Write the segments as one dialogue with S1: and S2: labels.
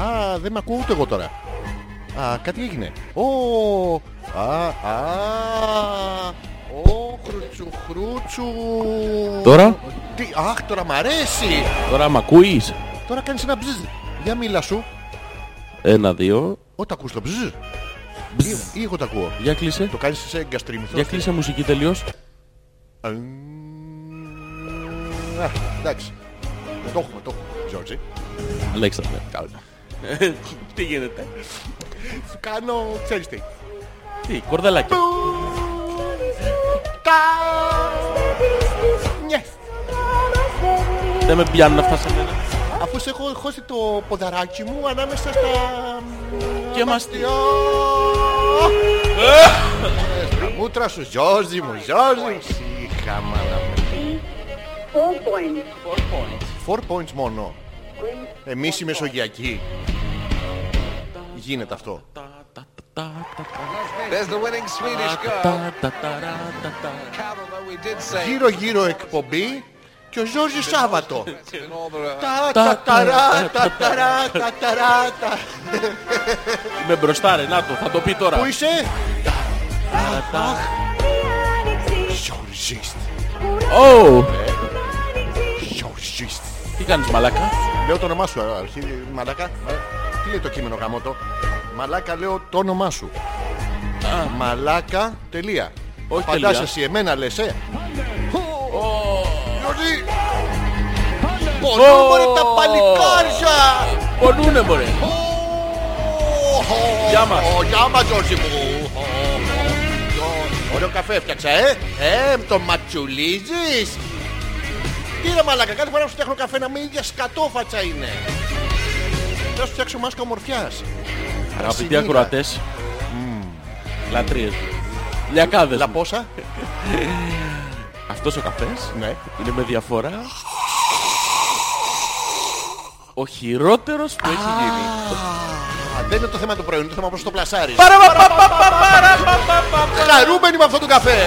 S1: Α, δεν με ακούω ούτε εγώ τώρα. Α, κάτι έγινε. Ω, α, α, ω, χρουτσου, χρουτσου.
S2: Τώρα?
S1: Τι, αχ, τώρα μ' αρέσει.
S2: Τώρα μ' ακούεις.
S1: Τώρα κάνεις ένα μπζζ. Για μίλα σου.
S2: Ένα, δύο.
S1: Όταν ακούς το μπζζ.
S2: Μπζζ.
S1: Ή, ή εγώ το ακούω.
S2: Για κλείσε.
S1: Το κάνεις σε εγκαστρίμηθο.
S2: Για κλείσε μουσική τελείως.
S1: Α, εντάξει. Το έχουμε, το έχουμε. Τζόρτζι.
S2: Αλέξανδρε. Τι γίνεται.
S1: Σου κάνω, ξέρεις τι.
S2: Τι, κορδελάκι.
S1: Τα... Ναι.
S2: Δεν με πιάνουν αυτά σε μένα.
S1: Αφού σε έχω χώσει το ποδαράκι μου ανάμεσα στα...
S2: Και μας
S1: Αστείο. Ε, στα Μούτρα σου, Ζόρζι μου, Ζόρζι μου. Σίχα, μάνα μου.
S3: Four points.
S1: Four points μόνο. Ε, Εμείς οι Μεσογειακοί. Γίνεται αυτό.
S4: There's the winning Swedish girl. Carol, though we did say
S1: Γύρω-γύρω εκπομπή και ο Ζόρζι Σάββατο.
S4: in all the
S1: Τα τα ταρά, τα ταρά, τα ταρά, τα-
S2: Είμαι μπροστά ρε, να το, θα το πει τώρα.
S1: Πού είσαι?
S2: Τα-
S1: Ζορζίστ.
S2: Ω,
S1: Ζορζίστ.
S2: τι κάνεις μαλάκα.
S1: Λέω το όνομά σου, α, αρχή, μαλάκα. Ε, Τι λέει το κείμενο γαμότο. Μαλάκα λέω το όνομά σου. Μαλάκα τελεία.
S2: Όχι
S1: Φαντάσαι
S2: τελεία.
S1: εσύ εμένα λες, ε. Γιώργη.
S2: Ω.
S1: Πονού μωρέ τα παλικάρια.
S2: Πονούνε μωρέ. Γεια μας.
S1: Ω, Γεια μας Γιώργη μου. Ω, ω, ω. Ωραίο καφέ έφτιαξα, ε. Ε, το ματσουλίζεις. Τι ρε μαλάκα, κάθε φορά που σου φτιάχνω καφέ να με ίδια σκατόφατσα είναι. Θα σου φτιάξω μάσκα ομορφιάς.
S2: Αγαπητοί
S1: Συνήθα.
S2: ακροατές. Λατρείες. Λιακάδες. μου.
S1: Λαπόσα.
S2: Αυτός ο καφές
S1: Ναι.
S2: είναι με διαφορά ο χειρότερος που έχει γίνει.
S1: Α, δεν είναι το θέμα του πρωινού, είναι το θέμα πώς το πλασάρεις. Χαρούμενοι με αυτόν τον καφέ.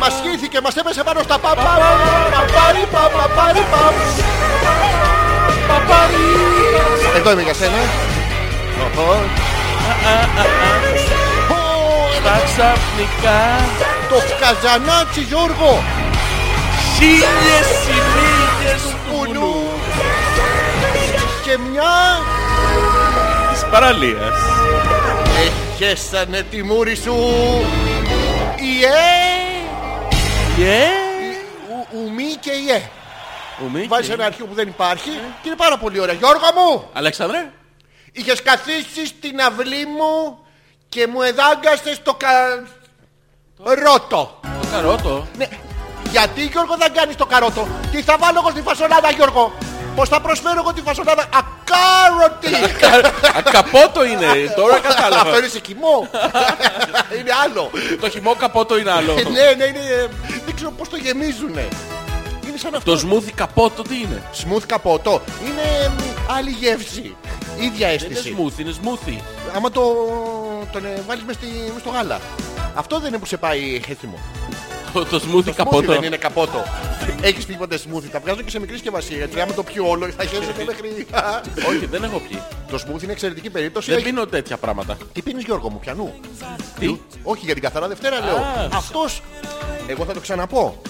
S1: Μας χύθηκε, μας έπεσε πάνω στα παπα. Παπάρι, παπάρι, παπάρι. Εδώ είμαι για σένα. Οχο. Ω,
S2: Τα ξαφνικά
S1: Το καζανάτσι Γιώργο.
S2: χίλιες συνήθειες του
S1: Πουνού.
S2: νου
S1: Και μια
S2: της παραλίας.
S1: Έχεσανε τη μούρη σου Ιε
S2: Και...
S1: ου- Ουμή και Ε. Ιε
S2: Ουμίκη.
S1: Βάζεις ένα αρχείο που δεν υπάρχει Και είναι πάρα πολύ ωραία Γιώργο μου
S2: Αλέξανδρε.
S1: Είχες καθίσει στην αυλή μου Και μου εδάγκασες το κα... Ρότο
S2: Το καρότο.
S1: ναι. Γιατί Γιώργο δεν κάνεις το καρότο Τι θα βάλω εγώ στη φασολάδα Γιώργο Πως θα προσφέρω εγώ τη φασολάδα Ακάρωτη
S2: Ακαπότο είναι. Τώρα κατάλαβα.
S1: Αυτό είναι σε κοιμό Είναι άλλο
S2: Το χυμό καπότο είναι άλλο.
S1: Ε, ναι, ναι, ναι. ε, Δεν ξέρω πώς το γεμίζουνε. Είναι σαν αυτό.
S2: Το σμούθι καπότο τι είναι.
S1: smooth καπότο. Είναι μ, άλλη γεύση. Ίδια
S2: Δεν είναι
S1: αίσθηση.
S2: σμούθι, είναι σμούθι.
S1: Άμα το, τον ε, βάλεις μες, στη, μες στο γάλα. Αυτό δεν είναι που σε πάει χέθιμο.
S2: Το- Το σμούθι
S1: Smoothie
S2: Ε, καπότο.
S1: δεν είναι καπότο. Έχεις πει ποτέ smoothie. Τα βγάζω και σε μικρή συσκευασία. Γιατί άμα το πιω όλο θα χέζεται μέχρι...
S2: Όχι, δεν έχω πιει.
S1: το smoothie είναι εξαιρετική περίπτωση.
S2: Δεν
S1: Έχει-
S2: πίνω τέτοια πράγματα.
S1: Τι πίνεις Γιώργο μου, πιανού.
S2: Τι.
S1: Όχι για την καθαρά Δευτέρα λέω. Αυτός, εγώ θα το ξαναπώ.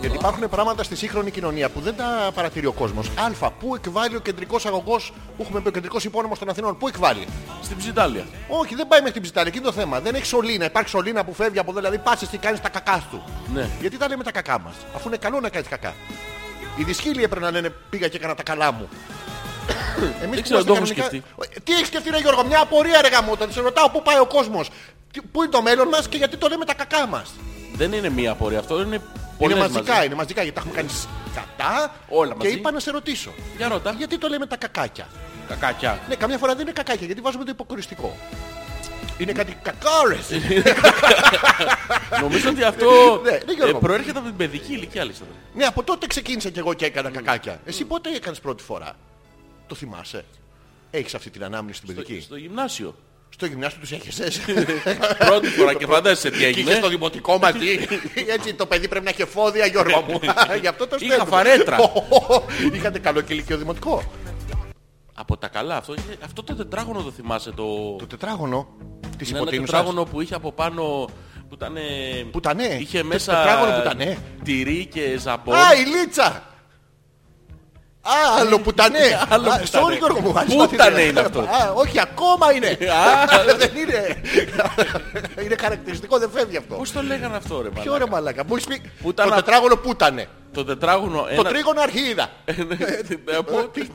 S1: Γιατί υπάρχουν πράγματα στη σύγχρονη κοινωνία που δεν τα παρατηρεί ο κόσμος. Α, πού εκβάλλει ο κεντρικός αγωγός που έχουμε πει ο κεντρικός υπόνομος των Αθηνών. Πού εκβάλλει.
S2: Στην ψιτάλια.
S1: Όχι, δεν πάει μέχρι την ψητάλη. Εκεί είναι το θέμα. Δεν έχει σωλήνα. Υπάρχει σωλήνα που φεύγει από εδώ. Δηλαδή πα τι κάνεις τα κακά του.
S2: Ναι.
S1: Γιατί τα λέμε τα κακά μας. Αφού είναι καλό να κάνεις κακά. Οι δυσκύλοι έπρεπε να λένε πήγα και έκανα τα καλά μου. Εμείς που
S2: ξέρω,
S1: είμαστε
S2: το έχω
S1: κανονικά-
S2: σκεφτεί.
S1: Ε, Τι έχει σκεφτεί, ρε Γιώργο, μια απορία ρε γαμότα. Σε ρωτάω πού πάει ο κόσμος. Πού είναι το μέλλον μας και γιατί το λέμε τα κακά μας.
S2: Δεν είναι μία απορία. Αυτό είναι
S1: Είναι
S2: πολλές
S1: μαζικά,
S2: μαζί.
S1: είναι μαζικά γιατί τα έχουμε κάνει κατά
S2: Όλα
S1: και
S2: μαζί.
S1: είπα να σε ρωτήσω.
S2: Για ρώτα.
S1: Γιατί το λέμε τα κακάκια.
S2: Κακάκια.
S1: Ναι, καμιά φορά δεν είναι κακάκια γιατί βάζουμε το υποκοριστικό. Είναι κάτι κακάρες.
S2: Νομίζω ότι αυτό
S1: Ναι, ναι, Γιώργο
S2: ε,
S1: μου.
S2: προέρχεται από την παιδική ηλικία, Αλέξανδρε.
S1: ναι, από τότε ξεκίνησα και εγώ και έκανα κακάκια. Εσύ πότε έκανες πρώτη φορά. Το θυμάσαι. Έχεις αυτή την ανάμνηση στην παιδική.
S2: Στο γυμνάσιο.
S1: Στο γυμνάσιο τους έχεις εσύ.
S2: Πρώτη φορά και φαντάζεσαι τι
S1: Και είχες
S2: έγινε.
S1: το δημοτικό μαζί. Έτσι το παιδί πρέπει να έχει εφόδια Γιώργο μου. Γι' αυτό το
S2: Ναι. Είχα
S1: στέλνουμε.
S2: φαρέτρα.
S1: Είχατε καλό και ηλικιο δημοτικό.
S2: Από τα καλά αυτό. είχε- Αυτό το τετράγωνο το θυμάσαι το...
S1: Το τετράγωνο της
S2: Είναι Ναι, ένα
S1: υποτείνουσας.
S2: τετράγωνο που είχε από πάνω που ήταν...
S1: Που ήτανε.
S2: Είχε
S1: Τε-
S2: μέσα
S1: τετράγωνο που ήτανε.
S2: τυρί και ζαμπόν.
S1: Α, η Λίτσα! Α, άλλο που ήταν.
S2: Ναι, Άλλο που ήτανε.
S1: Sorry Γιώργο μου.
S2: Πού
S1: άσε,
S2: ήτανε
S1: άσε.
S2: είναι αυτό?
S1: Α, όχι, ακόμα είναι.
S2: Α.
S1: Δεν είναι. Είναι χαρακτηριστικό, δεν φεύγει αυτό.
S2: Πώς το λέγανε αυτό ρε
S1: Ποιο
S2: μαλάκα.
S1: ρε μαλάκα. Μου έχεις πει
S2: Πού
S1: το
S2: ήταν α-
S1: τετράγωνο που ήταν.
S2: Το τετράγωνο...
S1: Το
S2: Ένα...
S1: τρίγωνο αρχίδα.
S2: Ε, πού-
S1: Τι-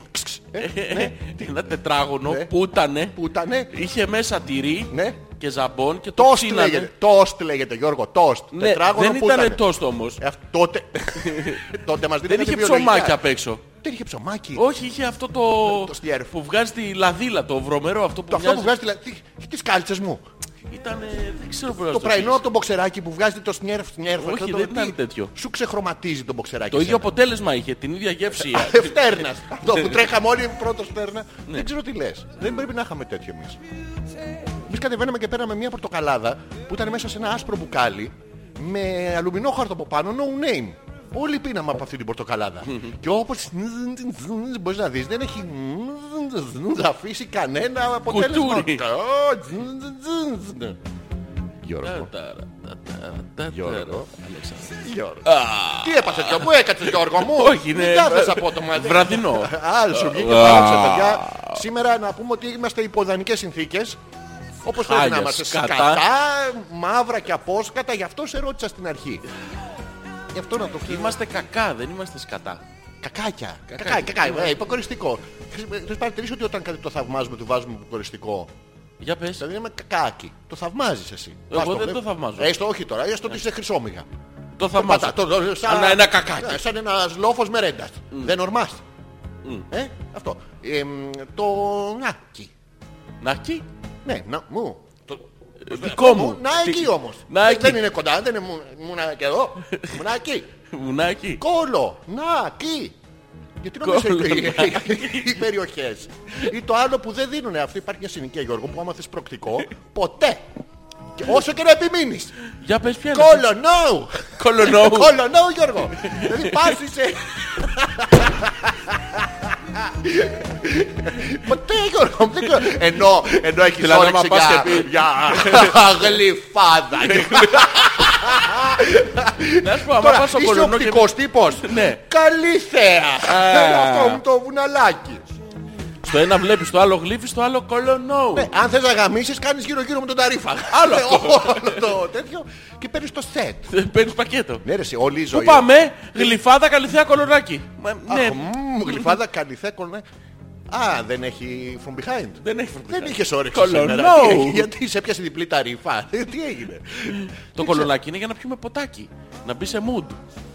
S2: Ε, Ένα τετράγωνο
S1: Ναι.
S2: που ήταν...
S1: Που ήταν.
S2: Είχε μέσα τυρί
S1: Ναι.
S2: και ζαμπόν και το
S1: Τόστ
S2: ψήνανε.
S1: λέγεται. Τόστ λέγεται Γιώργο. Τόστ.
S2: Ναι,
S1: Τετράγωνο
S2: δεν
S1: που
S2: ήταν
S1: ήταν.
S2: τόστο όμως.
S1: Τότε. Τότε μας
S2: Δεν
S1: δίνανε
S2: είχε
S1: βιολογικά.
S2: ψωμάκι απ' έξω.
S1: Δεν είχε ψωμάκι.
S2: Όχι, είχε αυτό το...
S1: Ε, Το στιέρ.
S2: που βγάζει τη λαδίλα, το βρωμερό αυτό που
S1: Το αυτό που
S2: μοιάζει.
S1: βγάζει δηλαδή, τι- τις κάλτσες μου.
S2: Ήταν... δεν ξέρω πώς να
S1: Το πρωινό
S2: εξηγήσω.
S1: από το μποξεράκι που βγάζει το σνιέρφ, σνιέρφ.
S2: Όχι,
S1: αυτό το-
S2: δεν ήταν
S1: τι-
S2: τέτοιο.
S1: Σου ξεχρωματίζει το μποξεράκι.
S2: Το ίδιο αποτέλεσμα είχε, την ίδια
S1: Ε,
S2: γεύση. Ε,
S1: Φτέρνας.
S2: Ναι.
S1: Αυτό που τρέχαμε όλοι πρώτο φτέρνα. Δεν ξέρω τι λες. Δεν πρέπει να είχαμε τέτοιο εμείς. Εμείς κατεβαίναμε και παίρναμε μια πορτοκαλάδα που ήταν μέσα σε ένα άσπρο μπουκάλι με αλουμινόχαρτο από πάνω, no name. Όλοι πίναμε από αυτή την πορτοκαλάδα. και όπως μπορείς να δεις, δεν έχει αφήσει κανένα αποτέλεσμα.
S2: Κουτούρι.
S1: Γιώργο.
S2: Ταρα, τα, ταρα, τα,
S1: Γιώργο.
S2: ταρα. Αλέξανδρε.
S1: Γιώργο. Τι έπαθε τώρα, πού έκατσε Γιώργο μου.
S2: Όχι, είναι-
S1: Τι κάθεσαι απότομα. ε, δεν-
S2: Βραδινό. Ε,
S1: Α, σου βγήκε παράξενο, παιδιά. Σήμερα να πούμε ότι είμαστε υποδανικές συνθήκες. Όπως πρέπει να
S2: Χάλια,
S1: είμαστε.
S2: σκατά.
S1: Σκατά, μαύρα και απόσκατα. Γι' αυτό σε ρώτησα στην αρχή. Γι' αυτό να το κλείνουμε.
S2: Είμαστε κακά, δεν είμαστε σκατά.
S1: Κακάκια. Κακά, κακά. ε, υποκοριστικό. Έχεις παρατηρήσει ότι όταν κάτι το θαυμάζουμε, του βάζουμε υποκοριστικό.
S2: Για πες.
S1: Δηλαδή είμαι κακάκι. Το θαυμάζεις εσύ.
S2: Εγώ
S1: Βάζ
S2: δεν
S1: ε.
S2: το θαυμάζω.
S1: Έστω όχι τώρα, έστω ότι είσαι χρυσόμυγα.
S2: Το
S1: Το
S2: θαυμάζω.
S1: πατά- το- το-
S2: Σαν ένα κακάκι.
S1: Ναι, Σαν ένας λόφος μερέντας. Δεν ορμάς. Ε, αυτό. Ε, μ, το νάκι.
S2: Νακί.
S1: Ναι, να, μου.
S2: Ε, Δικό μου.
S1: Να εκεί όμως. Ε,
S2: Να εκεί.
S1: Δεν είναι κοντά, δεν είναι μου, μου να και εδώ. Μου να εκεί.
S2: Μουνάκι.
S1: Κόλο. Να εκεί. Γιατί νομίζω
S2: Κόλο,
S1: οι, οι περιοχές. Ή το άλλο που δεν δίνουν αυτό. Υπάρχει μια συνοικία Γιώργο που άμα θες προκτικό, ποτέ. Και όσο και να επιμείνεις.
S2: Για πες ποια είναι.
S1: Κόλο, no.
S2: Κολονό.
S1: Κόλο, no Γιώργο. δηλαδή πάσισε. Ποτέ Γιώργο, δεν ξέρω. Ενώ, ενώ έχεις
S2: Θέλω να
S1: όρεξη
S2: μ' πας
S1: για,
S2: και πει.
S1: για γλυφάδα.
S2: Να σου πω, άμα
S1: Τώρα
S2: πας στο
S1: είσαι
S2: κολονό και...
S1: οπτικός τύπος.
S2: Ναι.
S1: Καλή θέα.
S2: Α.
S1: Αυτό μου το βουναλάκι.
S2: Στο ένα βλέπεις το άλλο γλύφεις, το άλλο κολονό.
S1: Ναι, Αν θες να γαμίσεις κάνεις γύρω γύρω με τον ταρίφα. Άλλο όλο το τέτοιο. Και παίρνεις το σετ.
S2: Ε, Παίρνεις πακέτο.
S1: Ναι ρε, σε όλη η ζωή.
S2: Πού πάμε, γλυφάδα, καλυθέα, κολονάκι. Μα, Ναι,
S1: Αχ, μμμ, γλυφάδα, καλυθέ, κολονέ. Α, δεν έχει from behind.
S2: δεν έχει φροντίδα.
S1: Δεν είχες όρεξη
S2: Κολονό.
S1: σήμερα. Τι έγινε, Γιατί σε έπιασε διπλή ταρήφα. Τι έγινε.
S2: Το κολονάκι είναι για να πιούμε ποτάκι. Να μπει σε mood.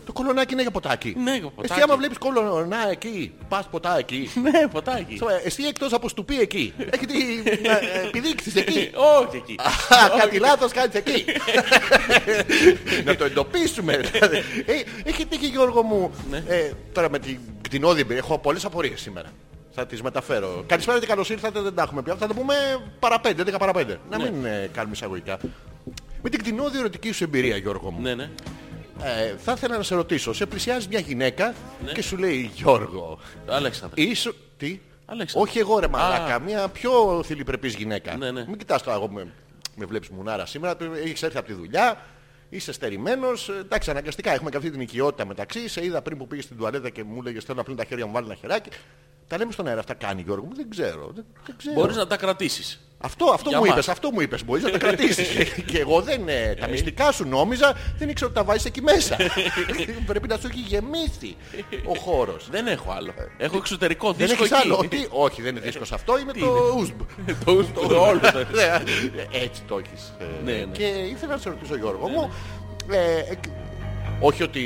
S1: Το κολονάκι είναι για ποτάκι.
S2: Ναι, για ποτάκι.
S1: Εσύ άμα βλέπεις κολονά εκεί, πας ποτά εκεί.
S2: Ναι, ποτάκι.
S1: Εσύ εκτός από στουπί εκεί. Έχει τη ε, επιδείξεις εκεί.
S2: Όχι εκεί.
S1: Α, Κάτι λάθος κάνεις εκεί. Να το εντοπίσουμε. Ε, Έχει τύχει Γιώργο μου. ε, Τώρα με την κτηνόδη εμπειρία έχω πολλές απορίες σήμερα. Θα τις μεταφέρω. Καλησπέρα και καλώς ήρθατε. Δεν τα έχουμε πια. Θα τα πούμε παραπέντε, 10 παραπέντε. Να μην ε, κάνουμε εισαγωγικά. Με την κτηνόδη ερωτική σου εμπειρία Γιώργο μου.
S2: Ναι, ναι.
S1: Ε, θα ήθελα να σε ρωτήσω. Σε πλησιάζει μια γυναίκα και σου λέει Γιώργο.
S2: Αλέξανδρε.
S1: Ίσου... Τι?
S2: Αλέξανδρε.
S1: Όχι εγώ ρε μαλάκα, μια πιο θηλυπρεπής γυναίκα.
S2: Ναι, ναι.
S1: Μην κοιτάς το εγώ με, με βλέπεις μουνάρα σήμερα, το- έχεις έρθει από τη δουλειά, είσαι στερημένος, ε, εντάξει αναγκαστικά έχουμε και αυτή την οικειότητα μεταξύ, σε είδα πριν που πήγες στην τουαλέτα και μου έλεγες θέλω να πλύνω τα χέρια μου, βάλει ένα χεράκι. Τα λέμε στον αέρα, αυτά κάνει Γιώργο μου, δεν ξέρω. Δεν, δεν ξέρω.
S2: Μπορείς να τα κρατήσεις.
S1: Αυτό, αυτό
S2: Για
S1: μου
S2: μας.
S1: είπες, αυτό μου είπες, μπορείς να τα κρατήσεις. και εγώ δεν, ε, τα μυστικά σου νόμιζα, δεν ήξερα ότι τα βάζεις εκεί μέσα. Πρέπει να σου έχει γεμίσει ο χώρος.
S2: Δεν έχω άλλο. Έχω εξωτερικό
S1: Ε, Δεν
S2: δίσκο
S1: έχεις άλλο.
S2: εκεί.
S1: Τι- Όχι, δεν είναι δίσκος αυτό, είναι
S2: Τι
S1: το USB.
S2: Το- το- Όλο το.
S1: Ναι, Έτσι το έχεις. Ε,
S2: Ναι, ναι.
S1: Και ήθελα να σε ρωτήσω Γιώργο μου, ε, ε, όχι ότι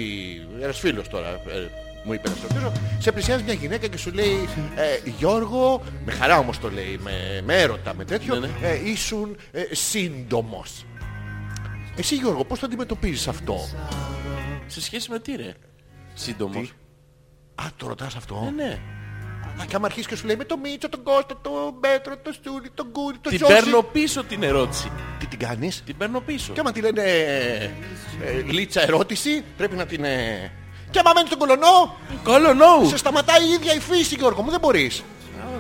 S1: ένας φίλος τώρα ε, μου είπε να σε ρωτήσω, σε πλησιάζει μια γυναίκα και σου λέει ε, Γιώργο, με χαρά όμως το λέει, με, με έρωτα, με τέτοιο,
S2: Ναι, ναι.
S1: Ε, ήσουν ε, σύντομος. Εσύ Γιώργο, πώς το αντιμετωπίζεις αυτό.
S2: Ε, Σε σχέση με τι ρε. Σύντομος.
S1: Α, το ρωτάς αυτό.
S2: Ναι, ναι.
S1: Α, και άμα αρχίσεις και σου λέει με το Μίτσο, τον Κώστα, τον Πέτρο, τον Στούλη, τον Κούρι, τον
S2: Την
S1: Τζόζι.
S2: παίρνω πίσω την ερώτηση.
S1: Τι την κάνεις.
S2: Την παίρνω πίσω.
S1: Και άμα τη λένε ε, ε, λίτσα ερώτηση, πρέπει να την... Ε... Και άμα μένεις στον κολονό,
S2: Καλό νόου.
S1: σε σταματάει η ίδια η φύση Γιώργο μου, δεν μπορείς.
S2: Α,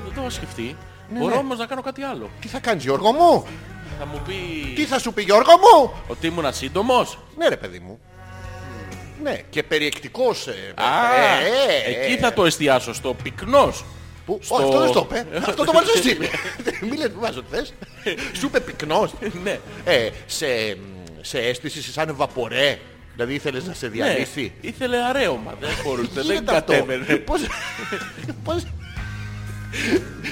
S2: Δεν το έχω σκεφτεί.
S1: ναι.
S2: Μπορώ όμως να κάνω κάτι άλλο.
S1: Τι θα κάνεις Γιώργο μου,
S2: Θα μου πει
S1: τι θα σου πει Γιώργο μου.
S2: ότι ήμουν σύντομος.
S1: Ναι ρε παιδί μου. Ναι, και περιεκτικός. Ε,
S2: Α,
S1: ε, ε, ε,
S2: εκεί θα το εστιάσω, στο πυκνός.
S1: Που,
S2: στο-
S1: Ω, αυτό δεν το είπε. αυτό το βάζω εσύ. Μην λες που βάζω τι θες. Σου είπε πυκνός.
S2: ναι.
S1: Ε, σε, σε αίσθηση σαν βαπορέ. Δηλαδή ήθελες να σε διαλύσει.
S2: Ναι, ήθελε αρέωμα. Δεν μπορούσε, δεν
S1: Γίνεται αυτό.
S2: κατέβαινε.
S1: Πώς... πώς...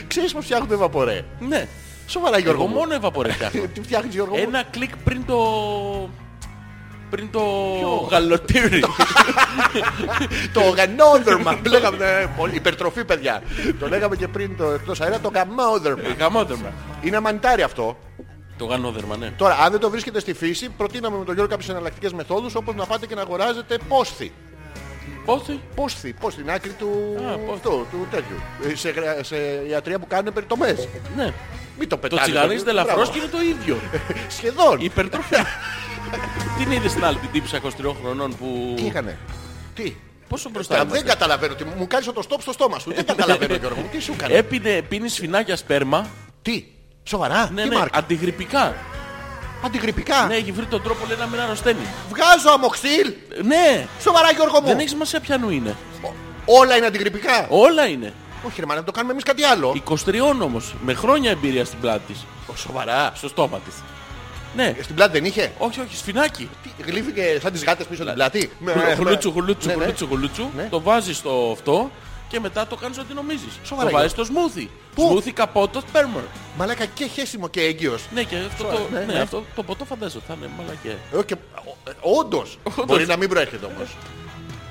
S1: Ξέρεις πως φτιάχνουν βαπορέ.
S2: Ναι.
S1: Σοβαρά Γιώργο
S2: Εγώ
S1: μου.
S2: μόνο ευαπορέ φτιάχνω.
S1: Τι φτιάχνεις Γιώργο μου.
S2: Ένα κλικ πριν το... Πριν το γαλοτήρι.
S1: Το γανόδερμα. λέγαμε ε, πολύ υπερτροφή παιδιά. το λέγαμε και πριν το εκτός αέρα το γαμόδερμα.
S2: Γαμόδερμα.
S1: Είναι μανιτάρι αυτό.
S2: Ε, Το γανόδερμα, ναι.
S1: Τώρα, αν δεν το βρίσκετε στη φύση, προτείναμε με τον Γιώργο κάποιες εναλλακτικές μεθόδους όπως να πάτε και να αγοράζετε πόσθη.
S2: Πόσοι.
S1: Πόσθη, πώς στην άκρη του,
S2: Α, πόσθη.
S1: αυτού, του τέτοιου. Ε, Σε, γρα- σε ιατρία που κάνουν περιτομές.
S2: Ναι.
S1: Μην το
S2: Το
S1: πετάνε.
S2: τσιγανίζετε ελαφρώς
S1: Ε, Μπράβο.
S2: και είναι το ίδιο.
S1: Σχεδόν.
S2: Η Υπερτροφία. Την είδες την άλλη την τύψη 23 χρονών που...
S1: Τι Ε, είχανε. Τι.
S2: Πόσο μπροστά
S1: Τα, δεν
S2: είμαστε. Ε,
S1: καταλαβαίνω. Τι, μου κάνεις το στόπ στο στόμα σου. Δεν καταλαβαίνω Γιώργο μου. Τι σου έκανε.
S2: Έπινε, πίνεις φινάκια σπέρμα.
S1: Τι. Σοβαρά.
S2: Ναι,
S1: Τι
S2: ναι,
S1: μάρκα.
S2: αντιγρυπικά.
S1: Αντιγρυπικά.
S2: Ναι, έχει βρει τον τρόπο λέει να μην αρρωσταίνει.
S1: Βγάζω αμοξίλ.
S2: Ναι,
S1: Σοβαρά Γιώργο μου.
S2: δεν έχεις σημασία ποιανού είναι.
S1: Ο- Όλα είναι αντιγρυπικά.
S2: Όλα είναι.
S1: Όχι ρε μάνα, να το κάνουμε εμείς κάτι άλλο.
S2: 23 όμως, με χρόνια εμπειρία στην πλάτη της.
S1: Σοβαρά.
S2: Στο στόμα της. Ναι,
S1: Ε, Στην πλάτη δεν είχε.
S2: όχι, όχι, σφινάκι.
S1: Τι, Γλύφηκε σαν τις γάτες πίσω την πλάτη.
S2: Χου- Χουλούτσου,
S1: Ναι,
S2: χουλούτσου,
S1: ναι.
S2: χουλούτσου, χουλούτσου.
S1: Ναι.
S2: Το βάζεις στο αυτό και μετά το κάνεις ό,τι νομίζεις.
S1: Σοβαρά,
S2: Το βάζεις στο σμούθι.
S1: Πού?
S2: Σμούθι καπότο σπέρμερ.
S1: Μαλάκα και χέσιμο και έγκυος.
S2: Ναι, και αυτό
S1: Σοβαρά,
S2: το,
S1: ναι,
S2: ναι,
S1: ναι.
S2: αυτό το ποτό φαντάζομαι θα είναι μαλακέ.
S1: Ε, και- ο- ε, Όντως. Μπορεί να μην προέρχεται όμως.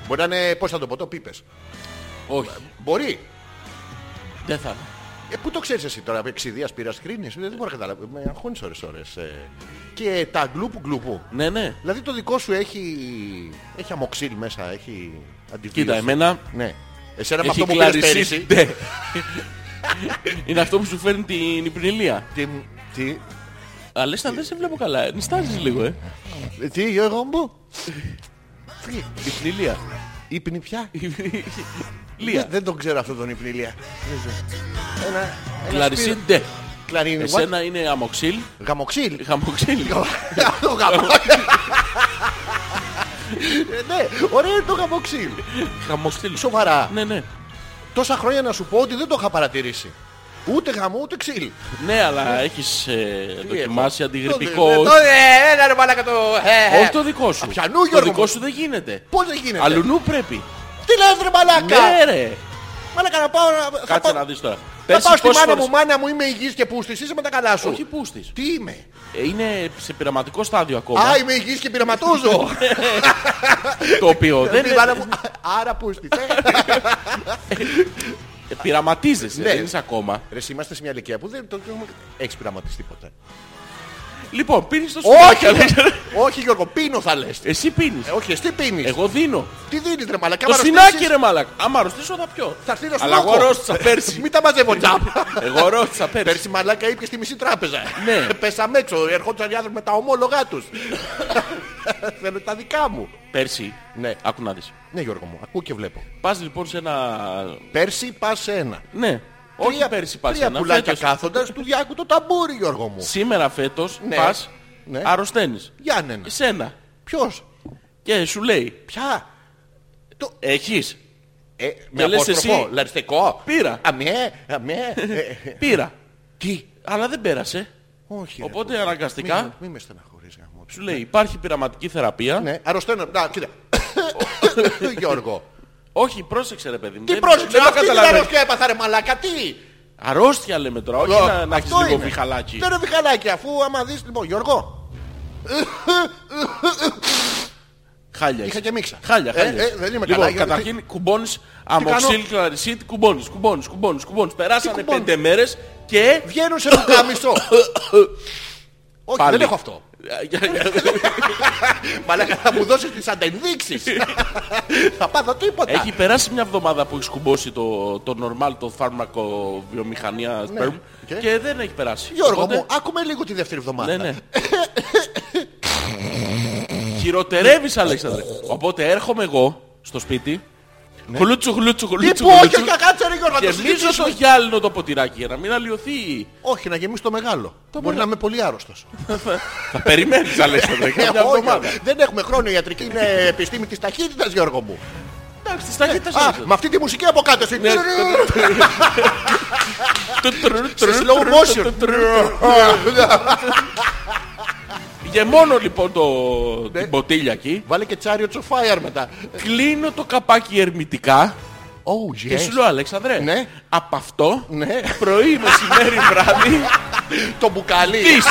S1: Μπορεί να είναι, πώς θα το πω, το πίπες.
S2: Όχι,
S1: Μπορεί.
S2: δεν θα είναι.
S1: Ε, πού το ξέρεις εσύ τώρα, εξιδίας πήρας κρίνεις, Ε, δεν μπορώ να καταλάβω. Με αγχώνεις ώρες ώρες. ε. Και τα γκλούπου γκλούπου.
S2: Ναι, ναι.
S1: Δηλαδή το δικό σου έχει, έχει αμοξίλ μέσα, έχει αντιβίωση.
S2: Κοίτα, εμένα
S1: Ναι. Εσένα με
S2: Έχει
S1: αυτό που πήρες
S2: κλαρισίσει.
S1: πέρυσι.
S2: Ναι. Είναι αυτό που σου φέρνει την υπνηλία.
S1: Τι, τι,
S2: Αλλά σαν δεν σε βλέπω καλά. Νιστάζεις λίγο, ε.
S1: τι Γιώργο μου. Τι,
S2: Υπνηλία.
S1: Ύπνη πια.
S2: Λία.
S1: Δεν τον ξέρω αυτόν τον ύπνη Ηλία.
S2: Κλαρισίντε.
S1: Κλαρίνι, what?
S2: Ναι, Εσένα είναι αμοξίλ.
S1: Γαμοξίλ.
S2: Χαμοξίλ.
S1: Το γαμό. Ε, Ναι, ωραίο είναι το γαμοξίλ.
S2: Χαμοξίλ.
S1: Σοβαρά.
S2: Ναι, ναι.
S1: Τόσα χρόνια να σου πω ότι δεν το είχα παρατηρήσει. Ούτε γαμό ούτε ξύλ.
S2: Ναι, αλλά έχεις ε, δοκιμάσει αντιγρυπικό.
S1: Το- το- ε, Έλα ρε μαλάκα το... ε,
S2: Όχι το δικό σου.
S1: Απιανού,
S2: Το
S1: Γιώργο μου.
S2: δικό σου δεν γίνεται.
S1: Πώς δεν γίνεται.
S2: Αλουνού πρέπει.
S1: Τι λες ρε
S2: Ναι,
S1: μαλάκα.
S2: ρε.
S1: Μαλάκα να πάω να... θα
S2: Κάτσε
S1: πάω-
S2: να δεις τώρα.
S1: Θα
S2: Πέρσι
S1: πάω στη
S2: πόσες
S1: μάνα
S2: φορές-
S1: μου, μάνα μου είμαι υγιής και πούστης, είσαι με τα καλά
S2: Όχι
S1: σου.
S2: πούστης.
S1: Τι είμαι.
S2: Ε, Είναι σε πειραματικό στάδιο ακόμα.
S1: Α, είμαι υγιής και πειραματούζω.
S2: Ναι, Το οποίο δεν
S1: Τη μάνα μου, Άρα πούστης. ε.
S2: Ε, Πειραματίζεσαι,
S1: Ναι.
S2: δεν είσαι ακόμα.
S1: Ρε, εσύ είμαστε σε μια ηλικία που δεν το έχουμε... Έχεις πειραματιστεί ποτέ.
S2: Λοιπόν, πίνεις το
S1: Όχι,
S2: σφυράκι,
S1: ρε.
S2: αλλά-
S1: όχι Γιώργο, πίνω θα λες.
S2: Εσύ πίνεις.
S1: Ε, όχι, εσύ τι πίνεις.
S2: Εγώ δίνω.
S1: Τι δίνεις ρε μαλακά.
S2: Το
S1: άμα
S2: σφινάκι
S1: αρρωστήσεις,
S2: ρε μαλακ. Άμα αρρωστήσω θα πιω.
S1: Θα έρθει να σου
S2: Αλλά
S1: μάθω.
S2: εγώ αρρώστησα πέρσι.
S1: Μην τα μαζεύω τζάμπ.
S2: Εγώ αρρώστησα πέρσι.
S1: Πέρσι μαλάκα ήπιες στη μισή τράπεζα. Ε,
S2: Ναι.
S1: Πέσαμε έξω, ερχόντουσαν οι άνθρωποι με τα ομόλογά τους. Θέλω τα δικά μου.
S2: Πέρσι.
S1: Ναι.
S2: Άκου να δεις.
S1: Ναι Γιώργο μου, ακούω και βλέπω.
S2: Πας λοιπόν σε ένα...
S1: Πέρσι πας σε ένα.
S2: Ναι. Όχι πέρσι πας σε
S1: τρία
S2: ένα.
S1: πουλάκια
S2: φέτος.
S1: κάθοντας του διάκου το ταμπούρι Γιώργο μου.
S2: Σήμερα φέτος
S1: Ναι.
S2: πας,
S1: Ναι.
S2: αρρωσταίνεις.
S1: Γιάννενα.
S2: Εσένα.
S1: Ποιος,
S2: Και σου λέει,
S1: ποια. Το...
S2: έχεις,
S1: Ε, με
S2: Και λες
S1: απόστροφο,
S2: εσύ,
S1: λαριστικό.
S2: πήρα.
S1: Αμέ, αμέ. ε, ε.
S2: πήρα.
S1: Τι.
S2: Αλλά δεν πέρασε.
S1: Όχι. ρε,
S2: Οπότε
S1: Γιώργο.
S2: αναγκαστικά-
S1: Μη- Μη με στεναχωρείς γαμό.
S2: Σου λέει, υπάρχει πειραματική θεραπεία.
S1: Ναι, αρρωσταίνω. Να, κοίτα. Γιώργο.
S2: Όχι, πρόσεξε ρε παιδί μου.
S1: Τι
S2: Δεν-
S1: πρόσεξε,
S2: δεν το
S1: αυτή την
S2: καταλαβαίνεις.
S1: αρρώστια έπαθα ρε μαλάκα, τι.
S2: Αρρώστια λέμε τώρα, όχι
S1: Ω,
S2: να, να έχεις
S1: αυτό
S2: λίγο
S1: είναι. Ναι,
S2: βιχαλάκι.
S1: Δεν είναι βιχαλάκι, αφού άμα δεις, λοιπόν, Γιώργο.
S2: Χάλια.
S1: Είχα
S2: είσαι.
S1: και μίξα.
S2: Χάλια,
S1: Ε,
S2: χάλια.
S1: ε, δεν είμαι
S2: λοιπόν,
S1: καλά, γιατί-
S2: Καταρχήν κουμπώνει αμοξίλ, κλαρισίτ, κουμπώνεις, κουμπώνεις, κουμπώνεις, κουμπώνεις. Περάσανε
S1: κουμπώνεις?
S2: πέντε μέρες και.
S1: Βγαίνουν σε ρουκάμισο. Όχι,
S2: Πάλι.
S1: δεν έχω αυτό. Μαλάκα θα μου δώσεις τις αντενδείξεις. θα πάθω τίποτα.
S2: Έχει περάσει μια εβδομάδα που έχει κουμπώσει το, το normal, το φάρμακο βιομηχανία sperm
S1: Ναι, Και?
S2: και... δεν έχει περάσει.
S1: Γιώργο
S2: Οπότε-
S1: μου, άκουμε λίγο τη δεύτερη εβδομάδα.
S2: Ναι, ναι. Χειροτερεύεις Αλέξανδρε. Οπότε έρχομαι εγώ στο σπίτι. Χλούτσου, χλούτσου,
S1: Τι
S2: χλούτσου.
S1: πω, Ναι. Λοιπόν, όχι,
S2: χλούτσου.
S1: όχι, κάτσε ρε Γιώργο, να το
S2: Γεμίζω
S1: συζητήσουμε.
S2: στο γυάλινο το ποτηράκι για να μην αλλοιωθεί.
S1: Όχι, να γεμίσει το μεγάλο. Μπορεί να
S2: μεγάλο.
S1: είμαι πολύ άρρωστος.
S2: Θα περιμένεις Αλέξανδρε.
S1: Ε,
S2: για μια
S1: όχι,
S2: εβδομάδα.
S1: Δεν έχουμε χρόνο η ιατρική, είναι επιστήμη της ταχύτητας Γιώργο μου.
S2: Εντάξει, τις ταχύτητες
S1: Α,
S2: Αλέξανδρε.
S1: με αυτή τη μουσική από κάτω. εσύ.
S2: Ναι.
S1: Σε slow motion.
S2: Γεμώνω λοιπόν το...
S1: Ναι.
S2: την ποτήλια εκεί.
S1: Βάλε και τσάριο τσοφάιαρ μετά.
S2: Κλείνω το καπάκι ερμητικά.
S1: Oh,
S2: Και
S1: yes.
S2: σου λέω Αλέξανδρε,
S1: Ναι.
S2: από αυτό
S1: Ναι.
S2: πρωί, μεσημέρι, βράδυ,
S1: Το μπουκαλί.
S2: δεις,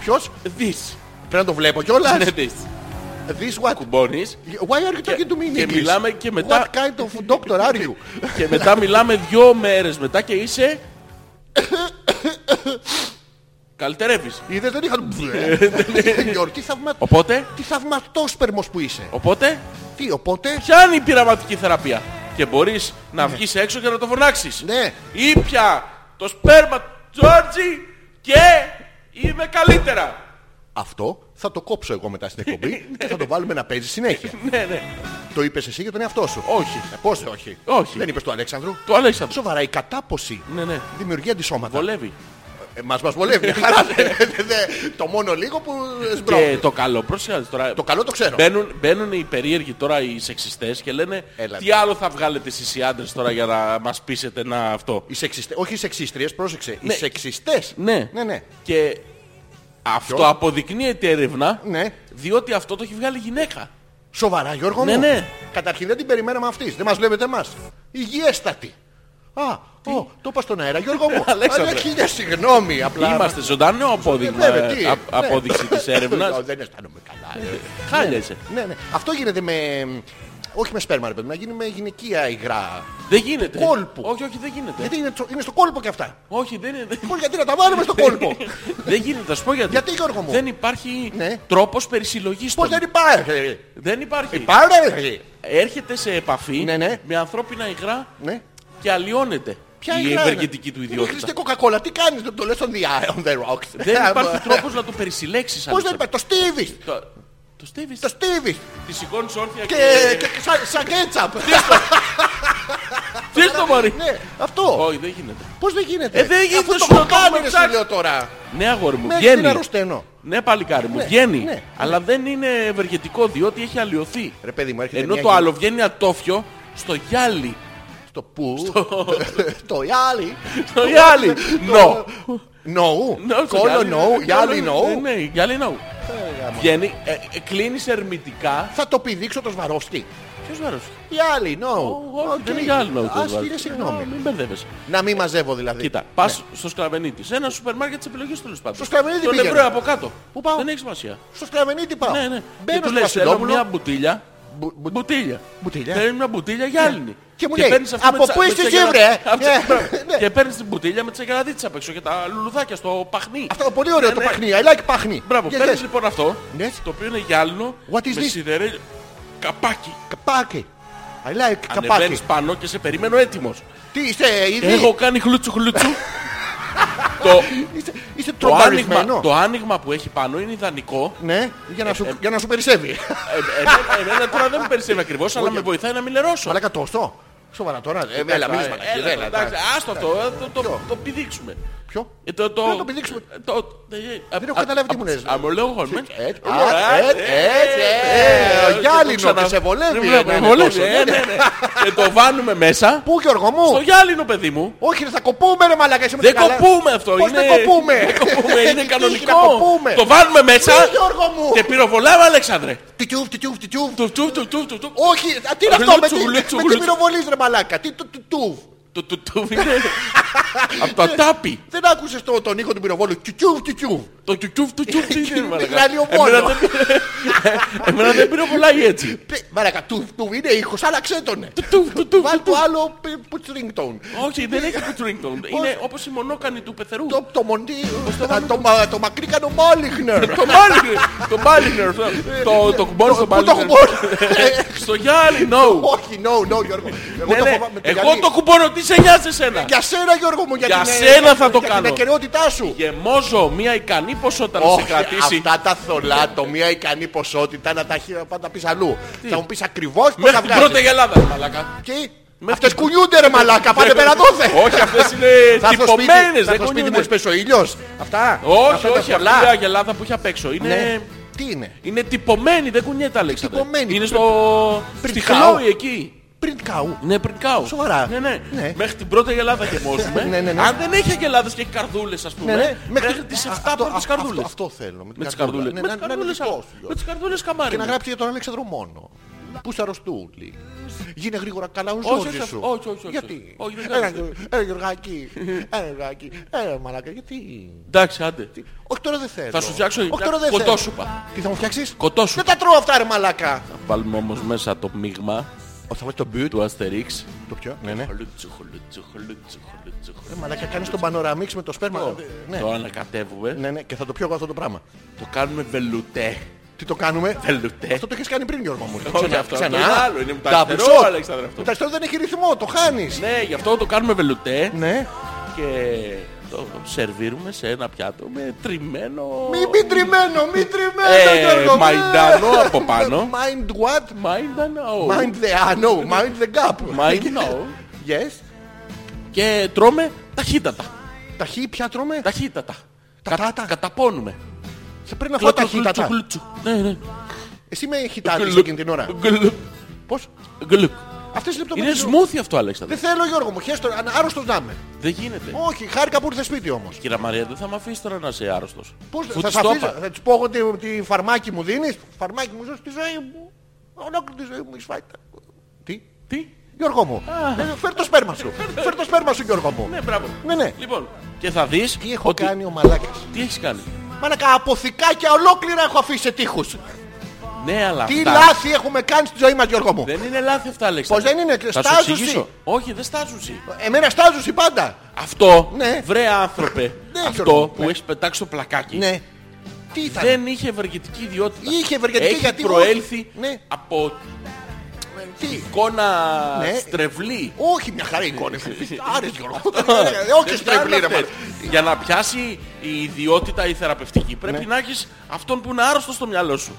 S1: Ποιος?
S2: δεις.
S1: Πρέπει να το βλέπω κιόλας.
S2: Ναι, δεις.
S1: This what?
S2: Κουμπώνεις
S1: Why are you talking to me in
S2: και
S1: English?
S2: μιλάμε και μετά-
S1: What kind of doctor are you?
S2: και μετά μιλάμε δυο μέρες μετά και είσαι... Καλυτερεύεις.
S1: Είδες δεν είχαν...
S2: Ναι,
S1: Γιώργο, τι, θαυμα...
S2: Οπότε,
S1: τι θαυματόσπερμος που είσαι.
S2: οπότε,
S1: Τι, οπότε...
S2: πιάνει η πειραματική θεραπεία. Και μπορείς να βγεις έξω και να το φωνάξεις.
S1: Ναι.
S2: Ήπια το σπέρμα Τζόρτζι και είμαι καλύτερα.
S1: Αυτό θα το κόψω εγώ μετά στην εκπομπή και θα το βάλουμε να παίζει συνέχεια.
S2: Ναι, ναι.
S1: το είπες εσύ για τον εαυτό σου.
S2: Όχι.
S1: Ε, Πώς δεν όχι.
S2: Όχι.
S1: Δεν είπες του Αλέξανδρου.
S2: Το Αλέξανδρο.
S1: Σοβαρά, η κατάποση
S2: Ναι, ναι.
S1: δημιουργεί αντισώματα.
S2: Βολεύει.
S1: Ε, μας, μας βολεύει. μια χαρά. ναι, Δε- δε- το μόνο λίγο που
S2: Ναι. Και
S1: σμπρώχνει.
S2: το καλό, πρόσεχε τώρα.
S1: Το καλό το ξέρω.
S2: Μπαίνουν, μπαίνουν οι περίεργοι τώρα οι σεξιστές και λένε
S1: Έλα.
S2: τι άλλο θα βγάλετε εσείς οι άντρες τώρα για να μας πείσετε να αυτό.
S1: Οι σεξιστε... Όχι οι σεξίστριες, πρόσεξε. Οι
S2: Ναι.
S1: σεξιστές.
S2: Ναι.
S1: Ναι, ναι.
S2: Και αυτό
S1: Ποιο?
S2: αποδεικνύεται έρευνα
S1: Ναι.
S2: διότι αυτό το έχει βγάλει γυναίκα.
S1: Σοβαρά, Γιώργο
S2: Ναι,
S1: μου.
S2: ναι.
S1: Καταρχήν δεν την περιμέναμε αυτής. Δεν μας βλέπετε εμάς. Υγιέστατη. Α, ο, το είπα στον αέρα, Γιώργο μου.
S2: Αλέξανδρε.
S1: Αλλά χίλια συγγνώμη, απλά. Ναι,
S2: Είμαστε ζωντανό απόδειγμα,
S1: βέβαια, τι,
S2: ε, α-
S1: ναι.
S2: απόδειξη της
S1: Ω,
S2: έρευνας.
S1: Δεν αισθάνομαι καλά. ε.
S2: Χάλια είσαι.
S1: ναι, ναι. Αυτό γίνεται με. Όχι με σπέρμα, ρε παιδί μου, να γίνει με γυναικεία υγρά.
S2: Δεν γίνεται.
S1: Κόλπου.
S2: Όχι, όχι, δεν γίνεται.
S1: Γιατί είναι, τσο- είναι στο κόλπο και αυτά.
S2: Όχι, δεν είναι. δεν-
S1: Πώς, γιατί να τα βάλουμε στο κόλπο.
S2: δεν γίνεται, θα σου πω γιατί.
S1: Γιατί, Γιώργο μου?
S2: Δεν υπάρχει
S1: Ναι.
S2: τρόπος περισυλλογής
S1: Πώς
S2: των.
S1: δεν υπάρχει.
S2: Δεν υπάρχει.
S1: Υπάρχει.
S2: Έρχεται σε επαφή
S1: Ναι, ναι.
S2: με ανθρώπινα υγρά
S1: Ναι.
S2: και αλλοιώνεται η
S1: υγρά είναι?
S2: ευεργετική του
S1: Είναι χρήστε
S2: ιδιότητα.
S1: κοκακόλα, τι κάνεις, δεν το λες on the, on the rocks. Ε,
S2: Δεν υπάρχει τρόπος να το περισυλλέξεις.
S1: Πώς δεν
S2: Αλέξανδρε.
S1: υπάρχει, το στίβεις,
S2: Το, το στίβεις,
S1: το στίβεις
S2: τη σηκώνεις όρθια και...
S1: και, και σαν, σαν κέτσαπ.
S2: Τι το μωρί.
S1: ναι, αυτό.
S2: Όχι, δεν γίνεται.
S1: Πώς δεν γίνεται.
S2: Ε, δεν γίνεται,
S1: Αφού το
S2: σου το
S1: κοκάμινε
S2: έχουμε
S1: σου
S2: ψάξει.
S1: λέω τώρα.
S2: Ναι, αγόρι μου,
S1: Μέχρι την
S2: βγαίνει.
S1: αρρωσταίνω.
S2: Ναι, παλικάρι μου,
S1: Ναι,
S2: βγαίνει.
S1: ναι, ναι.
S2: Αλλά δεν είναι ευεργετικό διότι έχει αλλοιωθεί.
S1: Ρε παιδί μου, έρχεται
S2: Ενώ
S1: μια
S2: το
S1: γυ-
S2: άλλο βγαίνει ατόφιο στο γυάλι.
S1: Στο που. Το γυάλι.
S2: Στο γυάλι. Νο.
S1: Νο.
S2: Ναι, στο
S1: Κόλλο
S2: γυάλι.
S1: νο. Γυάλι νο.
S2: Ναι, Ναι, γυάλι νο. Βγαίνει, ε, ε, κλείνεις ερμητικά.
S1: Θα το πηδήξω το σβαρόστι.
S2: Ποιος βάρος.
S1: Γυάλι νο.
S2: Όχι, δεν είναι γυάλι νο.
S1: Ας χίλια συγγνώμη.
S2: Μην μπερδεύεσαι.
S1: Να μην μαζεύω δηλαδή.
S2: Κοίτα, πας στο σκλαβενίτη. Σε ένα σούπερ μάρκετ της επιλογής του πάντων.
S1: Στο Σκλαβενίτη
S2: Το
S1: πήγαινε.
S2: νευρό από κάτω.
S1: Πού πάω?
S2: Δεν έχει σημασία.
S1: Στο σκλαβενίτη πάω.
S2: Ναι, ναι. Και
S1: Μπαίνω
S2: του
S1: στο
S2: λες: Θέλω μια
S1: βασιλόπουλο.
S2: μπουτίλια.
S1: Μπου- μπου-
S2: Μπουτίλια.
S1: Μπουτίλια. Ναι.
S2: Θέλει μια μπουτίλια γυάλινη.
S1: Και μου λέει,
S2: παίρνεις αυτή
S1: «Από
S2: με τις-
S1: πού
S2: με
S1: είστε
S2: τις
S1: εσύ,
S2: αγελα-
S1: βρε?»
S2: Αυτή-
S1: Ναι.
S2: μπράβο.
S1: Ναι.
S2: Και παίρνεις την μπουτίλια με τι αγκαλαδίτε απ' έξω και τα λουλουδάκια στο παχνί.
S1: Αυτό πολύ ωραίο
S2: Ναι,
S1: το
S2: ναι.
S1: παχνί. I like παχνί.
S2: Μπράβο,
S1: Και
S2: παίρνεις
S1: λες,
S2: λοιπόν αυτό.
S1: Yes.
S2: Το οποίο είναι γυάλινο.
S1: What is
S2: Με
S1: this?
S2: σιδερέ. Καπάκι.
S1: Καπάκι. I like
S2: Ανεβαίνεις
S1: καπάκι. Ε.
S2: πάνω και σε περιμένω έτοιμος.
S1: Τι είσαι ήδη.
S2: Έχω κάνει χλούτσου χλούτσου. Το,
S1: Είσαι, είσαι
S2: το, άνοιγμα,
S1: τρομαρισμένος.
S2: το άνοιγμα που έχει πάνω είναι ιδανικό
S1: Ναι, για να, σου, για να σου περισσεύει.
S2: Ε, εμένα- Εμένα τώρα δεν με περισσεύει ακριβώς, αλλά με βοηθάει να μην λερώσω.
S1: Μαλάκα τόσο. Σοβαρά τώρα. Ε,
S2: Έλα,
S1: Έλα, μην είσαι
S2: έλα,
S1: μαλακής,
S2: έλα,
S1: έλα,
S2: εντάξει,
S1: εντάξει.
S2: Άστο αυτό, ε, το- το-
S1: Ποιο?
S2: το πηδήξουμε.
S1: Ποιο.
S2: Ε, Το, το,
S1: Δεν το πηδήξουμε.
S2: ε, το- ε,
S1: Δεν έχω καταλάβει τι μου λες.
S2: Αμολόγω, με.
S1: Έτσι, έτσι, έτσι. ε, Ο γυάλινο και σε βολεύει.
S2: ε,
S1: να είναι τόσο.
S2: Και το βάλουμε μέσα.
S1: Πού Γιώργο
S2: ναι. Στο
S1: μου.
S2: γυάλινο, παιδί μου.
S1: Όχι, ρε, θα κοπούμε ρε μαλάκα. είσαι με
S2: Δεν
S1: τα καλά.
S2: κοπούμε αυτό.
S1: Πώς
S2: είναι-
S1: δεν κοπούμε.
S2: δεν κοπούμε, Είναι
S1: Έχει τύχει να
S2: κανονικό.
S1: κοπούμε.
S2: Το βάλουμε μέσα.
S1: Ε, Γιώργο μου.
S2: Και πυροβολάμε, Αλέξανδρε.
S1: Τιτιούβ, τιτιούβ, τιτιούβ.
S2: Του, του, του, του, του, του.
S1: Όχι, α, τι είναι αυτό με
S2: Γλουτσου,
S1: τι-
S2: γλουτσου,
S1: με τι
S2: γλουτσου.
S1: πυροβολείς ρε μαλάκα. Τι του- του- του.
S2: Του, του, του, είναι. Από το τάπι.
S1: Δεν άκουσες το- τον ήχο του πυροβόλου. Τιτιούβ, τιτιούβ.
S2: Το τουκτσούφ, τουκτσούφ, τι είναι, μαλακά.
S1: Μεγάλη
S2: Εμένα
S1: ομόνο.
S2: δεν- Εμένα δεν πυροβολάει έτσι.
S1: Τι, Μαλάκα, του, του είναι ήχος, άλλαξέ τον. ναι.
S2: Τουφ, τουφ, τουφ.
S1: Βάλ του άλλο πι- πουτς ringtone.
S2: Όχι, δεν έχει το τρίγκον. Είναι όπως η μονόκανη του πεθερού.
S1: Το, το μοντί, α, το, μα- το μακρύ κάνω Μόλιγνερ.
S2: Το Μάλινερ. Το Μάλινερ. Το το κουμπώνει στο
S1: Πού το
S2: Μάλινερ.
S1: κουμπώνω.
S2: Στο Γιάννη, no.
S1: Όχι, no, no, Γιώργο. Ε, Εγώ
S2: Ναι,
S1: το
S2: ναι.
S1: φοβάμαι.
S2: Εγώ
S1: γιατί-
S2: το κουμπώνω, τι σε νοιάζει εσένα.
S1: Για σένα, Γιώργο μου, για,
S2: Για
S1: την, ε,
S2: σένα θα το
S1: για
S2: κάνω.
S1: την ακαιρεότητά σου.
S2: Γεμόζω μια ικανή ποσότητα να σε
S1: Όχι,
S2: κρατήσει.
S1: αυτά τα θολά, το μία ικανή ποσότητα να τα έχει να τα πεις αλλού. Θα μου πεις ακριβώς πώς θα
S2: Μέχρι την πρώτη
S1: βγάζεις.
S2: Ελλάδα, μαλακά.
S1: Και αυτές κουνιούνται ρε μαλάκα, πάνε πέρα δόθε.
S2: Όχι, αυτές είναι
S1: Θα έρθω σπίτι,
S2: τυπωμένες,
S1: θα έρθω
S2: δεν
S1: σπίτι μου,
S2: κουνιούνται.
S1: ας πέσει ο ήλιος. Αυτά.
S2: Όχι,
S1: αυτά τα
S2: όχι,
S1: θολά.
S2: αυτή η αγελάδα που έχει απ' έξω.
S1: Ναι.
S2: Είναι...
S1: Τι είναι,
S2: Είναι τυπωμένη, δεν κουνιέται Αλέξανδρε.
S1: Τυπωμένη.
S2: Είναι στο...
S1: Πριν
S2: στη
S1: κάω.
S2: Χλόη εκεί.
S1: πριν καού.
S2: Ναι, πριν κάω.
S1: Σοβαρά.
S2: Ναι, ναι.
S1: Ναι.
S2: Μέχρι την πρώτη Αγελάδα γεμόζουμε.
S1: Ναι, ναι, ναι.
S2: Αν δεν έχει Αγελάδες και έχει καρδούλες, ας πούμε.
S1: Ναι, ναι.
S2: Μέχρι τις 7
S1: αυτό-
S2: πρώτες τις
S1: αυτό-
S2: καρδούλες.
S1: Αυτό θέλω.
S2: Με τις
S1: καρδούλα.
S2: καρδούλες.
S1: Ναι,
S2: Με
S1: να-
S2: τις
S1: να είναι
S2: καρδούλες,
S1: δικός σου,
S2: με
S1: Γιώργο.
S2: τις καρδούλες καμάρι.
S1: Και να
S2: μου.
S1: γράψει για τον Αλέξανδρο μόνο. Πού σε αρρωστούλη. Γίνε γρήγορα καλά ο
S2: Όχι,
S1: ζώδης
S2: όχι,
S1: σου.
S2: όχι, όχι, όχι.
S1: Γιατί.
S2: Όχι, δεν
S1: Έλα,
S2: κάνεις.
S1: Γιω- Έλα Γιωργάκη. Έλα Γιωργάκη. Έλα μαλάκα. Γιατί.
S2: Εντάξει, άντε.
S1: Τι- Όχι τώρα δεν θέλω.
S2: Θα σου φτιάξω
S1: Όχι
S2: μια
S1: τώρα δεν θέλω.
S2: κοτόσουπα.
S1: Τι θα μου φτιάξεις.
S2: Κοτόσουπα.
S1: Δεν τα τρώω αυτά ρε μαλάκα.
S2: Βάλουμε όμως μέσα το μείγμα
S1: Όχι θα βάλεις το μπιουτ.
S2: του Αστερίξ.
S1: Το πιο. Ναι, ναι.
S2: Χολούτσου, χολούτσου, χολούτσου, χολούτσου,
S1: Ρε
S2: χολούτσου.
S1: Μαλάκα κάνεις τον πανοραμίξ με το σπέρμα. Ναι.
S2: Το ανακατεύουμε,
S1: Ναι, ναι, και θα το πιω εγώ αυτό το πράγμα.
S2: το κάνουμε βελουτέ.
S1: Τι το κάνουμε.
S2: Βελουτέ.
S1: Αυτό το έχεις κάνει πριν Γιώργο μου.
S2: Ε. Όχι,
S1: Ξανά,
S2: αυτό
S1: ξανά.
S2: είναι άλλο, είναι
S1: Τα
S2: μεταξτερό,
S1: μπουσό.
S2: Αλέξανδρε, αυτό.
S1: Μεταξτερό δεν έχει ρυθμό, το χάνεις.
S2: Ναι, γι' αυτό το κάνουμε βελουτέ.
S1: Ναι.
S2: και το σερβίρουμε σε ένα πιάτο με τριμμένο...
S1: Μη, μη τριμμένο, μη τριμμένο
S2: Ε,
S1: Γιώργο. μου.
S2: μαϊντανό από πάνω.
S1: Mind what?
S2: Μαϊντανό.
S1: Mind the, ah, no, mind the gap.
S2: Μαϊντανό.
S1: Yes.
S2: και τρώμε ταχύτατα.
S1: Τα χ πια τρώμε.
S2: Ταχύτατα.
S1: Τατάτα.
S2: καταπώνουμε.
S1: Θα πρέπει να φάω τα χ τα τα.
S2: Γκλουτσου, γκλουτσου. Ναι, ναι.
S1: Εσύ με χιτάτης εκείνη την ώρα.
S2: Γκλουκ.
S1: Πώς.
S2: Γκλουκ.
S1: Αυτές οι
S2: Είναι
S1: λεπτομέρειες.
S2: smoothie αυτό, Αλέξανδρε.
S1: Δεν θέλω Γιώργο μου, χέστο, αν- άρρωστος να είμαι.
S2: Δεν γίνεται.
S1: Όχι, χάρηκα που ήρθες σπίτι όμως.
S2: Κυρία Μαρία, δεν θα με αφήσεις τώρα να είσαι άρρωστος.
S1: Πώς
S2: Που
S1: θα
S2: της
S1: σ'
S2: το
S1: αφήσω,
S2: είπα.
S1: θα της πω εγώ τι, τι φαρμάκι μου δίνεις. Φαρμάκι μου ζω τη ζωή μου. Ολόκληρη τη ζωή μου έχεις φάει. τα- Τι.
S2: Τι.
S1: Γιώργο μου. Ε, Φέρ το σπέρμα σου. Φέρ το σπέρμα σου Γιώργο μου.
S2: Ναι, μπράβο.
S1: Ναι, ναι.
S2: Λοιπόν, και θα δεις
S1: Τι έχω κάνει ο μαλάκας.
S2: Τι έχεις κάνει.
S1: Μαλάκα αποθηκάκια ολόκληρα έχω αφήσει σε τείχους.
S2: Ναι, αλλά
S1: Τι
S2: αυτά
S1: λάθη έχουμε κάνει στη ζωή μας Γιώργο μου.
S2: Δεν είναι λάθη αυτά, Αλέξανδρε.
S1: Πως δεν είναι,
S2: Θα σου
S1: στάζουσι.
S2: εξηγήσω. Όχι, δεν στάζουσι.
S1: Εμένα στάζουσι πάντα.
S2: Αυτό,
S1: Ναι.
S2: βρε άνθρωπε,
S1: Ναι, Γιώργο,
S2: αυτό που
S1: ναι.
S2: έχεις πετάξει το πλακάκι
S1: Ναι. Τι ήταν.
S2: δεν είχε ευεργετική ιδιότητα.
S1: Είχε ευεργετική,
S2: έχει
S1: γιατί
S2: προέλθει
S1: όχι. Ναι.
S2: από
S1: Τι.
S2: εικόνα
S1: Ναι.
S2: στρεβλή.
S1: Όχι μια χαρά εικόνα. Άρες Γιώργο. Ε, Όχι
S2: Δεν
S1: στρεβλή ρε μαλάκα.
S2: φτάνουν αυτές. Για να πιάσει η ιδιότητα η θεραπευτική πρέπει να έχεις αυτόν που είναι άρρωστος στο μυαλό σου.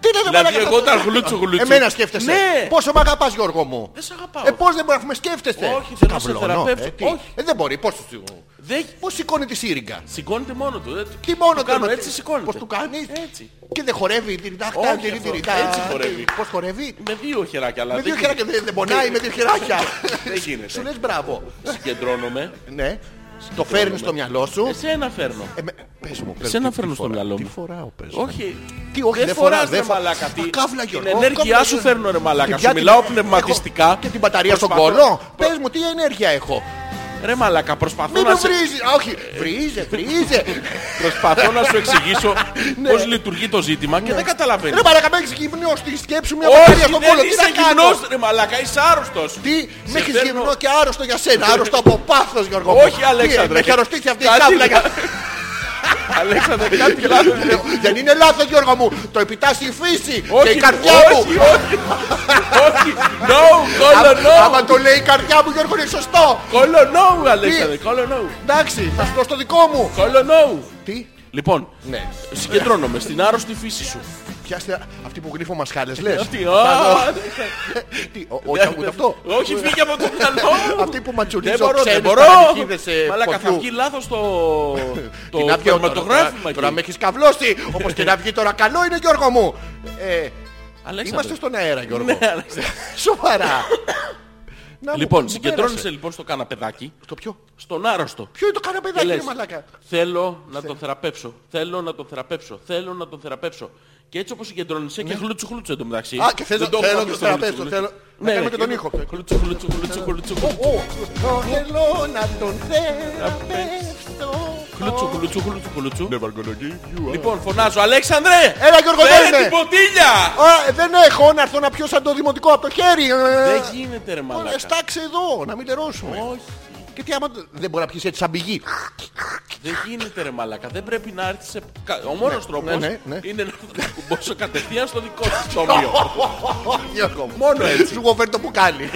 S1: Τι είναι ρε
S2: δηλαδή
S1: μαλάκα,
S2: εγώ
S1: αυτό.
S2: τα γλούτσου γλούτσου.
S1: Εμένα σκέφτεσαι.
S2: Ναι.
S1: Πόσο με αγαπάς Γιώργο μου.
S2: Δεν σε αγαπάω.
S1: Ε, πώς δεν μπορεί να με σκέφτεσαι.
S2: Όχι, θέλω να σε
S1: Καβλώνω,
S2: θεραπεύσω.
S1: ε, τι.
S2: Όχι.
S1: Ε, δεν μπορεί. Πώς, του-
S2: Δεν
S1: πώς σηκώνει τη σύριγγα.
S2: σηκώνεται μόνο του. δεν-
S1: Τι μόνο
S2: το
S1: του
S2: κάνω,
S1: με-
S2: έτσι σηκώνεται.
S1: Πώς του κάνεις.
S2: Έτσι.
S1: Και δεν χορεύει. Την τάχτα,
S2: Όχι
S1: την
S2: αυτό.
S1: την
S2: Έτσι χορεύει.
S1: Πώς χορεύει.
S2: Με δύο χεράκια, αλλά
S1: Με
S2: δεν
S1: δύο χεράκια δεν δεν πονάει, με δύο χεράκια.
S2: Δεν γίνεται.
S1: Σου λες μπράβο.
S2: συγκεντρώνομαι.
S1: Ναι. Το φέρνεις στο μυαλό σου.
S2: Εσένα φέρνω.
S1: Ε, με- Πες μου. πες,
S2: Εσένα
S1: τι- τι
S2: φέρνω στο
S1: φοράω,
S2: μυαλό
S1: Τι
S2: μου.
S1: φοράω, πες. μου.
S2: Όχι.
S1: Τι, όχι,
S2: δεν
S1: δεν
S2: φοράς
S1: φοράω,
S2: ρε
S1: δεν φοράω.
S2: μαλάκα. Τι...
S1: Α, καύλα,
S2: την
S1: Γιώργο,
S2: ενέργειά
S1: καύλα,
S2: σου
S1: Γιώργο.
S2: φέρνω ρε μαλάκα.
S1: Και
S2: Σου
S1: ποια
S2: μιλάω
S1: την-
S2: πνευματιστικά.
S1: έχω- Και την μπαταρία στον
S2: Προσπαθώ-
S1: κολό. Πες μου τι ενέργεια έχω.
S2: Ρε μαλάκα, προσπαθώ
S1: Μην
S2: να,
S1: με
S2: σε...
S1: βρίζεις. Α, Όχι. Βρίζε, βρίζε.
S2: προσπαθώ να σου εξηγήσω πώς λειτουργεί το ζήτημα και δεν καταλαβαίνεις.
S1: Ναι. Ρε μαλάκα με έχεις γυμνό στη σκέψη μια
S2: Όχι,
S1: μπαταρία στον κόλλο.
S2: δεν
S1: Τι να
S2: είσαι
S1: κάνω.
S2: γυμνός ρε μαλάκα, είσαι άρρωστος.
S1: Τι, με έχεις
S2: φέρνω-
S1: γυμνό και άρρωστο για σένα. Άρρωστο από πάθος Γιώργο. μου.
S2: Όχι,
S1: Τι,
S2: Αλέξανδρε.
S1: Με έχει αρρωστήσει αυτή η
S2: Κάτι-
S1: κάβλα.
S2: Αλέξανδρε, κάτι λάθος.
S1: Δεν είναι λάθος Γιώργο μου. Το επιτάσσει η φύση και η
S2: Όχι,
S1: καρδιά μου.
S2: όχι, όχι. Όχι, no, κόλλο
S1: Άμα- Άμα
S2: no.
S1: το λέει η καρδιά μου Γιώργο είναι σωστό.
S2: Κόλλο no, Αλέξανδρε, κόλλο no.
S1: Εντάξει, θα σου δώσω το δικό μου.
S2: Κόλλο no.
S1: Τι,
S2: Λοιπόν,
S1: ναι.
S2: συγκεντρώνομαι στην άρρωστη φύση σου.
S1: Πιάστε αυτή που γλύφω
S2: Ε,
S1: μασχάλες λες.
S2: Αυτή,
S1: Θα
S2: α,
S1: δω. Τι, ο- όχι ακούτε αυτό.
S2: Όχι, φύγει από το μυαλό μου.
S1: Αυτή που ματσουλίζω
S2: Δεν μπορώ,
S1: ξένες
S2: δεν μπορώ.
S1: παρενκίδες, ε,
S2: Μαλάκα, θα
S1: ποδιού.
S2: βγει λάθος το...
S1: Τι
S2: Το
S1: να βγει τώρα,
S2: τερματογράφημα
S1: τώρα-
S2: εκεί.
S1: Τώρα με έχεις καυλώσει. Όπως και να βγει τώρα καλό είναι Γιώργο μου. Ε,
S2: Αλέξανδρε.
S1: Είμαστε στον αέρα Γιώργο.
S2: Ναι, Αλέξανδρε.
S1: Σοβαρά. Να μου-
S2: Λοιπόν,
S1: μου
S2: συγκεντρώνεσαι
S1: πέρασε.
S2: λοιπόν στο καναπεδάκι,
S1: Στο ποιο.
S2: στον άρρωστο.
S1: Ποιο είναι το
S2: Και
S1: καναπεδάκι
S2: λες,
S1: ρε μαλάκα.
S2: θέλω να τον θεραπεύσω, θέλω να τον θεραπεύσω, θέλω να τον θεραπεύσω. Και έτσι όπως συγκεντρώνεσαι και χλούτσου χλούτσου εντωμεταξύ.
S1: Ναι. Α, και θες
S2: Δεν
S1: να- θέλω
S2: έχω
S1: να τον
S2: στο χλούτσου,
S1: θεραπεύσω,
S2: χλούτσου.
S1: θέλω- να
S2: Ναι,
S1: κάνουμε
S2: και
S1: τον
S2: λέω,
S1: ήχο.
S2: Χλούτσου χλούτσου χλúτσου, χλούτσου
S1: Ω, ω, Θέλω να τον θεραπεύσω.
S2: Χλούτσου, χλούτσου, χλούτσου, χλούτσου.
S1: Never gonna give you up.
S2: Λοιπόν, φωνάζω, Αλέξανδρε!
S1: Ναι, Έλα, Γιώργο,
S2: Φέρε
S1: δεν
S2: την
S1: είναι.
S2: ποτήλια!
S1: Α, ε, δεν έχω να έρθω να πιω σαν το δημοτικό από το χέρι. Ε,
S2: Δεν γίνεται ρε
S1: ε,
S2: μαλάκα.
S1: Στάξε εδώ, να μην λερώσουμε.
S2: Όχι.
S1: Και τι άμα δεν μπορεί να πιει έτσι σαν πηγή.
S2: Δεν γίνεται ρε μαλάκα. Δεν πρέπει να έρθει σε... κα- Ο μόνος τρόπος
S1: ναι, ναι.
S2: είναι να το κουμπώσω κατευθείαν στο δικό σου τόμιο.
S1: Γιώργο μου.
S2: Μόνο έτσι.
S1: Σου έχω φέρει το πουκάλι.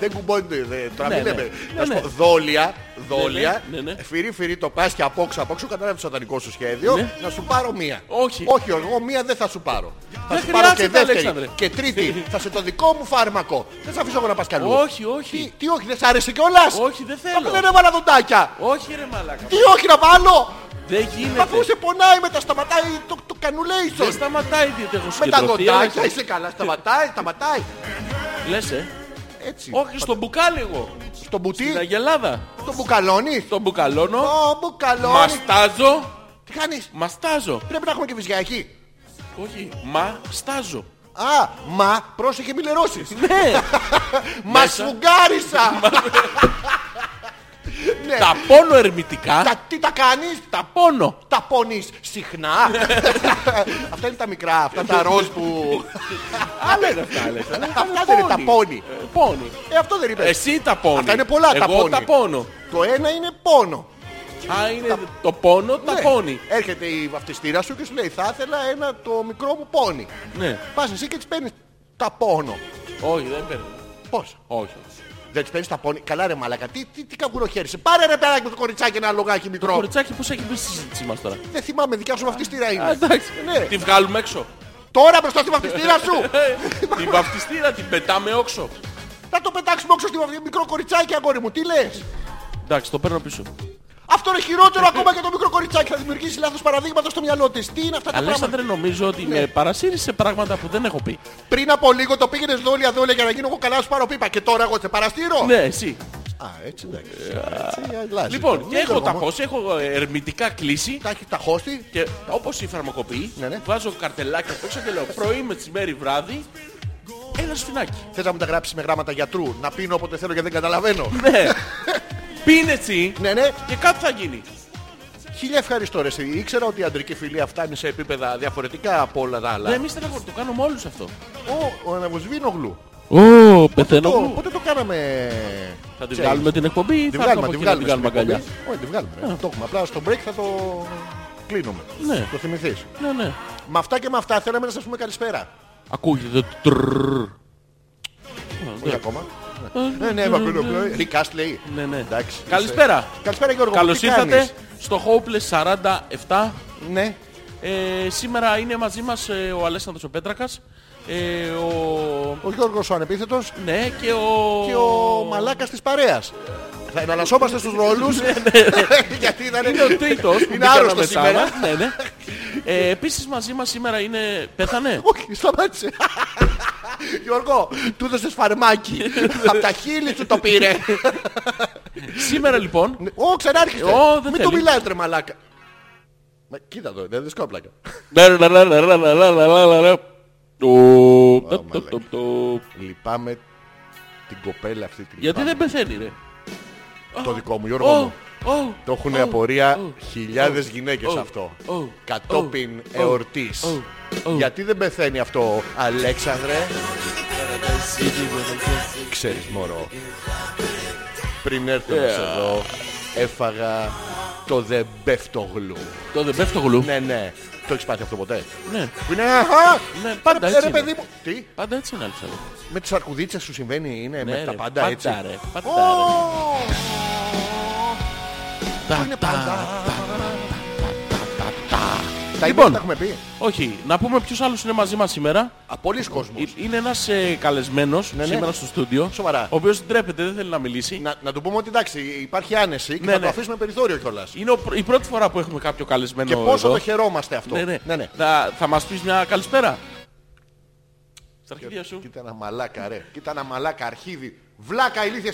S1: Δεν κουμπώνεται. δε- Τώρα
S2: Ναι,
S1: μην
S2: ναι.
S1: λέμε.
S2: Ναι,
S1: Να σου
S2: ναι.
S1: πω, δόλια, δόλια.
S2: Ναι, ναι, ναι.
S1: Φυρί, φυρί το πας και απόξω, απόξω. Κατάλαβες το σατανικό σου σχέδιο. Να σου πάρω μία.
S2: Ναι. Όχι.
S1: Όχι, Γιώργο, εγώ μία δεν θα σου πάρω. Θα
S2: Δεν
S1: σου πάρω και
S2: χρειάζεται,
S1: δεύτερη.
S2: Αλέξανδρε.
S1: Και τρίτη. Θα σε το δικό μου φάρμακο. Δεν σε αφήσω εγώ να πας καλού.
S2: όχι,
S1: Τι,
S2: όχι.
S1: τι όχι, δεν σ' άρεσε κιόλας.
S2: Όχι, δεν θέλω.
S1: Δεν έβαλα δοντάκια.
S2: Όχι ρε μαλάκα.
S1: Τι όχι να βάλω.
S2: Δεν γίνεται.
S1: Αφού σε πονάει μετά, σταματάει το, το
S2: Δεν
S1: cannulation.
S2: σταματάει διότι έχω
S1: Με τα
S2: συγκεντρωθεί.
S1: δοντάκια
S2: Αλέξανδρε.
S1: είσαι καλά, σταματάει, σταματάει.
S2: Λες ε.
S1: Έτσι.
S2: Όχι, στον μπουκάλι εγώ.
S1: Στο μπουτί,
S2: Στην Αγελάδα.
S1: το μπουκαλώνει.
S2: Τον μπουκαλώνω.
S1: Το μπουκαλώνει.
S2: Μαστάζω.
S1: Τι κάνεις.
S2: Μαστάζω.
S1: Πρέπει να έχουμε και βυζιακή.
S2: Όχι. Μα στάζω.
S1: Α, μα, πρόσεχε μην λερώσεις.
S2: Ναι.
S1: Μα
S2: Μέσα.
S1: σφουγγάρισα. Ναι.
S2: Τα πόνο ερμητικά.
S1: Τα- Τι τα κάνεις.
S2: Τα πόνο.
S1: Τα πονείς συχνά. Αυτά είναι τα μικρά, αυτά τα ροζ που...
S2: Άλλα είναι αυτά, Αλέξανδρε.
S1: Αυτά δεν είναι τα πόνι.
S2: Ε, Πόνι.
S1: Ε, αυτό δεν είπες.
S2: Εσύ τα πόνι.
S1: Αυτά είναι πολλά τα
S2: Εγώ
S1: πόνι.
S2: τα πόνο.
S1: Το ένα είναι πόνο.
S2: Α, είναι το πόνο, τα
S1: Ναι.
S2: πόνι.
S1: Έρχεται η βαφτιστήρα σου και σου λέει θα ήθελα ένα το μικρό μου πόνι.
S2: Ναι.
S1: Πας εσύ και της παίρνεις τα πόνο.
S2: Όχι, δεν παίρνω.
S1: Πώς.
S2: Όχι.
S1: Δεν της παίρνεις τα πόνι. Καλά ρε μαλακα. Τι, τι, τι καγκουρό χέρι σε. Πάρε ρε παιδάκι με το κοριτσάκι ένα λογάκι μικρό.
S2: Κοριτσάκι, πώς έχει μπει στη συζήτησή μας τώρα.
S1: Δεν θυμάμαι δικιά σου βαφτιστήρα
S2: Α,
S1: είναι.
S2: εντάξει.
S1: Ναι.
S2: Τη βγάλουμε έξω. Ε,
S1: Τώρα μπροστά στη βαφτιστήρα σου.
S2: Τη βαφτιστήρα την πετάμε όξο.
S1: Θα το πετάξουμε όξω στη βαφτιστήρα. Μικρό κοριτσάκι αγόρι μου. Τι λες.
S2: Εντάξει, το παίρνω πίσω.
S1: Αυτό είναι χειρότερο ακόμα και το μικρό κοριτσάκι. Θα δημιουργήσει λάθος παραδείγματα στο μυαλό της. Τι είναι αυτά τα πράγματα.
S2: Αλέξανδρε, νομίζω ότι με παρασύρεις σε πράγματα που δεν έχω πει.
S1: Πριν από λίγο το πήγαινε δόλια δόλια για να γίνω εγώ καλά να σου πάρω πίπα. Και τώρα εγώ σε παραστήρω.
S2: Ναι, εσύ.
S1: Α, έτσι εντάξει. Έτσι, αλλάζει.
S2: Λοιπόν,
S1: Ναι,
S2: και έχω
S1: Γιώργο
S2: τα
S1: μου.
S2: φως, έχω ε, ερμητικά κλείσει
S1: Τα έχεις τα χώστη.
S2: και όπως η φαρμακοποιή
S1: Ναι, ναι.
S2: βάζω καρτελάκια απ' έξω και λέω πρωί, μεσημέρι, βράδυ ένα σφινάκι.
S1: Θες να μου τα γράψεις με γράμματα γιατρού. Να πίνω όποτε θέλω γιατί δεν καταλαβαίνω.
S2: Ναι. Πίνε εσύ
S1: ναι, ναι.
S2: και κάτι θα γίνει.
S1: Χίλια ευχαριστώ ρε. εσύ. Ήξερα ότι η αντρική φιλία φτάνει σε επίπεδα διαφορετικά από όλα τα άλλα.
S2: Δεν μη στεναχωρεί, το κάνουμε όλους αυτό.
S1: Ο, ο Αναβοσβήνογλου.
S2: Ω,
S1: Το,
S2: πεθαίνω.
S1: πότε το κάναμε...
S2: Θα την
S1: Ξέρεις.
S2: βγάλουμε την εκπομπή ή
S1: Τη
S2: θα έρθω
S1: βγάλουμε,
S2: από
S1: τη
S2: εκεί να την
S1: βγάλουμε. στην
S2: κάνουμε αγκαλιά.
S1: εκπομπή. Όχι, τη βγάλουμε. ρε. Το έχουμε. Απλά στο break θα το κλείνουμε.
S2: Ναι.
S1: Το θυμηθείς.
S2: Ναι, ναι.
S1: Με αυτά και με αυτά θέλαμε να σας πούμε καλησπέρα.
S2: Ακούγεται το τρρρρ.
S1: Όχι ακόμα. Ναι, ναι, ναι. Ρικάστ λέει.
S2: Ναι, ναι.
S1: Εντάξει.
S2: Καλησπέρα.
S1: Είσαι- Καλησπέρα Γιώργο.
S2: Καλώς
S1: Τι κάνεις?
S2: ήρθατε στο Hopeless 47.
S1: Ναι.
S2: Ε, σήμερα είναι μαζί μας ε, ο Αλέξανδρος ο Πέτρακας, ε, ο...
S1: Ο Γιώργος ο ανεπίθετος
S2: Ναι, και ο...
S1: και ο μαλάκας της παρέας. Θα εναλλασσόμαστε στους ρόλους. Γιατί ήταν...
S2: Ναι, Είναι ο τρίτος που
S1: Είναι
S2: μπήκε
S1: άρρωστος
S2: ανάμεσά
S1: σήμερα.
S2: μας. Ναι, ναι. Ε, επίσης μαζί μας σήμερα είναι... Πέθανε.
S1: Όχι, σταμάτησε. Γιώργο, του έδωσες φαρμάκι. Απ' τα χείλη του το πήρε.
S2: σήμερα λοιπόν...
S1: Ω, ξανάρχισε.
S2: Ω, δεν
S1: Μην του
S2: θέλει.
S1: μιλάς ρε μαλάκα. Μα, Κοίτα το, δεν δεις πλάκα.
S2: Το- το-
S1: μαλάκα.
S2: το- το-
S1: Λυπάμαι την κοπέλα αυτή την
S2: Γιατί
S1: λυπάμαι.
S2: δεν πεθαίνει ρε.
S1: Το δικό μου
S2: Ω,
S1: Γιώργο μου.
S2: ω,
S1: Το έχουν
S2: ω,
S1: απορία
S2: ω,
S1: χιλιάδες
S2: ω,
S1: γυναίκες
S2: ω,
S1: αυτό.
S2: ω,
S1: Κατόπιν
S2: ω,
S1: εορτής.
S2: ω, ω.
S1: Γιατί δεν πεθαίνει αυτό, Αλέξανδρε. Ξέρεις μωρό. Πριν έρθω να σε δω, έφαγα το δεμπεύτογλου.
S2: Το δεν πέφτω γλου.
S1: Ναι, ναι. Το έχεις πάθει αυτό ποτέ.
S2: Ναι.
S1: Που είναι αχα,
S2: Ναι, πάντα
S1: ρε,
S2: έτσι
S1: ρε,
S2: είναι.
S1: παιδί μου. Τι,
S2: Πάντα έτσι είναι Αλέξανδρε.
S1: με τις αρκουδίτσες σου συμβαίνει, είναι
S2: Ναι,
S1: Ε, με τα
S2: ρε,
S1: πάντα
S2: πάντα,
S1: έτσι.
S2: ρε, πάντα,
S1: Πού είναι πάντα. Τα
S2: Λοιπόν.
S1: λοιπόν, τα έχουμε πει.
S2: Όχι, να πούμε ποιος άλλος είναι μαζί μας σήμερα.
S1: Από πολλοί κόσμος.
S2: Ε, Είναι ένας ε, καλεσμένος
S1: Ναι, ναι.
S2: σήμερα στο στούντιο.
S1: Σοβαρά.
S2: Ο οποίος ντρέπεται, δεν θέλει να μιλήσει.
S1: Να, να του πούμε ότι εντάξει, υπάρχει άνεση και
S2: Ναι,
S1: θα
S2: ναι.
S1: το αφήσουμε περιθώριο κιόλας.
S2: Είναι ο πρω- η πρώτη φορά που έχουμε κάποιο καλεσμένο
S1: Και πόσο
S2: εδώ.
S1: το χαιρόμαστε αυτό.
S2: Ναι, ναι.
S1: ναι, ναι.
S2: Θα, θα μας πεις μια καλησπέρα. Στα αρχίδια σου.
S1: Κοίτα ένα μαλάκα, ρε. Κοίτα ένα μαλάκα, αρχίδι. Βλάκα ηλίθιες,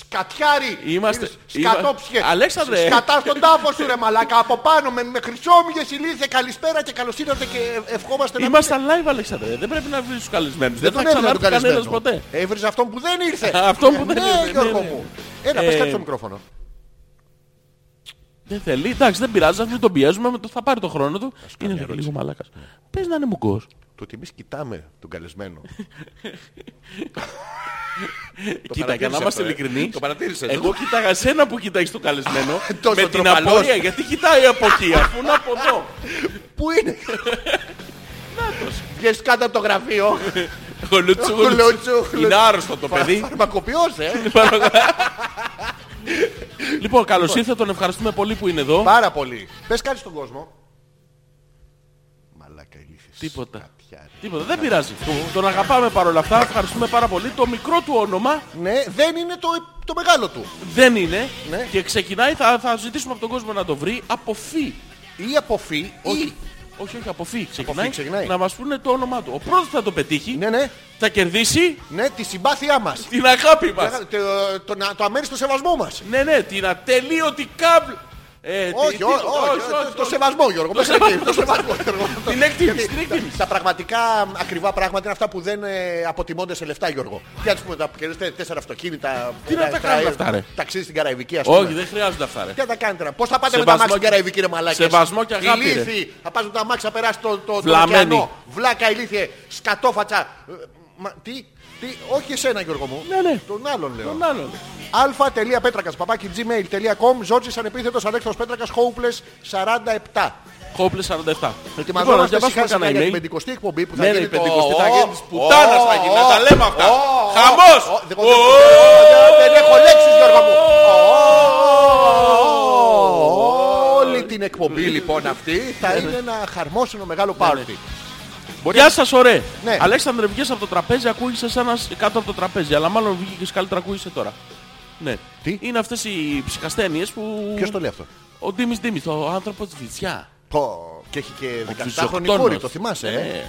S1: σκατιάρι.
S2: Είμαστε-
S1: Είδες, Σκατόψυχε.
S2: είμα- Αλέξανδρε.
S1: Σκατά στον τάφο σου, ρε μαλάκα. Από πάνω με, με χρυσόμυγε ηλίθιε. Καλησπέρα και καλώς ήρθατε και ευχόμαστε να
S2: Είμαστε live, Αλέξανδρε. Δεν πρέπει να βρεις τους καλεσμένους. Δεν,
S1: Δεν
S2: θα
S1: τον έβριζα τον
S2: ξανάρθει κανένας
S1: καλεσμένο.
S2: ποτέ.
S1: Έβριζε αυτόν που δεν ήρθε.
S2: Α, αυτόν που
S1: Ε,
S2: δεν
S1: ναι,
S2: ήρθε, ναι,
S1: Γιώργο
S2: ναι.
S1: μου. Έλα,
S2: Ε,
S1: πες κάτι στο μικρόφωνο.
S2: Δεν θέλει. Εντάξει, δεν πειράζει, αφού τον πιέζουμε, με το- θα πάρει το χρόνο του.
S1: μια
S2: Είναι και
S1: ερώτηση.
S2: λίγο μαλάκας. Πες να είναι μουκό.
S1: Το ότι εμείς κοιτάμε τον καλεσμένο.
S2: Κοίτα, για
S1: παρατήρησε
S2: να είμαστε
S1: αυτό, ε.
S2: ειλικρινείς.
S1: Το παρατήρησες.
S2: Εγώ κοίταγα σένα που κοιτάει το καλεσμένο.
S1: τον
S2: με την
S1: τροπαλός.
S2: απορία, γιατί κοιτάει από εκεί, αφού είναι από εδώ.
S1: Πού είναι. Βγες κάτω από το γραφείο.
S2: Χολουτσού,
S1: Χλουτσού,
S2: χολουτσού.
S1: χλουτσού.
S2: Είναι άρρωστο το παιδί.
S1: Φαρμακοποιός, ε.
S2: Λοιπόν, καλώς ήρθε, τον ευχαριστούμε πολύ που είναι εδώ.
S1: Πάρα πολύ. Πες κάτι στον κόσμο. Μαλάκα ηλίθιες.
S2: Τίποτα.
S1: Κατιά, ρε.
S2: Τίποτα, δεν πειράζει. Τον αγαπάμε παρόλα αυτά, ευχαριστούμε πάρα πολύ. Το μικρό του όνομα
S1: Ναι, δεν είναι το, το μεγάλο του.
S2: δεν είναι
S1: Ναι.
S2: και ξεκινάει, θα, θα ζητήσουμε από τον κόσμο να το βρει από φύ.
S1: Ή από φύ, ή...
S2: Όχι, όχι, όχι από φύ ξεκινάει,
S1: φύ ξεκινάει.
S2: να μας πούνε το όνομά του. Ο πρώτος που θα το πετύχει,
S1: Ναι, ναι,
S2: θα κερδίσει
S1: ναι, τη συμπάθειά μας.
S2: την αγάπη
S1: Το,
S2: μας.
S1: το, το, να- το αμέριστο σεβασμό μας.
S2: Ναι, ναι, την ατελείωτη κάμπλ. Ε,
S1: Όχι,
S2: τι-
S1: όχι,
S2: τι-
S1: όχι, το- το σεβασμό Γιώργο. Πες
S2: σεβασμό,
S1: εκεί, Το σεβασμό Γιώργο.
S2: Την εκτίμηση,
S1: Γιατί
S2: την
S1: τα-
S2: εκτίμηση.
S1: Τα πραγματικά ακριβά πράγματα είναι αυτά που δεν ε, αποτιμώνται σε λεφτά Γιώργο. Τι ας πούμε τα κερδίσετε τέσσερα αυτοκίνητα.
S2: Τι να
S1: ε,
S2: τα κάνουμε αυτά, ρε.
S1: Ταξίδι στην Καραϊβική ας
S2: Όχι,
S1: πούμε.
S2: δεν χρειάζονται αυτά, ρε.
S1: Τι να τα κάνετε τώρα, πώς θα πάτε με τα
S2: Σεβασμό
S1: μάξι στην
S2: και-
S1: Καραϊβική ρε μαλάκες.
S2: Σεβασμό και αγάπη, ρε.
S1: Ηλίθιοι, θα πας με τα μάξι να περάσει το, το, το
S2: Βλαμμένοι.
S1: ωκεανό. Βλάκα ηλίθιε, σκατόφατσα. Ε, Μα, τι, τι, όχι εσένα Γιώργο μου.
S2: Ναι, ναι.
S1: Τον άλλον λέω
S2: Τον άλλον.
S1: αλφα.πέτρακα παπάκι gmail.com Ζόρτζης ανεπίθετος Αλέξανδρος Πέτρακας Χόουπλες 47.
S2: Ε, Χόπλε 47.
S1: Ετοιμαζόμαστε
S2: να Λοιπόν, διαβάσουμε
S1: σιγά-σιγά
S2: κανένα
S1: για την
S2: email.
S1: πεντηκοστή εκπομπή που θα
S2: Ναι, ναι,
S1: γίνει.
S2: η
S1: το-
S2: πεντηκοστή θα
S1: Ω,
S2: γίνει της
S1: ω,
S2: πουτάνας θα γίνει,
S1: ω,
S2: να τα λέμε αυτά.
S1: ω, ω,
S2: Χαμός!
S1: ω, δεν-
S2: Ω,
S1: Δεν έχω λέξεις Γιώργο μου. Ω, Όλη την εκπομπή λοιπόν αυτή θα είναι ένα χαρμόσυνο
S2: Ναι,
S1: μεγάλο πάρτι.
S2: Γεια σας, ωραία.
S1: Ναι.
S2: Αλέξανδρε, βγες από το τραπέζι, ακούγεσαι σαν να είσαι κάτω από το τραπέζι, αλλά μάλλον βγήκες καλύτερα, ακούγεσαι τώρα. Ναι.
S1: Τι?
S2: Είναι αυτές οι ψυχασθένειες που...
S1: Ποιος το λέει αυτό.
S2: Ο Ντίμης Ντίμης, ο άνθρωπος της Βυθιά.
S1: Πω, Και έχει και
S2: Ο
S1: 17χρονη
S2: βυζοκτόνος.
S1: κόρη, το θυμάσαι. ε?
S2: Ναι.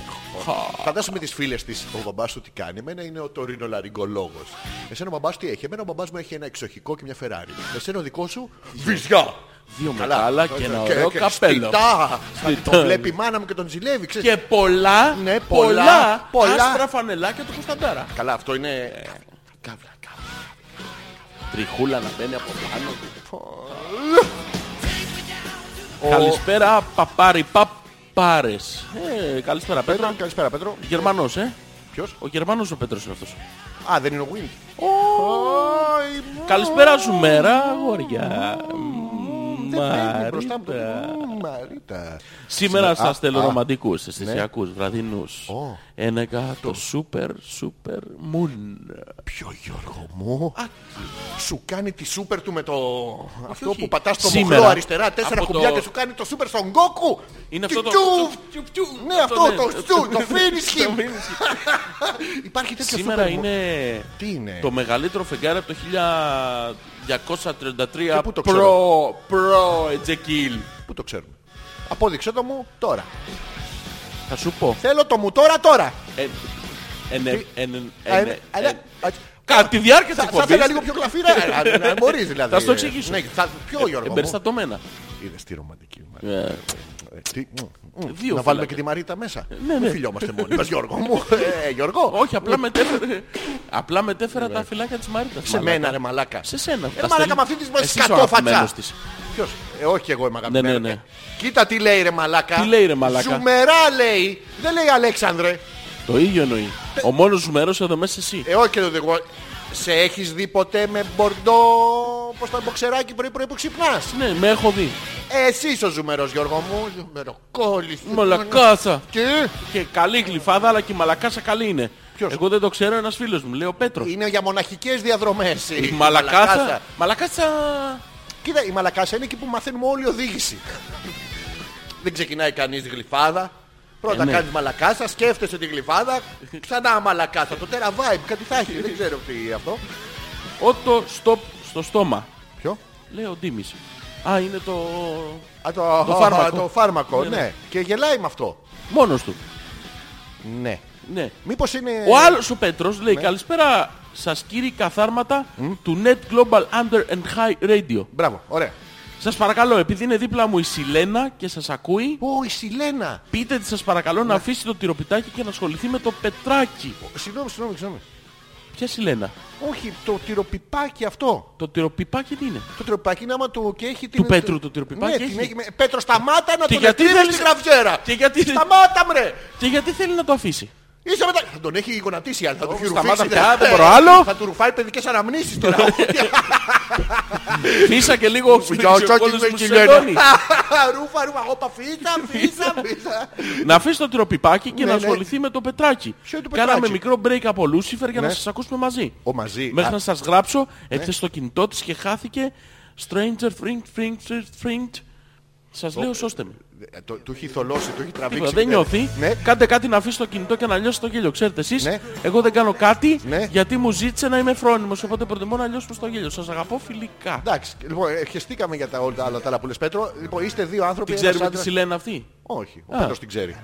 S2: Χα.
S1: Φαντάζομαι τις φίλες της ο μπαμπάς του τι κάνει. Εμένα είναι ο τωρινολαριγκολόγος. Εσένα ο μπαμπάς τι έχει. Εμένα ο μπαμπάς μου έχει ένα εξοχικό και μια Φεράρι. Εσένα ο δικός σου βυζιά.
S2: Δύο μεγάλα και ένα ωραίο καπέλο.
S1: Σπιτά.
S2: Σπιτά.
S1: Τον βλέπει η μάνα μου και τον ζηλεύει. ξέρεις.
S2: Και πολλά,
S1: Ναι, πολλά,
S2: πολλά,
S1: πολλά.
S2: άσπρα φανελάκια του Κωνσταντάρα.
S1: Καλά αυτό είναι...
S2: Καύλα, καύλα. Τριχούλα να μπαίνει από πάνω του. Ο- Καλησπέρα, παπάρι, παπάρες. Ε, καλησπέρα,
S1: Πέτρο,
S2: Πέτρο.
S1: καλησπέρα Πέτρο.
S2: Γερμανός, ε.
S1: Ποιος?
S2: Ο Γερμανός ο Πέτρος είναι αυτός.
S1: Α, δεν είναι ο Wind.
S2: Καλησπέρα σου μέρα, αγόρια.
S1: Μπαίνει μπροστά μου.
S2: Μαρίτα.
S1: Μ, Μαρίτα.
S2: Σήμερα
S1: Α,
S2: σας θέλω
S1: α. Ναι.
S2: ρομαντικούς, αισθησιακούς, βραδινούς.
S1: Ω.
S2: Ένα κάτω, super, super moon.
S1: Ποιο Γιώργο μου Σου κάνει τη σούπερ του με το Αυτό που πατάς το
S2: Σήμερα.
S1: μοχλό αριστερά Τέσσερα
S2: Από
S1: κουμπιά
S2: το-
S1: και σου κάνει το σούπερ στον Γκόκου
S2: Είναι
S1: Τι
S2: αυτό το-
S1: τσου- Ναι αυτό
S2: ναι.
S1: το τσου, Το finish
S2: Το
S1: him Υπάρχει τέτοιο
S2: Σήμερα
S1: σούπερ μου.
S2: είναι
S1: Τι είναι?
S2: το μεγαλύτερο φεγγάρι από το 1233
S1: Και πού το
S2: προ, προ Ετζεκίλ.
S1: Πού το ξέρουμε Απόδειξέ το μου τώρα
S2: Θα σου πω.
S1: Θέλω το μου τώρα τώρα
S2: Ε, ε, ναι,
S1: Τι-
S2: ε, ναι,
S1: Α,
S2: ε, ναι,
S1: είναι-
S2: ε,
S1: αλλά-
S2: ναι.
S1: α,
S2: Κατά τη διάρκεια της
S1: Θα θα
S2: εκπομπής. Ε,
S1: ήθελα λίγο πιο κλαφύρα αλλά να Μπορείς δηλαδή
S2: Θα σου το εξηγήσω. Ε,
S1: Ναι, θα- Ποιο Γιώργο μου
S2: Εμπεριστατωμένα.
S1: Είδες τη ρομαντική μας
S2: Ε,
S1: Ε, τι, μ, μ,
S2: Δύο
S1: να
S2: φύλλα.
S1: βάλουμε και τη Μαρίτα μέσα.
S2: ναι.
S1: Μην φιλιόμαστε μόνοι μας Γιώργο μου. Ε, Γιώργο.
S2: Όχι, απλά μετέφερα, απλά μετέφερα τα φυλάκια της Μαρίτας.
S1: Σε
S2: μαλάκα.
S1: μένα ρε μαλάκα.
S2: Σε σένα.
S1: Ρε
S2: Τα
S1: μαλάκα
S2: στέλνει.
S1: με αυτή τη μας
S2: Εσύ είσαι ο
S1: σκατόφατσα.
S2: αγαπημένος της.
S1: Ποιος. Ε, όχι εγώ είμαι αγαπημένο.
S2: Ναι, ναι, ναι.
S1: Κοίτα τι λέει ρε μαλάκα.
S2: Τι λέει, ρε μαλάκα.
S1: Ζουμερά λέει. Δεν λέει Αλέξανδρε.
S2: Το ίδιο εννοεί. Ο μόνος σου μέρος εδώ μέσα εσύ.
S1: Ε, όχι και το εγώ. Σε έχεις δει ποτέ με μπορντό πως το μποξεράκι πρωί πρωί που ξυπνάς.
S2: Ναι, με έχω δει.
S1: Ε, εσύ είσαι ο ζουμερός Γιώργο μου. Ζουμεροκόλλης.
S2: Μαλακάσα.
S1: Τι.
S2: Και καλή γλυφάδα, αλλά και η μαλακάσα καλή είναι.
S1: Ποιος?
S2: Εγώ δεν το ξέρω, ένας φίλος μου, λέει ο Πέτρος.
S1: Είναι για μοναχικές διαδρομές.
S2: Η μαλακάσα. Μαλακάσα.
S1: Κοίτα, η μαλακάσα είναι εκεί που μαθαίνουμε όλη οδήγηση. Δεν ξεκινάει κανείς γλυφάδα. Πρώτα
S2: Ε, ναι.
S1: κάνεις μαλακάσα, σκέφτεσαι τη γλυφάδα, ξανά μαλακάσα. Το τέρα vibe, κάτι θα έχει, δεν ξέρω τι είναι αυτό.
S2: Ότο στο, στο στόμα.
S1: Ποιο?
S2: Λέει ο Ντίμης. Α, είναι το...
S1: Α, το,
S2: Το φάρμακο.
S1: το φάρμακο,
S2: Ναι,
S1: ναι.
S2: ναι.
S1: Και γελάει με αυτό.
S2: Μόνος του.
S1: Ναι.
S2: Ναι.
S1: Μήπως είναι...
S2: Ο άλλος ο Πέτρος λέει καλησπέρα σας κύριοι καθάρματα του Net Global Under and High Radio.
S1: Μπράβο, ωραία.
S2: Σας παρακαλώ, επειδή είναι δίπλα μου η Σιλένα και σας ακούει,
S1: Ω, η Σιλένα.
S2: πείτε
S1: Ναι.
S2: της σας παρακαλώ να αφήσει το τυροπιτάκι και να ασχοληθεί με το πετράκι.
S1: Συγγνώμη, συγγνώμη, συγγνώμη.
S2: Ποια Σιλένα.
S1: Όχι, το τυροπιπάκι αυτό.
S2: Το τυροπιπάκι τι είναι.
S1: Το τυροπιπάκι είναι άμα του και έχει την.
S2: Πέτρου το τυροπιπάκι
S1: Ναι, την
S2: έχει.
S1: έχει. με- Πέτρο, σταμάτα να
S2: Και
S1: τον
S2: γιατί
S1: ευθύνεις
S2: δεν-
S1: στην γραβιέρα.
S2: Και γιατί δεν-
S1: Σταμάτα, μρε!
S2: Και γιατί θέλει να το αφήσει.
S1: Είσαι μετά. Θα τον έχει γονατίσει, αλλά θα του χειρουφίσει.
S2: σταμάτα
S1: ναι.
S2: πια, δεν
S1: Ε,
S2: μπορώ άλλο.
S1: Θα του ρουφάει παιδικές αναμνήσεις τώρα.
S2: Φύσα και
S1: Ναι,
S2: λίγο
S1: Γιώργο,
S2: ο
S1: με
S2: μου
S1: κυλιώνει.
S2: σεντώνει.
S1: Ρούφα, ρούφα, όπα, φύσα, φύσα, φύσα.
S2: Να αφήσει το τυροπιπάκι και
S1: Ναι,
S2: να
S1: ναι.
S2: ασχοληθεί με το πετράκι.
S1: Ποιο είναι το
S2: Κάναμε
S1: πετράκι?
S2: μικρό break από Λούσιφερ για να
S1: Ναι.
S2: σας ακούσουμε μαζί.
S1: Ο μαζί.
S2: Μέχρι
S1: Α, Ναι.
S2: να σας γράψω, έπιασε το κινητό της και χάθηκε. Stranger, fring, fring, fring, fring. Σας λέω σώστε με.
S1: ε, το- Του έχει θολώσει, του έχει τραβήξει.
S2: Τίποτα, Λοιπόν, δεν
S1: ναι.
S2: νιώθει.
S1: Ναι.
S2: Κάντε κάτι να αφήσει το κινητό και να λιώσει το γέλιο. Ξέρετε εσείς,
S1: Ναι.
S2: εγώ δεν κάνω κάτι
S1: Ναι.
S2: γιατί μου ζήτησε να είμαι φρόνιμος. Οπότε προτιμώ να λιώσουμε στο γέλιο. Σας αγαπώ φιλικά.
S1: Εντάξει, λοιπόν, ε, χεστήκαμε για τα όλα τα άλλα, τα άλλα που λες Πέτρο. Λοιπόν, είστε δύο άνθρωποι. ένας
S2: Την ξέρουμε τι
S1: άντρας-
S2: συλλένε αυτοί.
S1: Όχι, ο
S2: Α.
S1: Πέτρος την ξέρει.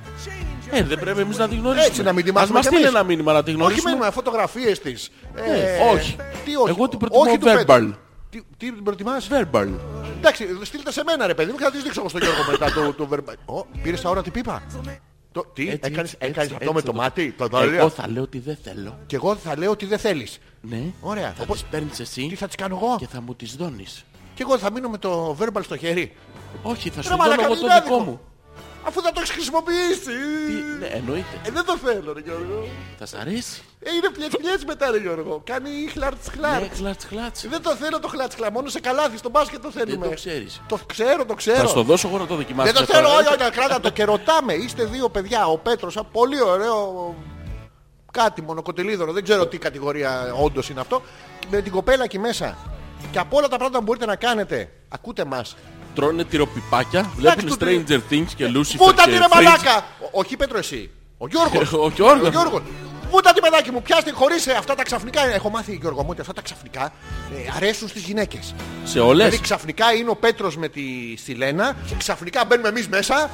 S2: Ε, δεν πρέπει εμείς να τη γνωρίσουμε.
S1: Έτσι, να μην τη
S2: Ας
S1: μάθουμε
S2: μας
S1: κι
S2: στείλει
S1: εμείς.
S2: ένα μήνυμα να τη
S1: Όχι
S2: γνωρίσουμε.
S1: με φωτογραφίες της.
S2: Ε, όχι.
S1: Τι όχι.
S2: Εγώ την προτιμώ
S1: Όχι του Πέτρου.
S2: verbal.
S1: Τι- Τι την προτιμάς.
S2: Verbal.
S1: Εντάξει, στείλτε σε μένα ρε παιδί μου και θα τις δείξω εγώ στον Γιώργο μετά το, το verbal. Ω, πήρες τα ώρα την πίπα. Το, τι,
S2: Έτσι,
S1: έκανες, έκανες
S2: έτσι, έτσι,
S1: αυτό με
S2: έτσι
S1: το
S2: το-
S1: μάτι. Το, το,
S2: Ε, Εγώ θα λέω ότι δεν θέλω.
S1: Και εγώ θα λέω ότι δεν θέλεις.
S2: Ναι.
S1: Ωραία.
S2: Θα
S1: Οπό-
S2: τις παίρνεις εσύ
S1: Τι θα τις κάνω εγώ.
S2: Ε, και θα μου τις δώνεις.
S1: Και εγώ θα μείνω με το verbal στο χέρι.
S2: Όχι, θα
S1: Ρε
S2: σου δώσω
S1: μαλάκα,
S2: εγώ
S1: είναι
S2: το
S1: άδικο.
S2: δικό μου.
S1: Αφού θα το έχεις χρησιμοποιήσει.
S2: Τι, ναι, εννοείται.
S1: Ε, δεν το θέλω ρε Γιώργο.
S2: Θα σ' αρέσει.
S1: Ε, είναι πλιατς μετά ρε Γιώργο. Κάνει χλάρτς
S2: Ναι,
S1: χλάρτς.
S2: κλατς, κλατς.
S1: Δεν το θέλω το χλάτσκλα, μόνο σε καλάθι, στον μπάσκετ το θέλουμε.
S2: το ξέρεις.
S1: Το ξέρω, το
S2: Θα
S1: ξέρω.
S2: σου το δώσω εγώ να το δοκιμάσεις.
S1: Δεν το
S2: μετά.
S1: θέλω, όχι, όχι, κράτα το και ρωτάμε. Είστε δύο παιδιά, ο Πέτρος, ένα πολύ ωραίο κάτι μονοκοτελίδωρο, δεν ξέρω τι κατηγορία όντως είναι αυτό. Με την κοπέλα εκεί μέσα. Και από όλα τα πράγματα που μπορείτε να κάνετε, ακούτε μας.
S2: Τρώνε τυροπιπάκια,
S1: το
S2: βλέπουν
S1: Ε, τι-
S2: Stranger Things και Lucifer
S1: Βούτα
S2: και
S1: τη ρε
S2: Fringe.
S1: μαλάκα! Ο- Όχι Πέτρο εσύ. Ο Γιώργος.
S2: Ο Γιώργος.
S1: Βούτα τη παιδάκι μου, πιάστε χωρίς ε, αυτά τα ξαφνικά. Έχω μάθει Γιώργο μου ότι αυτά τα ξαφνικά ε, αρέσουν στις γυναίκες.
S2: Σε όλες.
S1: Δηλαδή ξαφνικά είναι ο Πέτρος με τη Σιλένα, ξαφνικά μπαίνουμε εμείς μέσα.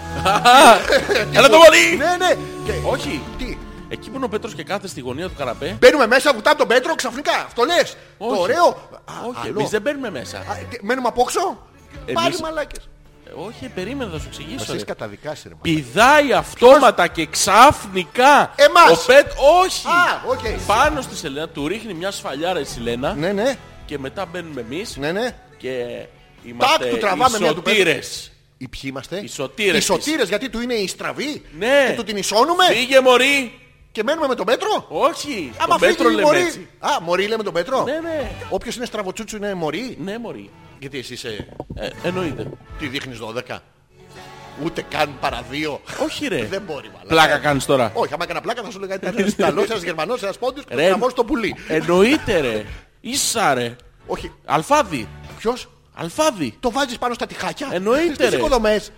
S2: Έλα το μαλλί!
S1: ναι, ναι. Και...
S2: Όχι.
S1: Τι.
S2: Εκεί που είναι ο Πέτρος και κάθεται στη γωνία του καραπέ.
S1: Μπαίνουμε μέσα, βουτάμε τον Πέτρο, ξαφνικά. Αυτό λες. Το
S2: Όχι.
S1: ωραίο. Α,
S2: Όχι,
S1: άλλο.
S2: εμείς δεν μπαίνουμε μέσα.
S1: Α, τι, Μένουμε απόξω.
S2: Εμείς-
S1: Πάλι μαλάκες.
S2: Ε, Όχι, περίμενα θα σου εξηγήσω.
S1: Εσείς
S2: ρε.
S1: καταδικάσει ρε. μα.
S2: Πηδάει αυτόματα και ξαφνικά
S1: Εμάς.
S2: ο Πέτ... Όχι!
S1: Α, οκ.
S2: Πάνω στη Σελένα του ρίχνει μια σφαλιάρα η Σελένα
S1: Ναι, ναι,
S2: και μετά μπαίνουμε εμείς
S1: ναι, ναι.
S2: και είμαστε
S1: του τραβάμε μια του Πέτρου.
S2: ισοτήρες.
S1: Οι ποιοι είμαστε.
S2: Οι σωτήρες
S1: Οι σωτήρες, γιατί του είναι η στραβή.
S2: Ναι.
S1: Και του την ισώνουμε
S2: Φύγε μωρή!
S1: και μένουμε με τον Πέτρο.
S2: Όχι!
S1: Άμα
S2: Τον Πέτρο
S1: φύγει η
S2: λέμε
S1: Μωρή.
S2: έτσι.
S1: Α, Μωρή λέμε τον Πέτρο.
S2: Ναι, ναι.
S1: Όποιος είναι στραβοτσούτσου είναι Μωρή.
S2: Ναι, μωρή.
S1: Γιατί εσύ είσαι...
S2: Ε, εννοείται.
S1: Τι δείχνεις 12. Ούτε καν παρά δύο.
S2: Όχι ρε.
S1: Δεν μπορεί μάλλον.
S2: Ε. Πλάκα κάνεις τώρα.
S1: Όχι, άμα έκανα πλάκα θα σου λέγανε ήταν ένας Ιταλός, ένας Γερμανός, ένας Πόντιος και
S2: Ρε. Ε.
S1: τραβώ στο πουλί.
S2: Εννοείται ρε. Ίσα ρε.
S1: Όχι,
S2: Αλφάδι.
S1: ποιος
S2: Αλφάδι.
S1: το βάζεις πάνω στα τυχάκια.
S2: Εννοείται,
S1: Στις
S2: ρε.
S1: οικοδομές.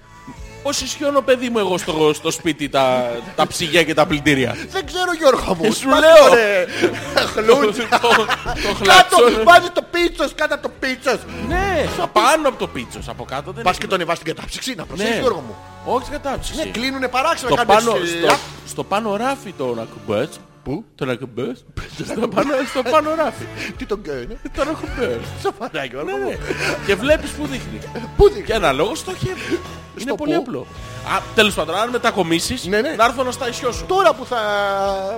S2: Πώς ισιώνω παιδί μου εγώ στο, στο σπίτι τα, τα ψυγεία και τα πλυντήρια.
S1: Δεν ξέρω Γιώργο μου.
S2: Ε, Σου
S1: Πάτε,
S2: λέω. Λοιπόν,
S1: ρε.
S2: το,
S1: Χλούτ.
S2: το- το
S1: ε, Κάτω, Ε,
S2: χλατσό.
S1: βάζει το πίτσος, κάτω από το πίτσος.
S2: Ναι, πάνω από το πίτσος. Από κάτω δεν
S1: Πας
S2: έχει.
S1: και τον ανεβάς στην κατάψυξη, να προσέχεις
S2: Ναι.
S1: Γιώργο μου.
S2: Όχι κατάψυξη.
S1: Ναι, κλείνουνε παράξενα,
S2: Το
S1: κάνουν
S2: πάνω,
S1: σιλά.
S2: στο, στο πάνω ράφι το να κουμπές. Πού? Το να κουμπές. στο, πάνω, στο πάνω ράφι.
S1: Τι τον ναι. κάνει.
S2: Το να κουμπές.
S1: Σοβαρά Γιώργο
S2: ναι,
S1: μου.
S2: ναι. και βλέπεις που δείχνει.
S1: Πού δείχνει.
S2: Και αναλόγως το χέρι. Είναι
S1: Στο
S2: πολύ
S1: πού?
S2: απλό. Α, τέλος πάντων, αν μετακομίσεις,
S1: Ναι, ναι.
S2: να έρθω να στα ισιώσω.
S1: Τώρα που θα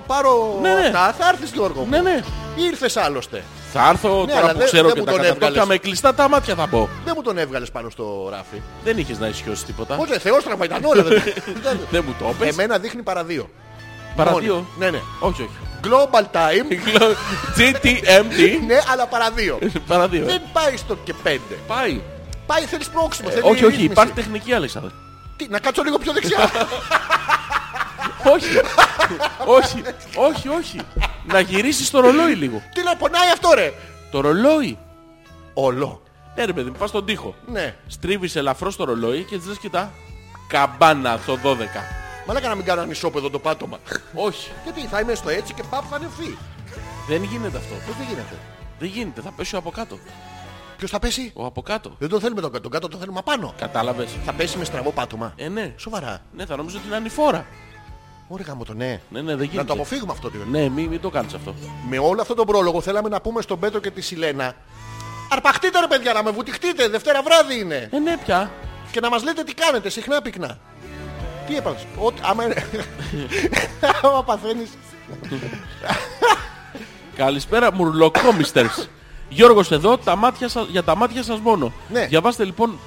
S1: πάρω
S2: Ναι, ναι.
S1: τα, θα έρθεις Γιώργο μου.
S2: Ναι, ναι.
S1: Ήρθες άλλωστε.
S2: Θα έρθω
S1: Ναι, αλλά
S2: τώρα που
S1: δεν-
S2: ξέρω
S1: δεν
S2: και
S1: μου
S2: τα
S1: τον
S2: καταφέρω.
S1: έβγαλες.
S2: Με κλειστά τα μάτια θα μπω.
S1: Δεν μου τον έβγαλες πάνω στο ράφι.
S2: Δεν είχες να ισιώσεις τίποτα.
S1: Όχι, Ε, θεός τραβά ήταν όλα. δεν- δεν-
S2: Δεν μου το έπες.
S1: Εμένα δείχνει παρά δύο.
S2: Παρά
S1: Μόνη.
S2: δύο.
S1: Ναι, ναι.
S2: Όχι, όχι.
S1: Global time.
S2: GTMT.
S1: Ναι, αλλά παρά δύο.
S2: Παρά δύο.
S1: Δεν πάει στο και πέντε.
S2: ε. Πάει.
S1: Πάει, θέλεις πρόξιμο.
S2: Ε, Όχι, όχι. Υπάρχει τεχνική, Αλέξανδρε.
S1: Τι, να κάτσω λίγο πιο δεξιά.
S2: Όχι. όχι, όχι, όχι. Να γυρίσεις το ρολόι λίγο.
S1: Τι να πονάει αυτό ρε.
S2: Το ρολόι.
S1: Όλο.
S2: Ναι, ρε παιδί, μου, πας στον τοίχο.
S1: Ναι.
S2: Στρίβεις ελαφρώς το ρολόι και της λες κοιτά. Καμπάνα το 12.
S1: Μαλάκα να μην κάνω ανισόπεδο το πάτωμα.
S2: Όχι.
S1: Γιατί θα είμαι στο έτσι και παπ θα είναι φύ.
S2: Δεν γίνεται αυτό.
S1: Πώς δεν γίνεται.
S2: Δεν γίνεται. Θα πέσει ο από κάτω.
S1: Ποιος θα πέσει.
S2: Ο από κάτω.
S1: Δεν τον θέλουμε τον κάτω, τον κάτω τον θέλουμε απάνω.
S2: Κατάλαβες.
S1: Θα πέσει με στραβό πάτωμα.
S2: Ε, ναι.
S1: Σοβαρά.
S2: Ναι, θα νομίζω ότι είναι ανηφόρα.
S1: Ωραία μου το ναι.
S2: Ναι, ναι, δεν γίνεται.
S1: Να το αποφύγουμε αυτό. Τη...
S2: Ναι, μην μη το κάνεις αυτό.
S1: Με όλο αυτό τον πρόλογο θέλαμε να πούμε στον Πέτρο και τη Σιλένα. Αρπαχτείτε ρε παιδιά, να με βουτυχτείτε. Δευτέρα βράδυ είναι.
S2: Ε, ναι, πια.
S1: Και να μας λέτε τι κάνετε συχνά πυκνά. Τι έπαθες. Ό,τι άμα, άμα παθαίνεις...
S2: Καλησπέρα, μουρλοκόμιστερς. Γιώργος εδώ, τα μάτια σας, για τα μάτια σας μόνο.
S1: Ναι.
S2: Διαβάστε λοιπόν...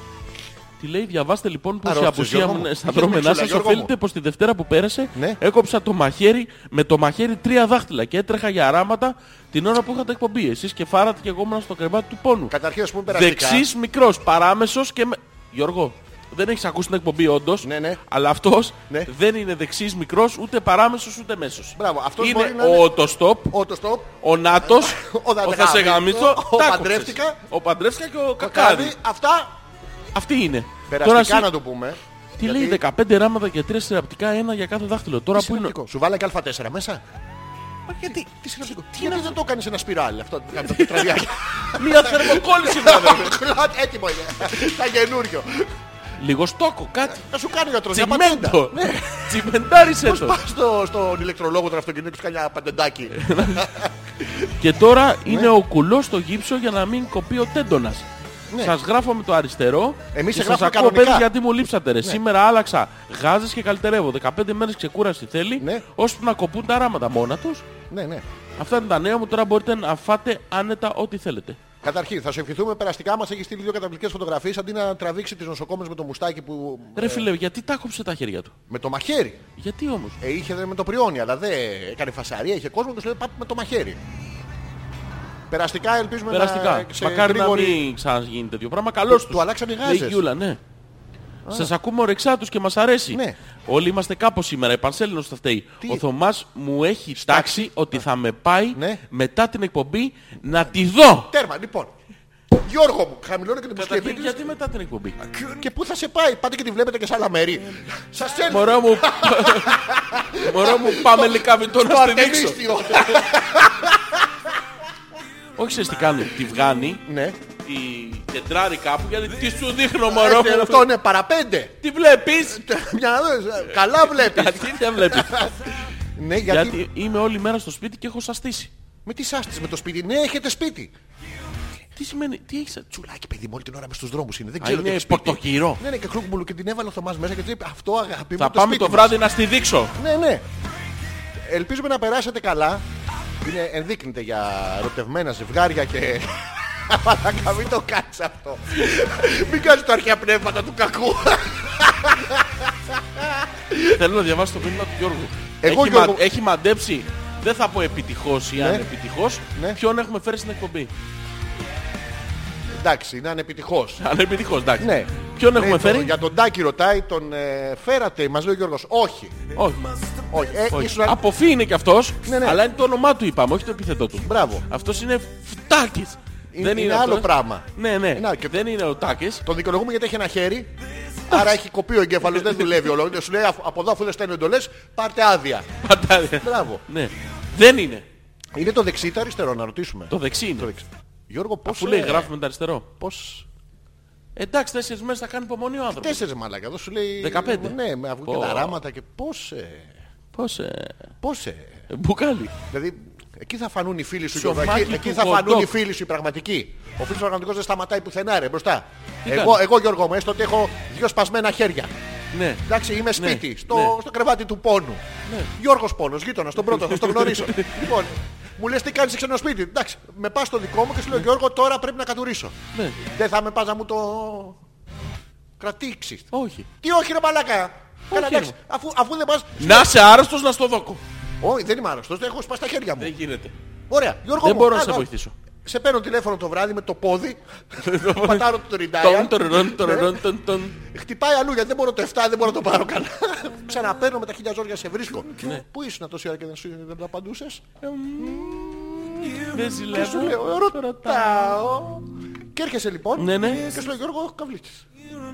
S2: Τι λέει, διαβάστε λοιπόν πως η
S1: Αρρώστησες,
S2: απουσία
S1: Γιώργο
S2: μου
S1: μου.
S2: ε, στα
S1: Χαίρομαι,
S2: δρόμενά
S1: Ξούλα,
S2: σας
S1: Γιώργο
S2: οφείλεται
S1: μου.
S2: πως τη Δευτέρα που πέρασε
S1: Ναι.
S2: έκοψα το μαχαίρι, με το μαχαίρι τρία δάχτυλα και έτρεχα για αράματα την ώρα που είχατε εκπομπή. Εσείς και φάρατε και εγώ ήμουν στο κρεβάτι του πόνου.
S1: Καταρχήν ας πούμε περαστικά.
S2: Δεξής μικρός, παράμεσος και... Με... Γιώργο, δεν έχεις ακούσει την εκπομπή όντως,
S1: Ναι, ναι.
S2: αλλά αυτός
S1: Ναι.
S2: δεν είναι δεξής μικρός, ούτε παράμεσος, ούτε μέσος.
S1: Μπράβο, αυτός
S2: είναι
S1: μπορεί να
S2: ο
S1: είναι-
S2: οτοστόπ,
S1: Ο το στόπ,
S2: ο Νάτος,
S1: Ο
S2: ο
S1: Δαντεγάμι,
S2: Θασεγάμιτο,
S1: ο-
S2: τ'
S1: ο
S2: άκουξες.
S1: Παντρεύτηκα.
S2: Ο Παντρεύτηκα και ο Κακάδη.
S1: κοκάδι, αυτά.
S2: Αυτή είναι.
S1: Περαστικά
S2: εσύ-
S1: να το πούμε.
S2: Τι λέει 15 ράματα και 3 συραπτικά, ένα για κάθε δάχτυλο. Τώρα που είναι.
S1: Συνοπτικό. Σου βάλα και α4 μέσα.
S2: Μα Γιατί,
S1: Τι συνοπτικό. Γιατί δεν το κάνεις ένα σπιράλι αυτό. Κάνε τα τετραδιάκια.
S2: μία θερμοκόλληση βέβαια.
S1: Κλατ, Έτοιμο είναι. Τα καινούριο.
S2: Λίγο στόκο, κάτι.
S1: Να σου κάνει γιατρός μια πατέντα. Ναι.
S2: Τσιμέντο. Τσιμεντάρισε το.
S1: Πας στο, στον ηλεκτρολόγο του αυτοκινήτου και σου κάνει ένα παντεντάκι.
S2: Και τώρα
S1: Ναι.
S2: είναι ο κουλός στο γύψο για να μην κοπεί ο τέντονας. Σας γράφω με το αριστερό.
S1: Ναι. Εμείς
S2: και
S1: σε
S2: σας
S1: γράφουμε
S2: ακούω
S1: κανονικά. Ναι.
S2: πέντε γιατί μου λείψατε. Ρε. Σήμερα άλλαξα γάζες και καλυτερεύω. 15 μέρες ξεκούραση θέλει.
S1: Ναι.
S2: Ώσπου να κοπούν τα ράματα μόνα τους.
S1: ναι, ναι.
S2: Αυτά είναι τα νέα μου. Τώρα μπορείτε να φάτε άνετα ό,τι θέλετε.
S1: Καταρχήν, θα σου ευχηθούμε περαστικά. Μας έχεις στείλει δύο καταπληκτικές φωτογραφίες αντί να τραβήξει τις νοσοκόμες με το μουστάκι που.
S2: Ρε φίλε, γιατί τα κόψε τα χέρια του.
S1: Με το μαχαίρι.
S2: Γιατί όμως.
S1: Ε, είχε δε, με το πριόνι, αλλά δεν έκανε φασαρία. Είχε κόσμο και σου λέει πάμε με το μαχαίρι. Περαστικά ελπίζουμε
S2: Περαστικά.
S1: να. ε, σε
S2: Μακάρι να
S1: γρήγορη-
S2: μην ξαναγίνει τέτοιο πράγμα. Καλώς
S1: Του-
S2: τους.
S1: του αλλάξανε οι
S2: Λέει
S1: γάζες.
S2: Γιούλα, ναι. Σας ακούμε ορεξά τους και μας αρέσει.
S1: Ναι.
S2: Όλοι είμαστε κάπως σήμερα. Η Πανσέλινος θα φταίει.
S1: Τι?
S2: Ο Θωμάς μου έχει τάξει ότι θα με πάει
S1: Ναι.
S2: μετά την εκπομπή να τη δω.
S1: Τέρμα, λοιπόν. Γιώργο μου, χαμηλώνω και την
S2: Καταρχήν,
S1: μουσική.
S2: γιατί μετά την εκπομπή.
S1: Και πού θα σε πάει, πάτε και τη βλέπετε και σε άλλα μέρη. Σας έρθει
S2: Μωρό μου, μωρό μου πάμε λικαβιτό να
S1: το
S2: στη δείξω.
S1: αρτεμίστιο.
S2: Όχι, ξέρεις τι κάνει. Τη βγάνει,
S1: Ναι.
S2: τη κεντράρει κάπου γιατί τι σου δείχνω μωρό
S1: Ε,
S2: μου.
S1: Ναι. Αυτό είναι παραπέντε.
S2: Τι βλέπεις.
S1: Μια να δεις, ε, Καλά βλέπεις.
S2: Γιατί δεν βλέπεις.
S1: Ναι, γιατί.
S2: Γιατί είμαι όλη μέρα στο σπίτι και έχω σαστήσει.
S1: Με τι άστιες με το σπίτι. Ναι, έχετε σπίτι.
S2: Τι σημαίνει, τι έχεις... α, Τσουλά.
S1: Τσουλάκι, παιδί μου, όλη την ώρα μες στους δρόμους είναι. Δεν
S2: Α,
S1: ξέρω τι
S2: είναι
S1: έχεις σπίτι.
S2: πορτοκυρό.
S1: Ναι, ναι, και κρούκμουλου και την έβαλε ο Θωμάς μέσα και του είπε αυτό αγαπητό.
S2: Θα πάμε το βράδυ να στη δείξω.
S1: Ναι, ναι. Ελπίζουμε να περάσετε καλά. Είναι, ενδείκνυται για ερωτευμένα ζευγάρια και... Μαλάκα, μην το κάνεις αυτό. μην κάνεις τα αρχαία πνεύματα του κακού.
S2: Θέλω να διαβάσω το μήνυμα του Γιώργου.
S1: Εγώ,
S2: έχει,
S1: Γιώργο-
S2: μα- έχει μαντέψει, δεν θα πω επιτυχώς ή αν
S1: Ναι.
S2: επιτυχώς,
S1: Ναι.
S2: ποιον έχουμε φέρει στην εκπομπή.
S1: Εντάξει, είναι ανεπιτυχώς.
S2: Αν επιτυχώς, εντάξει.
S1: Ναι.
S2: Ποιον έχουμε
S1: Λέει, το-
S2: φέρει.
S1: Για τον Τάκη ρωτάει, τον ε, φέρατε, μας λέει ο Γιώργος. Όχι.
S2: Όχι.
S1: Όχι. Ε,
S2: όχι.
S1: ήσουν-
S2: Από φύ είναι και αυτός,
S1: Ναι, ναι.
S2: αλλά είναι το όνομά του είπαμε, όχι το επιθετό του.
S1: Μπράβο.
S2: Αυτός είναι φτάκης.
S1: Είναι- είναι άλλο
S2: αυτός.
S1: πράγμα.
S2: Ναι, ναι.
S1: Είναι άλλο και-
S2: Δεν είναι ο Τάκης.
S1: Τον δικαιολογούμε γιατί έχει ένα χέρι. Άρα έχει κοπεί ο εγκέφαλος, δεν δουλεύει ολόκληρο. Σου λέει «Αφ- από εδώ αφού δεν στέλνει εντολές, πάρτε άδεια.
S2: Πατάει.
S1: Μπράβο.
S2: Ναι. Δεν είναι.
S1: Είναι το δεξί ή το αριστερό να ρωτήσουμε.
S2: Το δεξί είναι.
S1: Γιώργο, πώς...
S2: Που λέει
S1: ε,
S2: γράφουμε το αριστερό.
S1: Πώς...
S2: Εντάξει, τέσσερις μέρες θα κάνει υπομονή ο άνθρωπος.
S1: Τέσσερις μαλάκα, εδώ σου λέει...
S2: 15.
S1: Ναι, με αυγό και
S2: Πω.
S1: τα ράματα και πώς... ε,
S2: Πώς, ε,
S1: Πώς... ε.
S2: μπουκάλι.
S1: Δηλαδή, εκεί θα φανούν οι φίλοι σου,
S2: Σωμάκι
S1: Γιώργο. Εκεί,
S2: του
S1: εκεί θα
S2: hot
S1: φανούν
S2: dog.
S1: οι φίλοι σου οι πραγματικοί. Ο φίλος ο πραγματικός δεν σταματάει πουθενά, ρε, μπροστά.
S2: Τι
S1: εγώ,
S2: κάνεις?
S1: εγώ, Γιώργο, μου έστω ότι έχω δύο σπασμένα χέρια.
S2: Ναι.
S1: Εντάξει, είμαι σπίτι,
S2: Ναι,
S1: στο,
S2: ναι.
S1: στο κρεβάτι του πόνου. Ναι. Γιώργος Πόνος, γείτονας, τον πρώτο, θα τον γνωρίσω. λοιπόν, μου λες τι κάνεις σε ξένο σπίτι. Εντάξει, με πας στο δικό μου και σου λέω Γιώργο, τώρα πρέπει να κατουρίσω.
S2: Ναι.
S1: Δεν θα με πας να μου το κρατήξεις.
S2: Όχι.
S1: Τι όχι ρε μαλάκα. Καλά,
S2: ρε.
S1: εντάξει, αφού, αφού δεν πας...
S2: Να σε άρρωστος να στο δόκο.
S1: Όχι, δεν είμαι άρρωστος, δεν έχω σπάσει τα χέρια μου.
S2: Δεν γίνεται.
S1: Ωραία, Γιώργο
S2: Δεν
S1: μου,
S2: μπορώ να
S1: α,
S2: σε
S1: α,
S2: βοηθήσω.
S1: Σε παίρνω τηλέφωνο το βράδυ με το πόδι, πατάρω το
S2: Τον,
S1: τριντάια,
S2: τον, τον,
S1: ε.
S2: τον, τον, τον, τον.
S1: χτυπάει αλλού γιατί δεν μπορώ το 7, δεν μπορώ να το πάρω καλά. Ξαναπαίρνω με τα χίλια ζόρια σε βρίσκω.
S2: Ναι.
S1: Πού ήσουν τόση ώρα και δεν, σου- δεν απαντούσες.
S2: Δεν
S1: Και σου
S2: ζηλεύω.
S1: λέω, ρωτάω. Και έρχεσαι λοιπόν
S2: Ναι, ναι.
S1: και σου λέω Γιώργο, έχω καβλίτσες.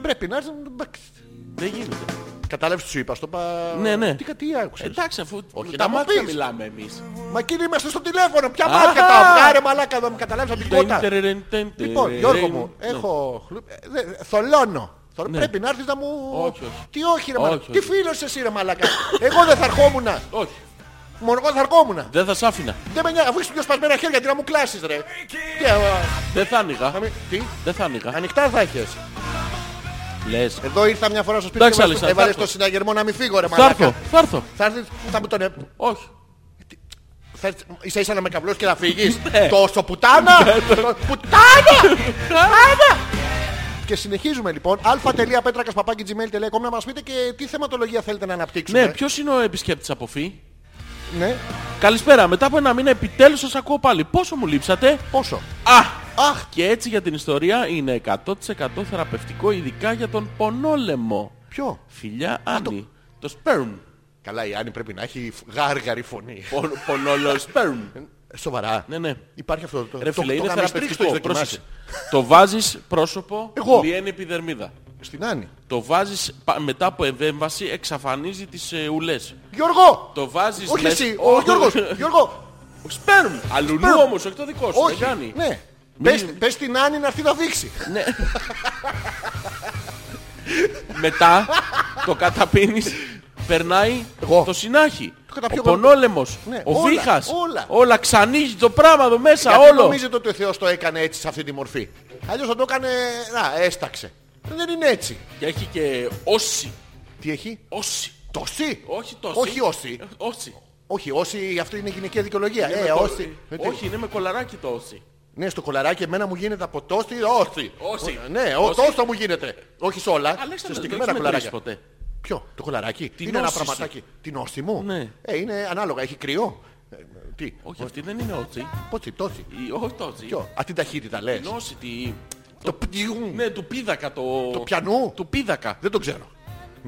S1: Πρέπει να έρθεις να τον παίξεις.
S2: Δεν γίνεται.
S1: Κατάλαβες τι σου είπα, στο πα...
S2: Ναι, ναι.
S1: Τι κάτι άκουσες.
S2: Εντάξει, αφού
S1: Όχι,
S2: με
S1: να
S2: τα
S1: μου
S2: μάτια
S1: πεις.
S2: μιλάμε εμείς.
S1: Μα κύριε είμαστε στο τηλέφωνο, ποια
S2: Αχα!
S1: μάτια τα βγάρε μαλάκα εδώ, με καταλάβεις από την κότα. Λοιπόν,
S2: Λοιπόν,
S1: Γιώργο μου, έχω. χλου- ε, δε- Θολώνω. Θολ- Πρέπει να έρθεις να μου.
S2: Ναι. Όχι, όχι.
S1: Τι όχι, ρε μαλάκα.
S2: Όχι,
S1: Τι
S2: όχι.
S1: φίλος εσύ, ρε μαλάκα. εγώ δεν θα ερχόμουν.
S2: Όχι,
S1: Μόνο εγώ θα ερχόμουν.
S2: δεν θα σ' άφηνα.
S1: Δεν με νοιάζει, αφού είσαι πιο σπασμένα χέρια, τι να μου κλάσεις, ρε. Τι, α,
S2: Δεν θα
S1: θα
S2: άνοιγα.
S1: μην- Τι,
S2: Δεν θα άνοιγα.
S1: ανοιχτά θα έχεις.
S2: Λες.
S1: Εδώ ήρθα μια φορά στο σπίτι
S2: Εντάξει,
S1: και
S2: Άλιστα, θα
S1: έβαλε
S2: έρθω.
S1: το συναγερμό να μην φύγω, ρε
S2: Θα έρθω,
S1: μαλάκα.
S2: θα έρθω.
S1: Θα έρθεις, θα μου τον. ε-
S2: Όχι.
S1: Θα είσαι ίσα να με καβλώσει και να φύγεις.
S2: Ναι.
S1: Τόσο πουτάνα! Το- Πουτάνα! Πουτάνα! Και συνεχίζουμε λοιπόν. αλφα.πέτρακα.gmail.com να μας πείτε και τι θεματολογία θέλετε να αναπτύξουμε.
S2: Ναι, ποιος είναι ο επισκέπτης από φύ.
S1: Ναι.
S2: Καλησπέρα. Μετά από ένα μήνα επιτέλους σας ακούω πάλι. Πόσο μου λείψατε.
S1: Πόσο.
S2: Α!
S1: Αχ,
S2: Και έτσι για την ιστορία είναι 100% θεραπευτικό, ειδικά για τον πονόλεμο.
S1: ποιο.
S2: Φιλιά Άννη. Το σπέρμ.
S1: Καλά, η Άννη πρέπει να έχει φ- γάργαρη φωνή.
S2: Πον- Πονόλο σπέρμ.
S1: Σοβαρά.
S2: Ναι, ναι.
S1: Υπάρχει αυτό το.
S2: Ρε
S1: το-
S2: φίλε,
S1: το
S2: είναι
S1: γαμιστρίξ το έχεις
S2: θεραπευτικό.
S1: δοκιμάσει.
S2: Πρόσεξε. Το βάζεις πρόσωπο,
S1: Εγώ.
S2: λιένει επιδερμίδα.
S1: Στην Άννη.
S2: Το βάζεις πα- μετά από επέμβαση, εξαφανίζει τις ε, ουλές.
S1: Γιώργο!
S2: Το βάζεις
S1: Όχι
S2: μες-
S1: εσύ, ο Γιώργος. Γιώργο!
S2: Σπέρμ. Αλλουνού
S1: Σπέρμ.
S2: όμως, όχι το δικό σου.
S1: Όχι.
S2: Δεν κάνει.
S1: Ναι.
S2: Μην-
S1: Πες, πες στην Άννη να έρθει να δείξει.
S2: Ναι. Μετά το καταπίνεις, περνάει
S1: Εγώ.
S2: το συνάχι.
S1: Το καταπιώ
S2: Ο
S1: εγώ.
S2: πονόλεμος,
S1: Ναι,
S2: ο
S1: όλα,
S2: βήχας,
S1: όλα.
S2: ξανίζει το πράγμα εδώ μέσα,
S1: Γιατί
S2: όλο.
S1: νομίζετε ότι ο Θεός το έκανε έτσι σε αυτή τη μορφή. Αλλιώς θα το έκανε... Να, έσταξε. Δεν είναι έτσι.
S2: Και έχει και όση,
S1: Τι έχει.
S2: όση,
S1: Τόση.
S2: όχι τόση.
S1: Όχι όση.
S2: Ε, όση.
S1: Όχι όση, αυτή είναι η γυναικεία δικαιολογία.
S2: Είναι
S1: Ε,
S2: Ναι, με το-
S1: όση. Ε, τι-
S2: Όχι, είναι με κολαράκι το όση.
S1: Ναι, στο κολαράκι εμένα μου γίνεται από τόση όση.
S2: Όση.
S1: Ο- Ναι, ό-
S2: Όση.
S1: τόσο μου γίνεται. Όχι σε όλα. Σε
S2: Αλέξανδρε, δεν
S1: συγκεκριμένα
S2: έχεις μετρήσει
S1: κολαράκια.
S2: ποτέ.
S1: Ποιο, το κολαράκι.
S2: Την
S1: είναι ένα
S2: όση σου.
S1: πραγματάκι. Την όση μου.
S2: Ναι.
S1: Ε, είναι ανάλογα, έχει κρυό. Ε, τι,
S2: Όχι, αυτή δεν είναι ότσι.
S1: πότσι, τόση.
S2: Η- Όχι τότσι.
S1: Ποιο, α την ταχύτητα λες.
S2: Την όση, τη...
S1: Το πτιού.
S2: Ναι, του πίδακα το...
S1: Το πιανού.
S2: Του πίδακα.
S1: Δεν το ξέρω.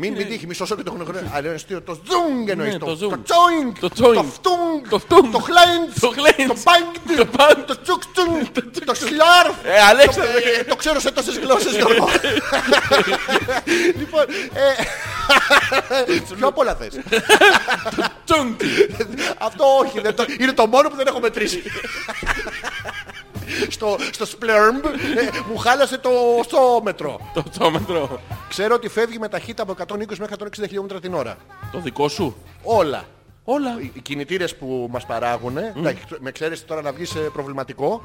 S1: Μην μην τύχει, μη σώσω και το χρόνο. Αλλά είναι αστείο, το zoom εννοείς.
S2: Ναι,
S1: Το
S2: το zoom.
S1: το τσόινγκ.
S2: Το τσόινγκ.
S1: Το φτούγκ.
S2: Το φτούγκ.
S1: Το χλέντς.
S2: Το χλέντς.
S1: Το μπάνγκ.
S2: Το μπάνγκ.
S1: Το τσουκτσουνγκ. Το σλάρφ.
S2: Ε, Αλέξανδρε.
S1: Το- ε, Το ξέρω σε τόσες γλώσσες, Γιώργο. Λοιπόν, ε, πιο πολλά θες.
S2: Τσούγκ.
S1: Αυτό όχι, δεν το- είναι το μόνο που δεν έχω μετρήσει. Στο, στο Splurb ε, μου χάλασε το σώμετρο.
S2: Το τσόμετρο.
S1: Ξέρω ότι φεύγει με ταχύτητα από 120 μέχρι 160 χιλιόμετρα την ώρα.
S2: Το δικό σου.
S1: Όλα.
S2: Όλα.
S1: Οι- Οι κινητήρες που μας παράγουν, με ξέρεις τώρα να βγεις ε, προβληματικό,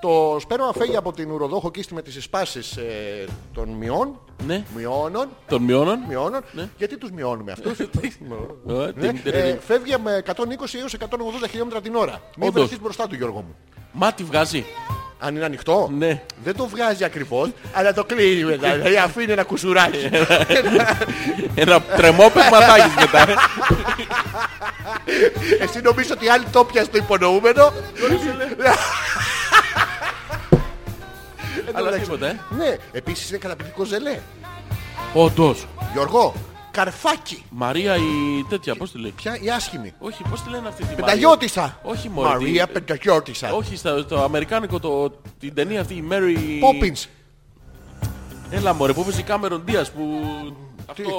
S1: το σπέρμα φεύγει από την ουροδόχο κίστη με τις εισπάσεις ε, των μειών,
S2: Ναι.
S1: μειώνων,
S2: Των μειώνων.
S1: μειώνων. Γιατί τους μειώνουμε αυτούς.
S2: Ε,
S1: Ναι,
S2: την- την-
S1: ε,
S2: την-
S1: φεύγει με 120 έως 180 χιλιόμετρα την ώρα. Μην
S2: Όντως.
S1: βρεθείς μπροστά του Γιώργο μου.
S2: Μάτι βγάζει.
S1: Αν είναι ανοιχτό,
S2: Ναι.
S1: δεν το βγάζει ακριβώς, αλλά το κλείνει μετά. Δηλαδή αφήνει ένα κουσουράκι.
S2: Ένα τρεμό παιγματάκι μετά.
S1: Εσύ νομίζω ότι άλλοι το πιάσαν το υπονοούμενο.
S2: Αλλά τίποτα, ε.
S1: Ναι, επίσης είναι καταπληκτικό ζελέ.
S2: Όντως.
S1: Γιώργο, καρφάκι.
S2: Μαρία η τέτοια, πώς τη λέει.
S1: Ποια η άσχημη.
S2: Όχι, πώς τη λένε αυτή την
S1: Πενταγιώτησα.
S2: Όχι μωρέ, τη-
S1: Μαρία Πενταγιώτησα.
S2: Όχι, στο, το αμερικάνικο, το, την ταινία αυτή, η Mary...
S1: Πόπινς.
S2: Έλα μωρέ, που έπαιζε η Κάμερον Ντίας που... Αυτό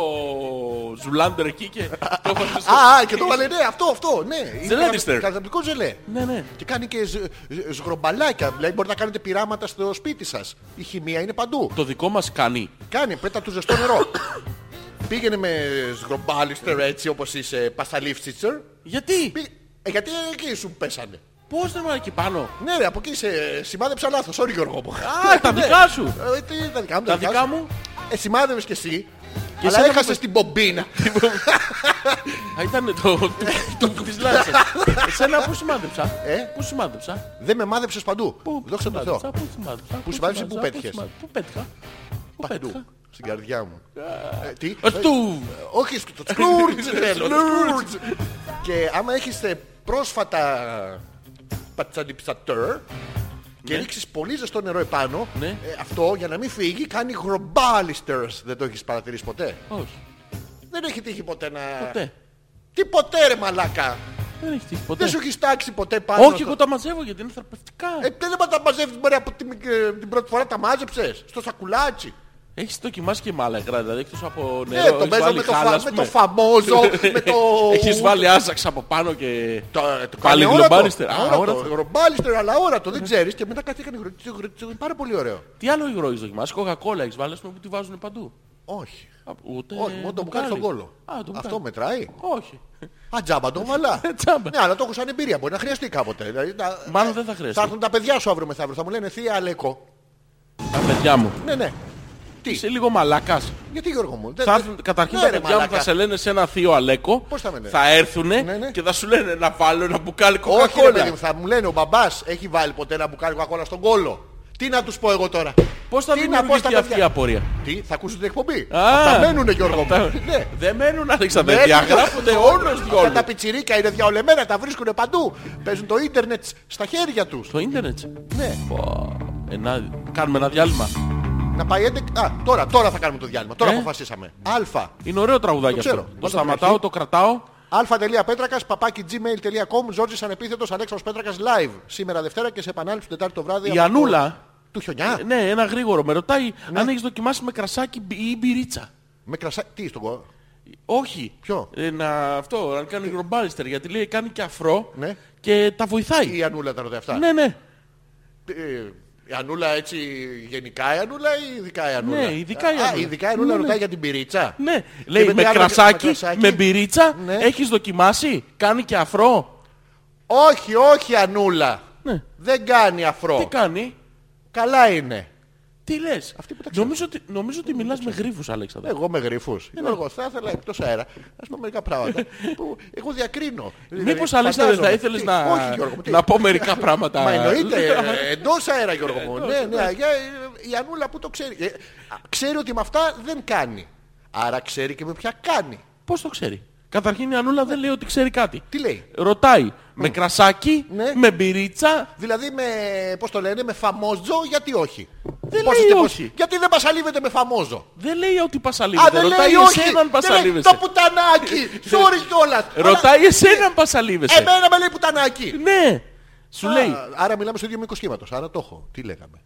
S2: Ζουλάντερ εκεί και... το έβαλε στο-
S1: Α, α, και το βάλε, ναι, αυτό, αυτό, ναι. Είναι
S2: Ζελέδιστερ.
S1: κατα- Καταπληκτικό ζελέ.
S2: Ναι, ναι.
S1: Και κάνει και ζ- ζ- σγρομπαλάκια. Δηλαδή μπορείτε να κάνετε πειράματα στο σπίτι σας. Η χημεία είναι παντού.
S2: Το δικό μας κάνει.
S1: Κάνει, πέτα του ζεστό νερό. Πήγαινε με σγρομπάλιστερ έτσι όπως είσαι πασταλίφτσιτσερ.
S2: Γιατί,
S1: Γιατί εκεί σου πέσανε.
S2: πώς δεν μάρει εκεί πάνω.
S1: Ναι, ρε, από εκεί σε σημάδεψα λάθος. Sorry Γιώργο μου.
S2: Α, τα δικά σου.
S1: Ε, τι, τα δικά μου.
S2: Τα δικά μου.
S1: Ε, σημάδευες κι εσύ.
S2: Και
S1: αλλά
S2: εσένα
S1: έχασες
S2: που-
S1: την πομπίνα.
S2: Α, ήταν το... Το της Λάρισας. Εσένα πού σημάδεψα.
S1: Ε?
S2: Πού σημάδεψα.
S1: Δεν με μάδεψες παντού.
S2: Πού
S1: Δόξα τω
S2: σημάδεψα,
S1: Θεώ.
S2: Πού σημάδεψα.
S1: Πού σημάδεψε, πού
S2: σημάδεψα,
S1: πέτυχες.
S2: σημάδεψα, Πού πέτυχα. Πού
S1: Παντού.
S2: πέτυχα.
S1: Στην καρδιά μου. Ε, Τι.
S2: Ε, του.
S1: Ε, Όχι, στο το σκούρτζ θέλω. σκούρτζ. Και άμα έχεις ε, πρόσφατα πατσανιψατέρ και ρίξεις πολύ ζεστό νερό επάνω,
S2: Ναι.
S1: ε, αυτό για να μην φύγει κάνει γρομπάλιστερς. Δεν το έχεις παρατηρήσει ποτέ.
S2: Όχι.
S1: Δεν έχει τύχει ποτέ να...
S2: Ποτέ.
S1: Τι ποτέ ρε μαλάκα.
S2: Δεν έχει τύχει ποτέ.
S1: Δεν σου έχεις τάξει ποτέ πάνω.
S2: Όχι,
S1: στο-
S2: εγώ τα μαζεύω γιατί είναι θεραπευτικά.
S1: Ε, δεν είπα τα μαζεύεις μπορεί από την, ε, την πρώτη φορά τα μάζεψες στο σακουλάτσι.
S2: Έχεις δοκιμάσει και μάλαγκρα, δηλαδή εκτός από
S1: Ναι,
S2: νερό.
S1: το
S2: έχεις
S1: παίζω
S2: βάλει
S1: με το,
S2: χάλα,
S1: φα,
S2: ας
S1: με το
S2: πούμε.
S1: φαμόζο, με το...
S2: Ε, Έχεις βάλει άζαξ από πάνω και...
S1: Το, το
S2: Πάλι
S1: κάνει
S2: γλομπάλιστερ.
S1: αόρατο.
S2: Α,
S1: Αόρατο.
S2: αόρατο.
S1: Γλομπάλιστερ, αλλά αόρατο, δεν ξέρεις. Και μετά κάτι έκανε γροτσου, γροτσου, είναι πάρα πολύ ωραίο.
S2: Τι άλλο υγρό έχεις δοκιμάσει, κοκακόλα έχεις βάλει, ας πούμε, που τη βάζουν παντού.
S1: Όχι.
S2: Α, Ούτε
S1: Όχι, μόνο το μπουκάλι στον κόλο.
S2: Ε, Α,
S1: Αυτό
S2: το μπουκάλι.
S1: μετράει.
S2: Όχι.
S1: Ατζάμπα τον βαλά.
S2: Ε, τζάμπα.
S1: Ναι, αλλά το έχω σαν εμπειρία. Μπορεί να χρειαστεί κάποτε. Δηλαδή, τα-
S2: Μάλλον δεν θα χρειαστεί.
S1: Θα έρθουν τα παιδιά σου αύριο μεθαύριο. Θα μου λένε Θεία Αλέκο.
S2: Τα παιδιά μου.
S1: Ναι, ναι. Τι?
S2: Είσαι λίγο μαλάκας.
S1: Γιατί Γιώργο μου. δεν-
S2: Θα
S1: δεν-
S2: έρθουν, καταρχήν
S1: Ναι,
S2: τα
S1: ρε,
S2: παιδιά μου
S1: μαλάκα.
S2: θα σε λένε σε ένα θείο Αλέκο.
S1: Πώς θα με λένε?
S2: θα έρθουνε
S1: Ναι, ναι.
S2: και θα σου λένε να βάλω ένα μπουκάλι
S1: Όχι, ρε, παιδί
S2: κοκακόλα.
S1: μου, θα μου λένε ο μπαμπάς έχει βάλει ποτέ ένα μπουκάλι κοκακόλα στον κόλο. Τι να τους πω εγώ τώρα.
S2: Πώς θα
S1: Τι να πω στα
S2: δημιουργηθεί αυτή η
S1: παιδιά.
S2: απορία.
S1: Τι, θα ακούσουν την εκπομπή.
S2: Α,
S1: Θα μένουν Γιώργο
S2: αυτά-
S1: μου. Ναι.
S2: Δεν μένουν Αλέξανδρε.
S1: Μένουν.
S2: Διαγράφονται όλες
S1: Αυτά
S2: δυο.
S1: τα πιτσιρίκα είναι διαολεμένα, τα βρίσκουν παντού. Παίζουν το ίντερνετ στα χέρια τους.
S2: Το ίντερνετ.
S1: Ναι.
S2: Πω, ένα- Κάνουμε ένα διάλειμμα.
S1: Να πάει 11. Α, τώρα, τώρα θα κάνουμε το διάλειμμα. Τώρα
S2: Ε.
S1: αποφασίσαμε. Α.
S2: Είναι ωραίο τραγουδάκι
S1: Το
S2: αυτό.
S1: ξέρω.
S2: Το
S1: Όταν
S2: σταματάω,
S1: αρχίσει-
S2: το κρατάω.
S1: α.πέτρακας παπάκι gmail.com Ζόρτζης ανεπίθετος Αλέξανδρος Πέτρακας live σήμερα Δευτέρα και σε επανάληψη την Τετάρτη το βράδυ
S2: Η
S1: από το-
S2: Ανούλα.
S1: του χιονιά
S2: Ναι, ένα γρήγορο. Με ρωτάει
S1: Ναι.
S2: αν έχεις δοκιμάσει με κρασάκι μπι- ή μπυρίτσα.
S1: με κρασά τι στον κο...
S2: Όχι.
S1: Ποιο? Ε.
S2: Ε, να, αυτό, αν κάνει ρομπάλιστερ. Γιατί λέει κάνει και αφρό
S1: Ναι.
S2: και τα βοηθάει.
S1: η Ανούλα τα ρωτάει αυτά
S2: Ναι, ναι.
S1: Ε, η Ανούλα έτσι γενικά η Ανούλα ή ειδικά η Ανούλα
S2: Ναι, ειδικά η
S1: Α,
S2: Ανούλα.
S1: ειδικά η Ανούλα
S2: Ναι, ναι.
S1: ρωτάει για την πυρίτσα
S2: Ναι,
S1: Και
S2: λέει
S1: μετά
S2: με
S1: η άλλη
S2: κρασάκι,
S1: με
S2: με,
S1: κρασάκι.
S2: μπυρίτσα,
S1: Ναι.
S2: έχεις δοκιμάσει, κάνει και αφρό.
S1: όχι όχι Ανούλα
S2: Ναι.
S1: δεν κάνει
S2: Τι
S1: αφρό
S2: κάνει,
S1: καλά είναι
S2: τι λες.
S1: Αυτή που Ε, τα ξέρει.
S2: νομίζω, ότι, νομίζω ότι μιλάς με γρίφους, Αλέξανδρε.
S1: εγώ με γρυφούς
S2: Ναι,
S1: Γιώργο θα ήθελα εκτός αέρα να σου πω μερικά πράγματα που εγώ διακρίνω
S2: Μήπως,
S1: Δηλαδή,
S2: Αλέξανδρε, θα
S1: φαντάζομαι.
S2: ήθελες
S1: Τι,
S2: να,
S1: όχι, Γιώργο, μου, τι.
S2: να πω μερικά πράγματα. ε,
S1: Μα εννοείται ε.
S2: ναι.
S1: εντός αέρα Γιώργο μου. ναι, ναι, αγιά, ε, η Ανούλα που το ξέρει. Ε, α, Ξέρει ότι με αυτά δεν κάνει. Άρα ξέρει και με ποια κάνει.
S2: Πώς το ξέρει. Καταρχήν η Ανούλα δεν λέει ότι ξέρει κάτι.
S1: Τι λέει.
S2: Ρωτάει με κρασάκι,
S1: Ναι.
S2: με μπυρίτσα.
S1: Δηλαδή με, πώς το λένε, με φαμόζο γιατί όχι.
S2: Δεν
S1: Πώς
S2: λέει
S1: και πώς-
S2: όχι.
S1: Γιατί δεν πασαλίβεται με φαμόζο.
S2: Δεν λέει ότι
S1: Α,
S2: πασαλίβεται.
S1: δεν
S2: Ρωτάει
S1: λέει όχι.
S2: εσέναν
S1: Δεν λέει,
S2: πασαλίβεσαι.
S1: Το πουτανάκι. Sorry κιόλας.
S2: Ρωτάει εσέναν
S1: Αλλά
S2: πασαλίβεσαι.
S1: Εμένα Ε, με λέει πουτανάκι.
S2: Ναι. Σου λέει,
S1: Α, Άρα μιλάμε στο ίδιο μήκος κύματος. Άρα το έχω. Τι λέγαμε.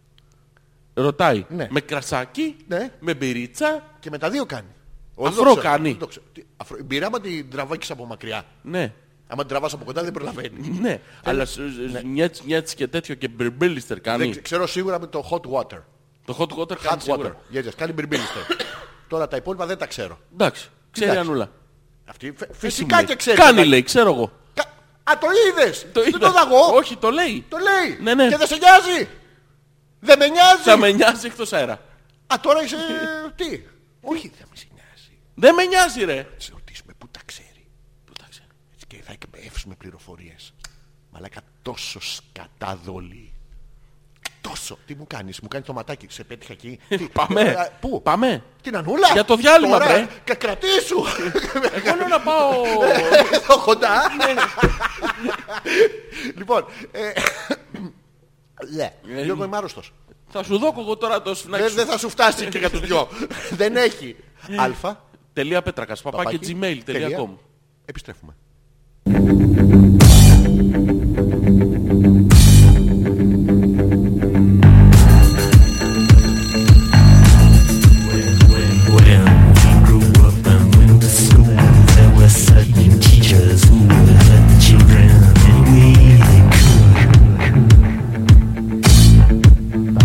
S2: ρωτάει
S1: Ναι.
S2: με κρασάκι,
S1: Ναι.
S2: με μπυρίτσα.
S1: Και με τα δύο κάνει.
S2: Αφρό
S1: Δεν το ξέρω,
S2: κάνει.
S1: δεν το ξέρω. Τι, αφρό. Η μπυρά, άμα την τραβάκεις από μακριά.
S2: Ναι.
S1: Άμα την τραβάς από κοντά δεν προλαβαίνει.
S2: Ναι, αλλά νιέτς, νιέτς και τέτοιο και μπριμπίλιστερ κάνει.
S1: Δεν ξέρω σίγουρα με το hot water.
S2: Το hot water
S1: Hot
S2: κάνει
S1: water.
S2: σίγουρα.
S1: Yes, yes, κάνει μπιρμπίλιστερ. Τώρα τα υπόλοιπα δεν τα ξέρω.
S2: Εντάξει, ξέρει η
S1: Εντάξει.
S2: Ανούλα.
S1: Αυτή φε-
S2: Έτσι
S1: φυσικά
S2: μου
S1: και
S2: λέει.
S1: ξέρει.
S2: Κάνει
S1: Τα-
S2: λέει, ξέρω εγώ.
S1: Κα- Α, το είδες!
S2: Το
S1: δεν
S2: είδα.
S1: το είδα εγώ.
S2: Όχι, το λέει.
S1: Το λέει.
S2: Ναι, ναι.
S1: Και δεν σε νοιάζει. Δεν με νοιάζει.
S2: Θα με νοιάζει εκτός αέρα.
S1: Α, τώρα είσαι. τι. Όχι, δεν με σε νοιάζει.
S2: Δεν με νοιάζει ρε.
S1: Θα σε ρωτήσουμε πού τα ξέρει.
S2: Πού τα ξέρω.
S1: Έτσι και θα εκμεύσουμε πληροφορίες. Μαλάκα τόσο σκατάδολη. Τόσο. Τι μου κάνεις, μου κάνεις το ματάκι, σε πέτυχα εκεί. Τι-
S2: Ε, Πάμε.
S1: Α, Ε, Πού.
S2: Πάμε.
S1: Την Ανούλα.
S2: Για το διάλειμμα,
S1: Τώρα,
S2: μπρε.
S1: κα- Κρατήσου.
S2: Εγώ λέω να πάω...
S1: Εδώ κοντά.
S2: Ναι.
S1: λοιπόν. ε, Ναι,
S2: Ε,
S1: Γιώργο είμαι άρρωστος.
S2: Θα σου δώκω εγώ τώρα το σφινάκι
S1: Δεν
S2: σου.
S1: δεν θα σου φτάσει και για τους δυο. Δεν έχει. Αλφα.
S2: Τελεία πέτρακας, παπάκι
S1: παπάκι, τελεία.
S2: gmail.com
S1: Επιστρέφουμε.
S5: When we grew up and went to school, there were certain teachers who would hurt the children any way they could. By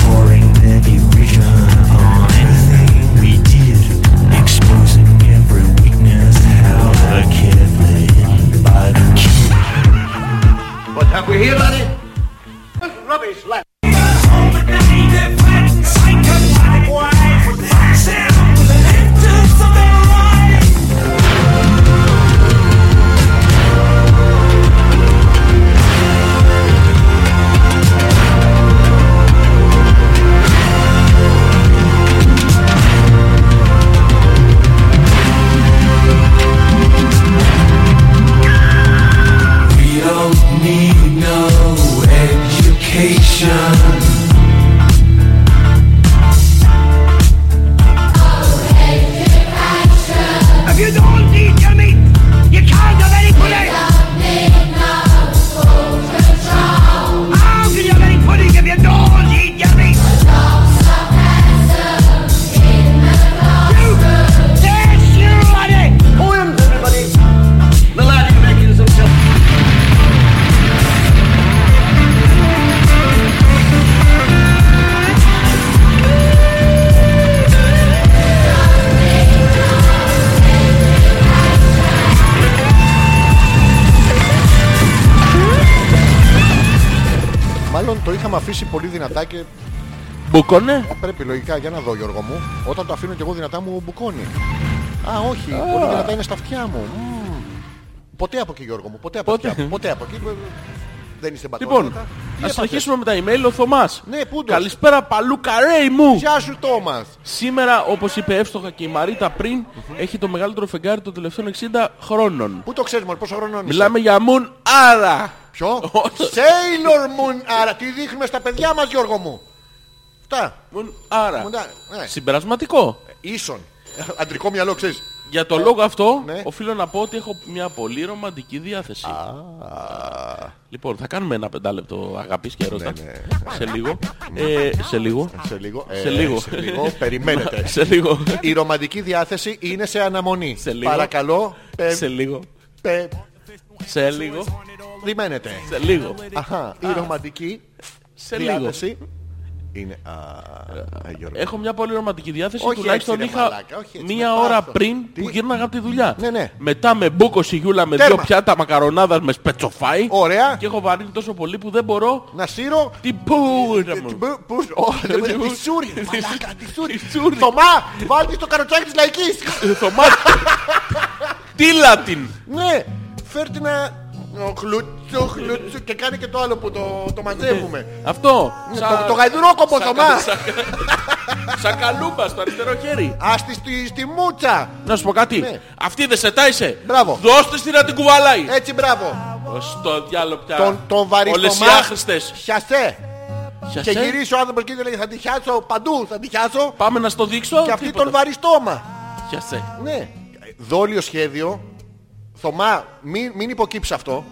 S5: pouring their derision upon anything we did, exposing every weakness, however carefully, by the kid.
S1: What have we here, buddy? Rubbish, like.
S5: We don't need no education.
S6: If you don't eat your meat, you can't have any pudding. How can you have any pudding if you don't eat your meat? You, yes, you are it.
S7: Poems, everybody. The lad who makes himself.
S1: Μάλλον το είχαμε αφήσει πολύ δυνατά και
S2: Μπουκώνε.
S1: Πρέπει λογικά για να δω Γιώργο μου. Όταν το αφήνω και εγώ δυνατά μου μπουκώνει. Α, όχι. Πολύ δυνατά είναι στα αυτιά μου. Μμμ. Ποτέ από εκεί Γιώργο μου. Ποτέ από
S2: Ποτέ.
S1: αυτιά μου. Ποτέ από εκεί. Δεν είστε μπακαλιάτα.
S2: Λοιπόν, να συνεχίσουμε με τα email. Ο Θωμάς.
S1: Ναι, πούντος.
S2: Καλησπέρα, παλού καρέι μου.
S1: Γεια σου Τόμας.
S2: Σήμερα, όπως είπε εύστοχα και η Μαρίτα πριν, έχει το μεγαλύτερο φεγγάρι των τελευταίων 60 χρόνων.
S1: Πού το ξέρεις μόνο πόσο χρόνο είναι.
S2: Μιλάμε για Moon Άρα.
S1: Ποιο?
S2: Όχι.
S1: Sailor Moon. Άρα τι δείχνουμε στα παιδιά μας Γιώργο μου. Αυτά.
S2: Moon Άρα. Ε,
S1: Moon Ara, ναι.
S2: Συμπερασματικό.
S1: Ίσον. Αντρικό μυαλό ξέρεις.
S2: Για το λόγο αυτό,
S1: ναι.
S2: οφείλω να πω ότι έχω μια πολύ ρομαντική διάθεση. Λοιπόν, θα κάνουμε ένα πεντάλεπτο αγαπής και έρωτα. Σε λίγο. Ε, σε λίγο.
S1: Σε λίγο. ε,
S2: Σε λίγο.
S1: Σε λίγο. Περιμένετε.
S2: σε λίγο.
S1: Η ρομαντική διάθεση είναι σε αναμονή.
S2: Σε λίγο.
S1: Παρακαλώ. Πε,
S2: σε λίγο.
S1: πε,
S2: Σε λίγο.
S1: περιμένετε.
S2: Σε λίγο.
S1: Αχα, η ρομαντική
S2: Σε λίγο. Ε,
S1: διάθεση είναι... Α, α, Γιώργο.
S2: Έχω μια πολύ ρομαντική διάθεση.
S1: Όχι
S2: Τουλάχιστον
S1: έτσι, ρε
S2: είχα
S1: μαλάκα, όχι έτσι,
S2: μία
S1: με
S2: ώρα
S1: πάθος.
S2: πριν
S1: Τι?
S2: που γύρναγα από τη δουλειά.
S1: Ναι, ναι.
S2: Μετά με μπόκοση γιούλα με
S1: Τέρμα.
S2: δύο πιάτα μακαρονάδας με σπετσοφάι.
S1: Ωραία.
S2: Και έχω βαρύνει τόσο πολύ που δεν μπορώ.
S1: Να σύρω...
S2: Τι πούρα μου.
S1: Μπου- Πού... Ω, δεν μπορεί- Τη σούρη.
S2: Τη-
S1: Μαλάκα, τη σούρη.
S2: τη σούρη.
S1: Θωμά, βάλτε στο καροτσάκι της λαϊκής.
S2: Θωμά. ε, Τι λατιν.
S1: Ναι, φέρτε να... Ο Χλούτσου, χλούτσου και κάνει και το άλλο που το, το
S2: Ναι.
S1: μαζεύουμε.
S2: Αυτό.
S1: Ναι, Το, το γαϊδουρόκομπο, Θωμά.
S2: Σαν καλούμπα στο αριστερό χέρι.
S1: Ας τη στη, στη μούτσα.
S2: Να σου πω κάτι.
S1: Ναι.
S2: Αυτή δεν σε τάισε.
S1: Μπράβο.
S2: Δώστε στη να την κουβαλάει.
S1: Έτσι, μπράβο.
S2: Στο διάλογο πια.
S1: Τον, τον βαριστομά.
S2: Όλες οι άχρηστες.
S1: Χιαστέ. Και
S2: Χιαστέ.
S1: γυρίσει ο άνθρωπος και λέει θα τη χιάσω παντού, θα τη χιάσω.
S2: Πάμε να στο δείξω.
S1: Και αυτή
S2: Τίποτα.
S1: τον βαριστόμα.
S2: Χιαστέ.
S1: Ναι. Δόλιο σχέδιο. Θωμά, μην, μην υποκύψεις αυτό.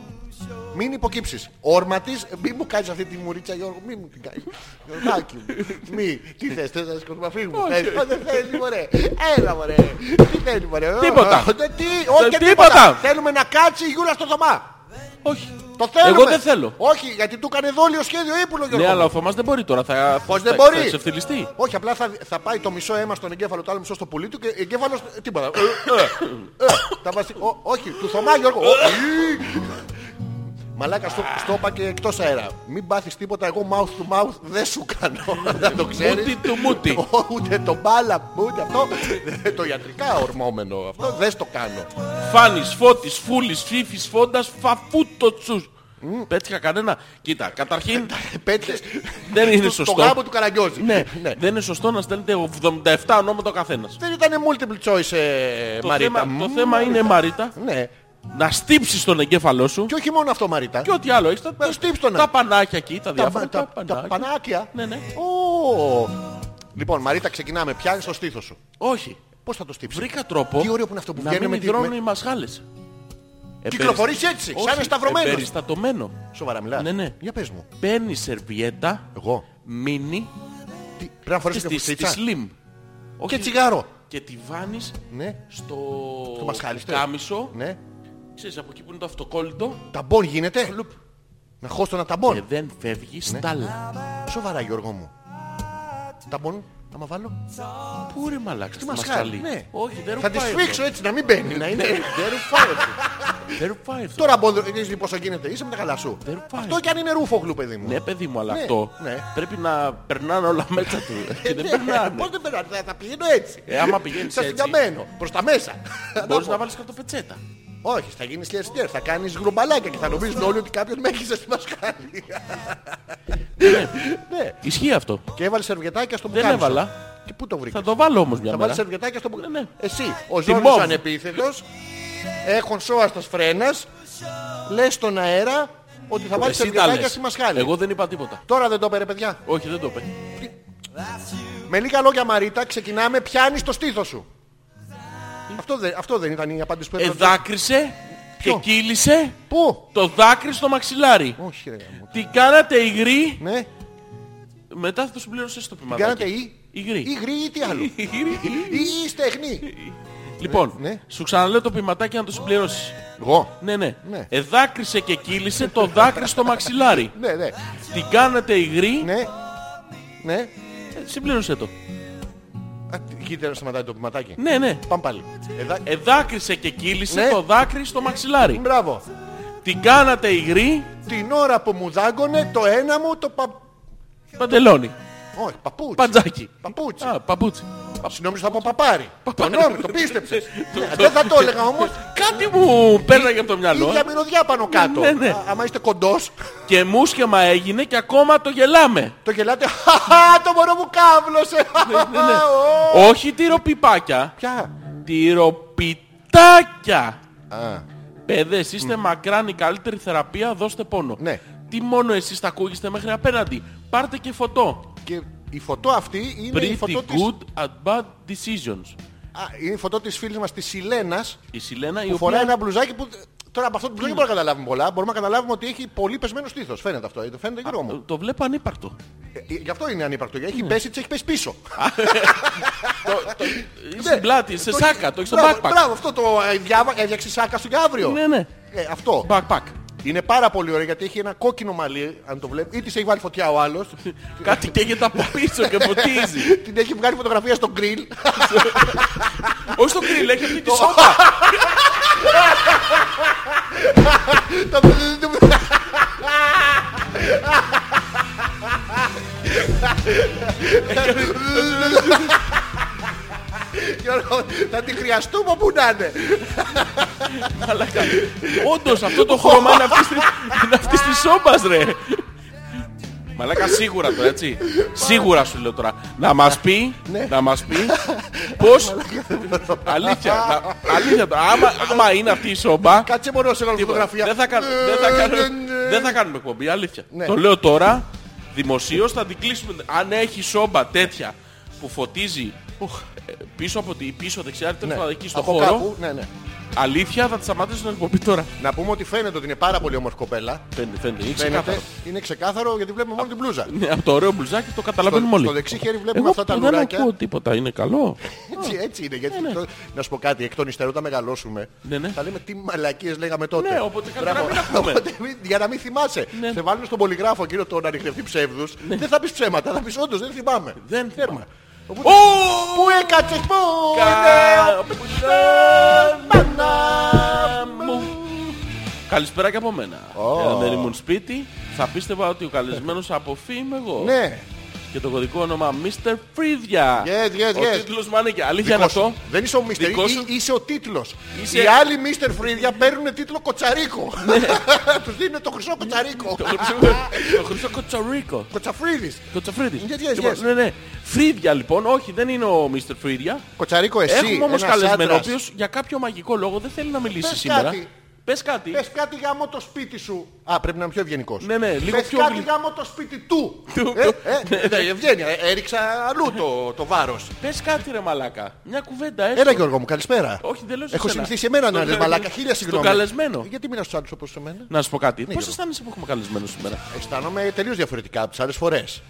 S1: Μην υποκύψεις. Όρμα της, μην μου κάνεις αυτή τη μουρίτσα Γιώργο, μην μου την κάνεις. Γιωργάκι μου, μη. Τι θες, θες να σηκωθούμε φύγουμε. Θες, Ω, δεν θέλεις μωρέ. Έλα μωρέ. Τι θέλεις μωρέ. Ω,
S2: Τίποτα.
S1: ω, δεν- Τι, όχι
S2: Δεν-
S1: τίποτα.
S2: τίποτα.
S1: Θέλουμε να κάτσει η Γιούλα στο Θωμά.
S2: Όχι.
S1: Το θέλουμε.
S2: Εγώ δεν θέλω.
S1: Όχι, γιατί του έκανε δόλιο σχέδιο ύπουλο Γιώργος.
S2: Ναι,
S1: μου.
S2: αλλά ο Θωμάς δεν μπορεί τώρα. Θα,
S1: Πώς
S2: θα-
S1: δεν μπορεί.
S2: Θα εξευθυλιστεί.
S1: Όχι, απλά θα, θα πάει το μισό αίμα στον εγκέφαλο, το άλλο μισό στο πουλί του και εγκέφαλος... Τίποτα. Ε, ε, ε, τα βάση- ο- όχι, του Θωμά Γιώργο.
S2: Ε.
S1: Ο- Ι. Μαλάκα, στο, στο είπα και εκτός αέρα. Μην πάθεις τίποτα, εγώ mouth to mouth δεν σου κάνω. Δεν το ξέρεις.
S2: Μούτι του μούτι.
S1: Ο- Ούτε Ε, το μπάλα, ούτε αυτό. Ε, το ιατρικά ορμόμενο αυτό δεν στο κάνω.
S2: Φάνης, Φώτης, Φούλης, Φίφης, Φόντας, Φαφούτοτσους. Πέτυχα κανένα. Κοίτα,
S1: Ε,
S2: καταρχήν
S1: Πέτυχες
S2: Δεν είναι
S1: στο-
S2: σωστό.
S1: Στο γάμο του Καραγκιόζη.
S2: ναι, δεν είναι σωστό να στέλνετε 77 ονόματα ο καθένας.
S1: Δεν ήταν multiple choice, ε,
S2: Το
S1: Μαρίτα.
S2: θέμα, το
S1: Μ,
S2: θέμα είναι Μαρίτα
S1: Ναι.
S2: να στύψεις τον εγκέφαλό σου
S1: Και όχι μόνο αυτό, Μαρίτα.
S2: και ό,τι άλλο έχεις. τα-
S1: Να στύψεις τον.
S2: Τα πανάκια εκεί, τα
S1: τα,
S2: διάφορα.
S1: τα- τα πανάκια.
S2: Ναι, ναι.
S1: Ω. Λοιπόν, Μαρίτα, ξεκινάμε. Πιάνεις το στήθος σου.
S2: Όχι.
S1: Πώς θα το στύψεις.
S2: Βρήκα τρόπο
S1: Τι ωραίο που είναι αυτό που
S2: να
S1: βγαίνει
S2: μην
S1: με τη-
S2: υδρώνουν
S1: με-
S2: οι μασχάλες. Ε,
S1: Κυκλοφορείς έτσι, σαν είναι σταυρωμένος.
S2: Περιστατωμένο.
S1: Σοβαρά μιλάς.
S2: ε, Ναι, ναι.
S1: Για πες μου.
S2: Παίρνεις σερβιέτα,
S1: Εγώ.
S2: μίνι
S1: Τι, πρέπει να
S2: και
S1: φορέσεις και
S2: στη, στη
S1: φουστίτσα.
S2: slim. Όχι,
S1: Και τσιγάρο.
S2: Και τη βάνεις
S1: Ναι.
S2: στο,
S1: Το μασχάλι. στο-
S2: κάμισο.
S1: Ναι.
S2: Ξέρεις από εκεί που είναι το αυτοκόλλητο.
S1: Ταμπον γίνεται.
S2: Λουπ.
S1: Να χώσω ένα
S2: Και
S1: ταμπον.
S2: δεν φεύγει
S1: Ναι.
S2: στάλα.
S1: Σοβαρά Γιώργο μου. Ταμπον. Άμα βάλω.
S2: Πού ρε μαλάκας, στη
S1: μασχάλη,
S2: μασχαλή.
S1: ναι.
S2: Όχι, δεν
S1: Θα
S2: ρουφάει.
S1: τη
S2: εδώ.
S1: σφίξω έτσι να μην μπαίνει. Να είναι.
S2: Δεν ρουφάει. εδώ. Δεν ρουφάει. εδώ.
S1: Τώρα μπορεί λοιπόν πόσο γίνεται. Είσαι με τα καλά σου.
S2: Δεν πάει.
S1: Αυτό κι αν είναι ρούφογλου παιδί μου.
S2: Ναι, παιδί μου, αλλά
S1: Ναι,
S2: αυτό
S1: ναι. Ε,
S2: πρέπει να περνάνε όλα μέσα του. Και δεν
S1: Πώ
S2: περνάνε.
S1: ναι, δεν περνάνε, θα- θα πηγαίνω έτσι.
S2: Ε, άμα πηγαίνεις
S1: Σας
S2: έτσι,
S1: συνδυαμένο, προς τα μέσα.
S2: μπορείς να βάλεις κάτω πετσέτα.
S1: Όχι, θα γίνεις χιλιαστήρ, θα κάνεις γρομπαλάκια και θα νομίζουν όλοι ότι κάποιον με έχεις στη μασκάλη. Ναι,
S2: Ισχύει αυτό.
S1: και έβαλες σερβιετάκια στο
S2: Δεν
S1: μπουκάλι.
S2: έβαλα.
S1: Και πού το βρήκες.
S2: Θα το βάλω όμως μια
S1: Θα
S2: μέρα.
S1: βάλεις σερβιετάκια στο μπουκάλι.
S2: Ναι, ναι.
S1: Εσύ, ο
S2: Τη
S1: Ζόρνης
S2: Μοβ.
S1: ανεπίθετος, έχουν σώα στα φρένας, λες στον αέρα ότι θα βάλεις
S2: Εσύ τα
S1: σερβιετάκια
S2: λες.
S1: στη μασχάλη.
S2: Εγώ δεν είπα τίποτα.
S1: Τώρα δεν το έπαιρε παιδιά.
S2: Όχι, δεν το είπε.
S1: Με λίγα λόγια Μαρίτα, ξεκινάμε, πιάνεις το στήθος σου. Αυτό δεν, αυτό δεν ήταν η απάντηση που
S2: Ε,
S1: έπρεπε.
S2: δάκρυσε
S1: Ποιο?
S2: και κύλησε
S1: Πού?
S2: το δάκρυ στο μαξιλάρι.
S1: Όχι ρε γαμώ.
S2: Την κάνατε υγρή,
S1: Ναι,
S2: μετά θα σου πλήρωσε το πιμαδάκι.
S1: κάνατε ή.
S2: Υγρή.
S1: Υγρή ή τι άλλο. Ή η στέχνη.
S2: Λοιπόν,
S1: Ναι.
S2: σου ξαναλέω το ποιηματάκι να το συμπληρώσεις.
S1: Εγώ.
S2: Ναι, ναι.
S1: Ναι.
S2: Ε, δάκρυσε και κύλησε το δάκρυ στο μαξιλάρι.
S1: Ναι, ναι.
S2: Την κάνατε υγρή,
S1: Ναι. Ναι.
S2: ε, συμπλήρωσε το.
S1: Α, τι- Κοίτα να σταματάει το πιματάκι.
S2: Ναι, ναι.
S1: Πάμε πάλι. Εδά...
S2: Ε, δάκρυσε και κύλησε
S1: Ναι.
S2: το δάκρυ στο μαξιλάρι.
S1: ε, Μπράβο.
S2: Την κάνατε υγρή,
S1: Την ώρα που μου δάγκωνε το ένα μου το πα...
S2: παντελόνι.
S1: Όχι, παπούτσι.
S2: Παντζάκι.
S1: Παπούτσι.
S2: Α, παπούτσι.
S1: Συνόμιζα θα πω παπάρι. Το
S2: Παπάρι. Ναι,
S1: νόμι, το πίστεψες.
S2: Το- το-
S1: Δεν θα το έλεγα όμως.
S2: Κάτι μου πέρναγε από το μυαλό.
S1: Ίδια μυρωδιά πάνω κάτω.
S2: Ναι, ναι.
S1: Α, Άμα είστε κοντός,
S2: Και μουσχεμα έγινε και ακόμα το γελάμε.
S1: το γελάτε. Χαχά, το μωρό μου κάβλωσε.
S2: Ναι, ναι.
S1: Ω,
S2: Όχι τυροπιπάκια.
S1: Πια.
S2: Τυροπιτάκια.
S1: Α,
S2: Παιδε, είστε μακράν η καλύτερη θεραπεία, δώστε πόνο.
S1: Ναι.
S2: Τι μόνο εσείς τα ακούγεστε μέχρι απέναντι. Πάρτε και φωτό.
S1: Και η φωτό αυτή είναι η
S2: Pretty
S1: φωτό της...
S2: good at bad decisions.
S1: Α, είναι η φωτό της φίλης μας της Σιλένας
S2: Η Σιλένα η
S1: που φοράει
S2: οποία...
S1: ένα μπλουζάκι που... Τώρα από αυτό το μπλουζάκι δεν μπορούμε να καταλάβουμε πολλά. Μπορούμε να καταλάβουμε ότι έχει πολύ πεσμένο στήθος. Φαίνεται αυτό. ε, Το φαίνεται γύρω μου.
S2: Το Ναι. βλέπω ανύπαρκτο.
S1: Ε, ε, Γι' αυτό είναι ανύπαρκτο. γιατί Έχει πέσει, της έχει πέσει πίσω.
S2: Είσαι Ε, Στην πλάτη, σε
S1: Ναι. Το
S2: σάκα,
S1: έχει-
S2: το έχεις στο
S1: Μπράβο,
S2: backpack.
S1: Μπράβο, αυτό το ε, διάβα- έφτιαξε σάκα σου για αύριο.
S2: Ναι, ναι.
S1: Ε, αυτό.
S2: Backpack.
S1: Είναι πάρα πολύ ωραίο γιατί έχει ένα κόκκινο μαλλί, αν το βλέπεις, ή τη έχει βάλει φωτιά ο άλλος.
S2: Κάτι καίγεται από πίσω και ποτίζει.
S1: την έχει βγάλει φωτογραφία στο γκριλ.
S2: Όχι στο κρύλ, έχει αυτή τη σότα.
S1: Γιώργο, θα τη χρειαστούμε όπου να είναι.
S2: Μαλάκα. Όντως αυτό το χρώμα είναι αυτής της- είναι αυτής της σόμπας ρε. Μαλάκα σίγουρα τώρα έτσι. Σίγουρα σου λέω τώρα. Να μας πει, να μας πει πώς... Αλήθεια, να- αλήθεια τώρα. Άμα- Άμα είναι αυτή η σόμπα,
S1: Κάτσε μόνο σε όλη
S2: τίποτα.
S1: φωτογραφία.
S2: δεν θα, κα- δεν θα κάνουμε, δεν θα κάνουμε εκπομπή, αλήθεια.
S1: Ε, Ναι.
S2: Το λέω τώρα, δημοσίως θα την κλείσουμε. Αν έχει σόμπα τέτοια που φωτίζει ε, πίσω από τη πίσω δεξιά, τέλος πάντων, εκεί στο
S1: Ναι. ε, Από
S2: χώρο,
S1: κάπου, ναι, ναι.
S2: αλήθεια θα τη σταματήσω την εκπομπή τώρα.
S1: Να πούμε ότι φαίνεται ότι είναι πάρα πολύ όμορφη κοπέλα.
S2: Φαίνεται, φαίνεται. Είναι
S1: Φαίνεται,
S2: ξεκάθαρο.
S1: είναι ξεκάθαρο γιατί βλέπουμε μόνο την μπλούζα.
S2: Ναι, από το ωραίο μπλουζάκι το καταλαβαίνουμε
S1: Στο-
S2: όλοι.
S1: στο δεξί χέρι βλέπουμε
S2: Εγώ
S1: αυτά τα
S2: που
S1: λουράκια.
S2: Δεν ακούω τίποτα, είναι καλό.
S1: Έτσι, έτσι είναι. Γιατί το- να σου πω κάτι, εκ των υστέρων όταν μεγαλώσουμε,
S2: Ναι, ναι.
S1: θα λέμε τι μαλακίες λέγαμε τότε.
S2: Ναι, οπότε καλύτερα
S1: Μπράβο.
S2: να μην ακούμε.
S1: Οπότε μην- για να μην θυμάσαι.
S2: Ναι.
S1: Σε βάλουν στον πολυγράφο κύριο τον ανοιχνευτή ψεύδου. Δεν θα πεις ψέματα, θα πεις όντως δεν θυμάμαι.
S2: Δεν
S1: Τέρμα.
S2: θυμάμαι.
S1: Οπότε,
S2: Ω!
S1: Πού έκατσε, πού
S2: Κα-
S1: είναι, Πανά μου.
S2: Καλησπέρα και από μένα. Εάν δεν ήμουν σπίτι, θα πίστευα ότι ο καλεσμένος από φύ είμαι εγώ.
S1: Ναι,
S2: Και το κωδικό όνομα Mr. Φρίδια.
S1: Yes, yes,
S2: ο
S1: yes.
S2: τίτλος μου ανήκει. Αλήθεια είναι
S1: δικός σου.
S2: αυτό.
S1: δεν είσαι ο Μίστερ,
S2: Δικός σου.
S1: είσαι ο τίτλος.
S2: Είσαι- Ναι.
S1: Οι άλλοι Μίστερ Φρίδια παίρνουν τίτλο Κοτσαρίκο. Τους δίνουν το χρυσό Κοτσαρίκο.
S2: Το χρυσό- Το χρυσό κοτσαρίκο.
S1: Κοτσαφρίδης.
S2: Κοτσαφρίδης.
S1: Yes, yes,
S2: Λοιπόν,
S1: yes.
S2: Ναι, ναι. Φρίδια λοιπόν, όχι, δεν είναι ο Mr. Φρίδια.
S1: Κοτσαρίκο εσύ,
S2: Έχουμε όμως
S1: ένας
S2: καλεσμένο, ο
S1: άντρας.
S2: οποίος για κάποιο μαγικό λόγο δεν θέλει να μιλήσει
S1: Πες
S2: σήμερα.
S1: κάτι.
S2: Πες κάτι.
S1: Πες κάτι γάμο το σπίτι σου. Α, πρέπει να είμαι πιο ευγενικός.
S2: Ναι, ναι, λίγο
S1: Πες
S2: πιο
S1: κάτι
S2: γλυ-
S1: γάμο το σπίτι του.
S2: Του,
S1: Ε,
S2: του.
S1: ε, ναι, Ευγένεια, ε, έριξα αλλού το, το βάρος.
S2: Πες κάτι ρε μαλάκα. Μια κουβέντα έστω.
S1: Έλα Γιώργο μου, καλησπέρα.
S2: Όχι, δεν λέω σε
S1: Έχω
S2: σένα.
S1: συνηθίσει εμένα να
S2: Στον-
S1: λες μαλάκα, χίλια συγγνώμη. Ε,
S2: Στον καλεσμένο.
S1: Γιατί μιλάς στους άλλους όπως σε μένα.
S2: Να σου πω κάτι. Πώς
S1: Γιώργο.
S2: αισθάνεσαι που έχουμε καλεσμένο σήμερα.
S1: Αισθάνομαι τελείως διαφορετικά από τις άλλες φορές.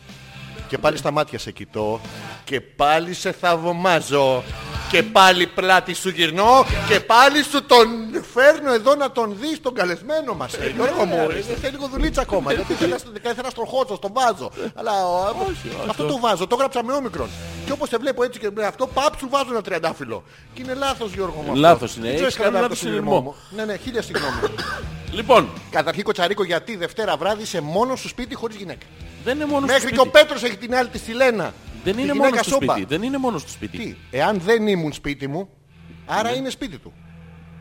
S1: Και πάλι στα μάτια σε κοιτώ και πάλι σε θαυμάζω. Και πάλι πλάτη σου γυρνώ και πάλι σου τον φέρνω εδώ να τον δεις τον καλεσμένο μας. Ε, Γιώργο μου, θέλει λίγο δουλίτσα ακόμα. Γιατί ήθελα στο- ήθελα στον χώτσο, τον βάζω. Αλλά ο- αυτό το βάζω, το γράψα με όμικρον. Και όπως σε βλέπω έτσι και με αυτό, παπ σου βάζω ένα τριαντάφυλλο. Και είναι λάθος Γιώργο μου. αυτό.
S2: Λάθος είναι,
S1: Δεν ξέρεις
S2: έχεις κάνει
S1: κανένα
S2: λάθος
S1: το συνειρμό
S2: συνειρμό.
S1: μου. Ναι, ναι, χίλια συγγνώμη.
S2: Λοιπόν,
S1: Καταρχήν Κοτσαρίκο γιατί Δευτέρα βράδυ είσαι μόνος σου σπίτι χωρίς γυναίκα.
S2: δεν είναι μόνος στο
S1: Μέχρι και ο
S2: σπίτι.
S1: Πέτρος έχει την άλλη τη τη Λένα.
S2: Δεν
S1: Τη
S2: είναι
S1: γυναίκα
S2: μόνος στο
S1: σόμπα.
S2: σπίτι. Δεν είναι μόνος στο σπίτι.
S1: Τι, εάν δεν ήμουν σπίτι μου, άρα είναι σπίτι του.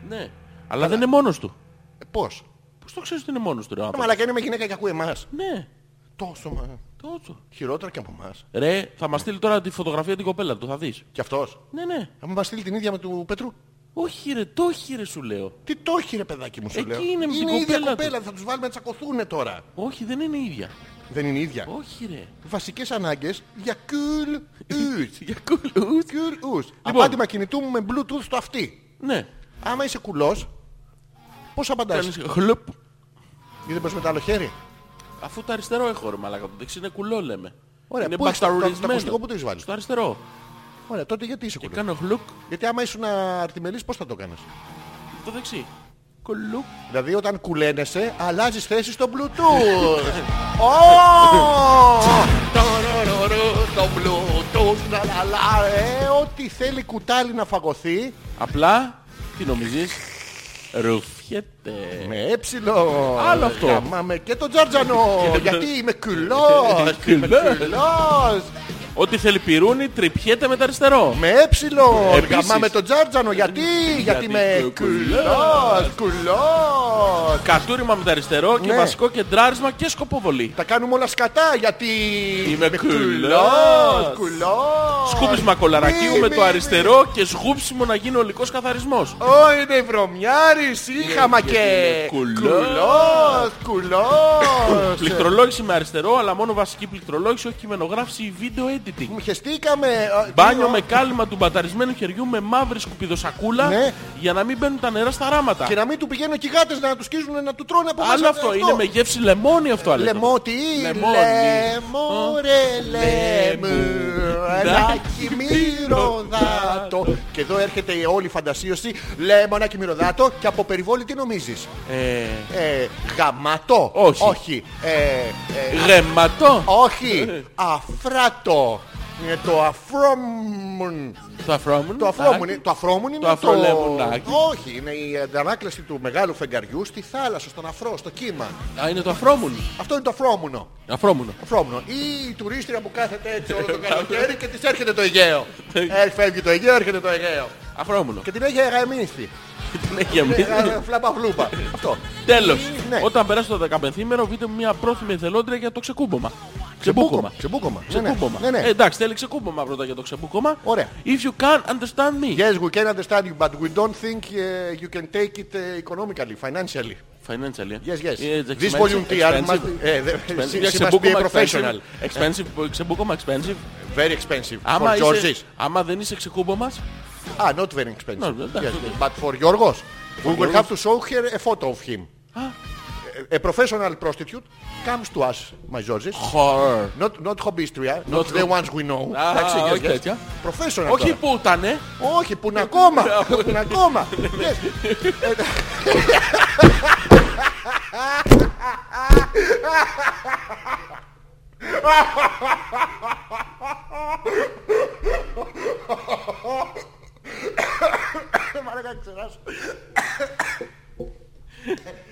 S2: Ναι. Αλλά δεν είναι μόνος του.
S1: Ε, πώς.
S2: Πώς το ξέρεις ότι είναι μόνος του ρε
S1: Ε,
S2: άνθρωπο.
S1: Μα και είναι με γυναίκα και ακούει εμάς.
S2: Ναι.
S1: Τόσο μα.
S2: Τόσο.
S1: Χειρότερα και από εμάς.
S2: Ρε, θα μας στείλει τώρα τη φωτογραφία την κοπέλα του, θα δεις.
S1: Κι αυτός.
S2: Ναι, ναι.
S1: Αν μας στείλει την ίδια με του Πέτρου.
S2: Όχι ρε, το όχι ρε σου λέω.
S1: Τι το έχει ρε παιδάκι μου σου
S2: Εκεί
S1: λέω.
S2: είναι με την
S1: η ίδια
S2: κοπέλα
S1: κοπέλα, θα τους βάλουμε να τσακωθούν τώρα.
S2: Όχι, δεν είναι η ίδια.
S1: Δεν είναι η ίδια.
S2: Όχι ρε.
S1: Βασικές ανάγκες για cool ους.
S2: Για κουλούς.
S1: Cool ους.
S2: Λοιπόν.
S1: Απάντημα κινητού μου με bluetooth στο αυτί.
S2: Ναι.
S1: Άμα είσαι κουλός, πώς απαντάς.
S2: Κάνεις χλουπ.
S1: Ή δεν πας με το άλλο χέρι.
S2: Αφού το αριστερό έχω ρε μαλάκα, το δεξί είναι κουλό λέμε.
S1: Ωραία,
S2: είναι
S1: πού έχεις το- το- το
S2: μπακταουρισμένο.
S1: ακουστικό, πού το έχεις βάλει?
S2: Στο αριστερό.
S1: Ωραία, τότε γιατί είσαι
S2: Και
S1: κουλός.
S2: κάνω χλουκ
S1: Γιατί άμα ήσουν αρτιμελής πώς θα το κάνεις.
S2: το δεξί. Κουλουκ.
S1: Δηλαδή όταν κουλένεσαι αλλάζεις θέση στο Bluetooth. Ω! Τορορορου, Το Bluetooth, λα, λα, λα. Ε, Ό,τι θέλει κουτάλι να φαγωθεί.
S2: Απλά, τι νομίζεις, Ρουφιέται.
S1: Με έψιλο.
S2: Άλλο αυτό.
S1: Γαμάμε και τον Τζόρτζανο. γιατί είμαι κουλός.
S2: Κουλός.
S1: κουλός.
S2: Ό,τι θέλει πυρούνι, τρυπιέται με τα αριστερό.
S1: Με έψιλο.
S2: Επίσης.
S1: Γαμάμε τον Τζόρτζανο. Γιατί, γιατί είμαι
S2: είμαι
S1: κουλός. Κουλός.
S2: Κατούριμα με τα αριστερό και
S1: Ναι.
S2: βασικό κεντράρισμα και σκοποβολή.
S1: Τα κάνουμε όλα σκατά γιατί
S2: Είμαι
S1: κουλός.
S2: κουλός.
S1: Κουλός.
S2: Σκούπισμα κολαρακίου
S1: Μη,
S2: με
S1: μη,
S2: το
S1: μη.
S2: αριστερό και σγούψιμο να γίνει ολικός καθαρισμός.
S1: Ω, είναι βρωμιάρης, είχαμα και...
S2: είναι κουλός.
S1: κουλός.
S2: Πληκτρολόγηση με αριστερό, αλλά μόνο βασική πληκτρολόγηση, όχι κειμενογράφηση ή video editing.
S1: Χεστήκαμε. α,
S2: Μπάνιο
S1: λίγο.
S2: με κάλυμα του μπαταρισμένου χεριού με μαύρη σκουπιδοσακούλα
S1: Ναι.
S2: για να μην μπαίνουν τα νερά στα ράματα.
S1: Και να μην του πηγαίνουν εκεί οι γάτες να τους σκίζουν να του τρώνε από
S2: Άλλο
S1: μέσα.
S2: αυτό, είναι με γεύση λεμόνι αυτό. Αλέκο.
S1: Λεμό τι,
S2: Λεμόνι.
S1: λεμό ρε λεμού,
S2: Λεμονάκι
S1: αλάκι μυρωδάτο. Και εδώ έρχεται η όλη η φαντασίωση, λεμονάκι μυρωδάτο και από περιβόλη τι νομίζεις.
S2: Ε,
S1: Ε, γαμάτο.
S2: Όχι.
S1: Όχι. Ε, ε,
S2: γεμματό.
S1: όχι. Αφράτο. Είναι το αφρόμουν.
S2: Το αφρόμουν.
S1: Το αφρόμουν, το αφρόμουν είναι
S2: Το αφρολεμουνάκι.
S1: Όχι, είναι η αντανάκλαση του μεγάλου φεγγαριού στη θάλασσα, στον αφρό, στο κύμα.
S2: Α, είναι το αφρόμουν.
S1: Αυτό είναι το αφρόμουνο.
S2: Αφρόμουνο.
S1: Αφρόμουνο. Ή η τουρίστρια που κάθεται έτσι όλο
S2: Ε,
S1: το καλοκαίρι και της έρχεται το Αιγαίο. ε, φεύγει το Αιγαίο, έρχεται το Αιγαίο.
S2: Αφρόμουνο.
S1: Και την έχει αγαμίστη.
S2: Την έχει γεμίσει.
S1: Φλαμπαφλούπα. Αυτό.
S2: Ε, Τέλος.
S1: Ναι.
S2: Όταν περάσει το 15 ημέρο, βείτε μια πρόθυμη εθελόντρια για το ξεκούμπομα.
S1: Ξεμπούκωμα.
S2: Ξεμπούκωμα.
S1: Ξεμπούκωμα. Ναι, ναι. Ναι,
S2: Ξεκούμπομα.
S1: ναι.
S2: Ε, εντάξει, θέλει ξεκούμπομα πρώτα για το ξεπούκωμα.
S1: Ωραία.
S2: If you can understand me.
S1: Yes, we can understand you, but we don't think uh, you can take it uh, economically, financially.
S2: Financially.
S1: Yes, yes.
S2: Yeah, it's
S1: This
S2: expensive,
S1: volunteer must,
S2: expensive.
S1: eh, the-
S2: Expensive.
S1: she-
S2: Για
S1: she must be a
S2: ξεμπούκωμα
S1: professional.
S2: expensive. Expensive. Ξεμπούκωμα expensive.
S1: Very expensive.
S2: Άμα,
S1: for
S2: είσαι,
S1: George's.
S2: άμα δεν είσαι ξεκούμπομα,
S1: Ah, not very expensive.
S2: No, that's
S1: yes,
S2: okay.
S1: But for Yorgos, we will have to show her a photo of him. A- A professional prostitute comes to us, my Georges.
S2: Χορ.
S1: Not, not hobbystria, not,
S2: Oh. Not Ah.
S1: the
S2: hob-
S1: ones we know.
S2: Α,
S1: Εντάξει,
S2: όχι τέτοια.
S1: Professional.
S2: Όχι
S1: τώρα.
S2: που ήτανε.
S1: Όχι, που είναι ακόμα. Που είναι ακόμα. Yes. Μαλάκα, ξεράσω.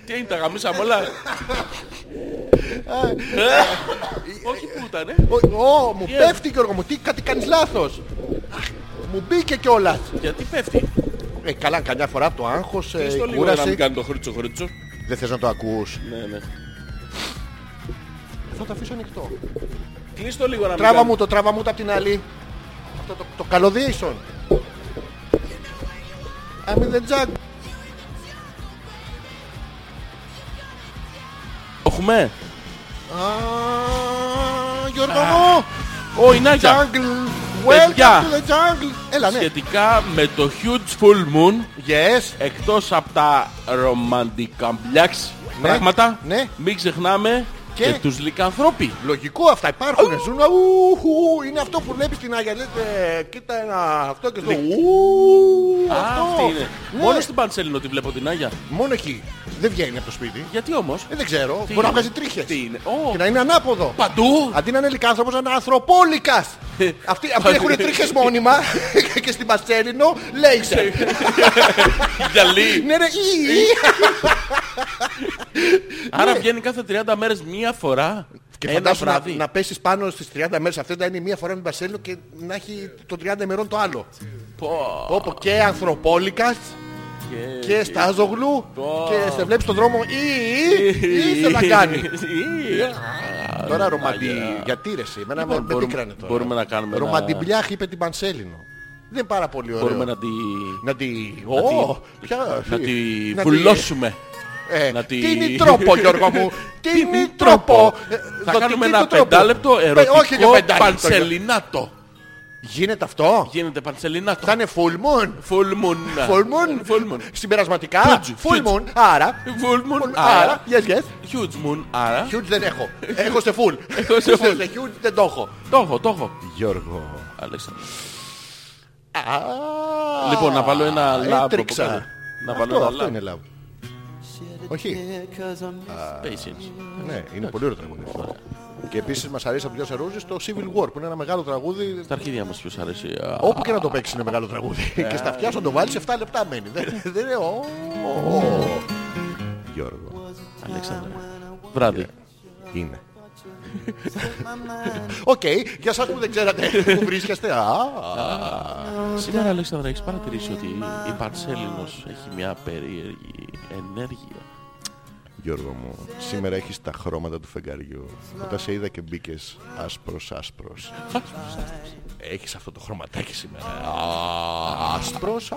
S2: Τι είναι τα γαμίσαμε όλα. Όχι που ήτανε.
S1: Ω, ω, μου
S2: Yes.
S1: πέφτει Γιώργο μου, τι κάτι κάνεις λάθος. Μου μπήκε κιόλας.
S2: Γιατί πέφτει.
S1: Ε, καλά, καμιά φορά από το άγχος, ε,
S2: Πες το
S1: η
S2: λίγο να μην
S1: κούραση.
S2: κάνει το χρύτσο χρύτσο.
S1: Δεν θες να το ακούς.
S2: Ναι, ναι.
S1: Θα το αφήσω ανοιχτό.
S2: Κλείς το λίγο να μην
S1: Τράβα
S2: κάνει.
S1: μου το, τράβα μου το απ' την άλλη. Αυτό το, το καλωδίσον. I'm in the jug.
S2: Το Έχουμε.
S1: Α, Γιώργο μου.
S2: Ω, η Νάγια.
S1: Jungle. Welcome
S2: Παιδιά.
S1: to the jungle. Έλα, ναι.
S2: Σχετικά με το huge full moon,
S1: Yes.
S2: εκτός από τα ρομαντικά μπλιάξ
S1: Ναι.
S2: πράγματα,
S1: Ναι.
S2: μην ξεχνάμε
S1: Και-
S2: και, τους λικανθρώποι.
S1: Λογικό αυτά υπάρχουν. Ζουν. Ου, είναι αυτό που βλέπεις την Άγια. Λες, ε, κοίτα ένα αυτό και το. Ου,
S2: Ναι. Α, αυτή
S1: αυτό.
S2: είναι.
S1: Ναι.
S2: Μόνο στην Πανσέλινο τη βλέπω την Άγια.
S1: Μόνο εκεί. Δεν βγαίνει από το σπίτι.
S2: Γιατί όμως.
S1: Ε, δεν ξέρω.
S2: Τι
S1: Μπορεί να
S2: είναι.
S1: βγάζει τρίχες.
S2: Τι είναι. Ω,
S1: Και να είναι ανάποδο.
S2: Παντού.
S1: Αντί να είναι λικάνθρωπος να είναι ανθρωπόλικας. αυτοί, αυτοί έχουν τρίχες μόνιμα και στην Πασέλινο λέιζερ.
S2: Γυαλί.
S1: ναι, ναι, ι,
S2: Ε,
S1: ι.
S2: Άρα
S1: Ναι.
S2: βγαίνει κάθε 30 μέρες μία φορά.
S1: Και
S2: ένα
S1: φαντάσου να,
S2: βράδυ.
S1: να πέσεις πάνω στις 30 μέρες αυτές να είναι μία φορά με την Πασέλινο και να έχει το 30 ημερών το άλλο.
S2: Πω.
S1: Όπου και ανθρωπόλικας
S2: Και-
S1: και στάζογλου
S2: Πω.
S1: και σε βλέπεις στον δρόμο ή θε να κάνει. Τώρα ρομαντι... Γιατί ρε σήμερα
S2: Λοιπόν,
S1: με, με
S2: μπορούμε-
S1: πικράνε τώρα.
S2: μπορούμε να κάνουμε ένα-
S1: Ρομαντιμπλιάχ είπε την Πανσέλινο. Δεν είναι πάρα πολύ ωραίο.
S2: Μπορούμε να τη...
S1: Να τη...
S2: να τη-
S1: Ω, ποια-
S2: να τη
S1: να τη-
S2: βουλώσουμε.
S1: Ε,
S2: να τη-
S1: Τι είναι τρόπο Γιώργο μου. Τι είναι τρόπο. Ε,
S2: Θα
S1: δοτική
S2: κάνουμε
S1: του
S2: ένα
S1: τρόπου.
S2: πεντάλεπτο
S1: Ε,
S2: ερωτικό
S1: όχι για πεντάλεπτο, Γιώργο.
S2: πανσελινάτο.
S1: Γίνεται αυτό.
S2: Γίνεται πανσελινάτο.
S1: Θα είναι full moon.
S2: Full moon.
S1: Full moon.
S2: Full moon.
S1: Συμπερασματικά.
S2: Huge,
S1: Full
S2: huge.
S1: moon. Άρα.
S2: Full moon.
S1: Άρα.
S2: Άρα.
S1: Yes, yes.
S2: Huge moon. Άρα.
S1: Huge δεν έχω. Έχω σε full.
S2: Έχω σε full.
S1: huge δεν το έχω.
S2: Το έχω, το έχω.
S1: Γιώργο.
S2: Αλέξανδρε.
S1: Α,
S2: Λοιπόν, να βάλω ένα λάμπ.
S1: Έτριξα.
S2: από κάτω. Να βάλω
S1: Αυτό,
S2: ένα
S1: αυτό
S2: λάμπ.
S1: είναι λαμπ. Όχι.
S2: Patience.
S1: Ναι, είναι πολύ ωραίο τραγούδι. αυτό. Και επίσης μας αρέσει από Γιώργο Ρούζης το Civil War που είναι ένα μεγάλο τραγούδι.
S2: Στα αρχίδια μας ποιος αρέσει. Α,
S1: Όπου και να το παίξεις είναι μεγάλο τραγούδι. Και στα αυτιά σου να το βάλεις 7 λεπτά μένει. Δεν δεν είναι. «Ω, ω, ω». Γιώργο. Ε,
S2: Αλέξανδρε. Βράδυ.
S1: Είναι. Οκ, για σας που δεν ξέρατε που βρίσκεστε. Α,
S2: Σήμερα Αλέξανδρε έχεις παρατηρήσει ότι η Πανσέλινος έχει μια περίεργη ενέργεια.
S1: Γιώργο μου, σήμερα έχεις τα χρώματα του φεγγαριού. Όταν σε είδα και μπήκες άσπρος άσπρος. Έχεις αυτό το χρωματάκι σήμερα. Α, Άσπρος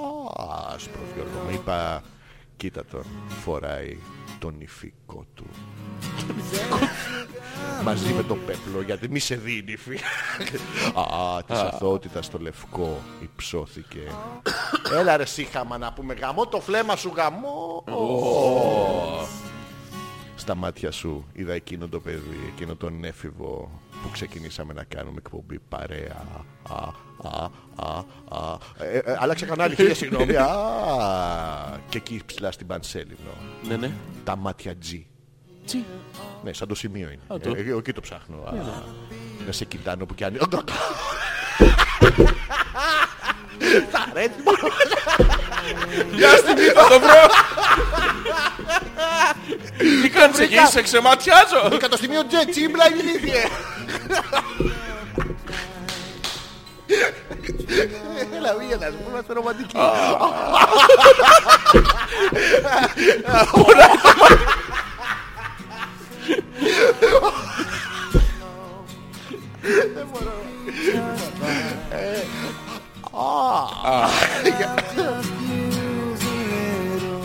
S1: άσπρος Γιώργο μου. Είπα, κοίτα τον, φοράει τον ηφικό του. Μαζί με το πέπλο γιατί μη σε δει η νύφη. Α, της αθωότητας στο λευκό υψώθηκε. Έλα ρε σύχαμα να πούμε γαμό το φλέμα σου γαμό. Στα μάτια σου είδα εκείνο το παιδί, εκείνο τον έφηβο που ξεκινήσαμε να κάνουμε εκπομπή παρέα. Α, α, α, α. Ε, ε, άλλαξε κανάλι, χίλια συγγνώμη. Α, και εκεί ψηλά στην Πανσέλινο.
S2: Ναι, ναι.
S1: Τα μάτια G.
S2: Τσι.
S1: Ναι, σαν το σημείο είναι.
S2: Α, το. Ναι,
S1: Ε, εγώ εκεί το ψάχνω. Α, να σε κοιτάνω που κι αν. Θα ρε,
S2: Γεια στην θα το βρω. Τι κάνεις εκεί, σε ξεματιάζω.
S1: Κατά σημείο G, τσίμπλα η ηλίθιε. Έλα, βγήκε να σου πούμε, είμαστε ρομαντικοί.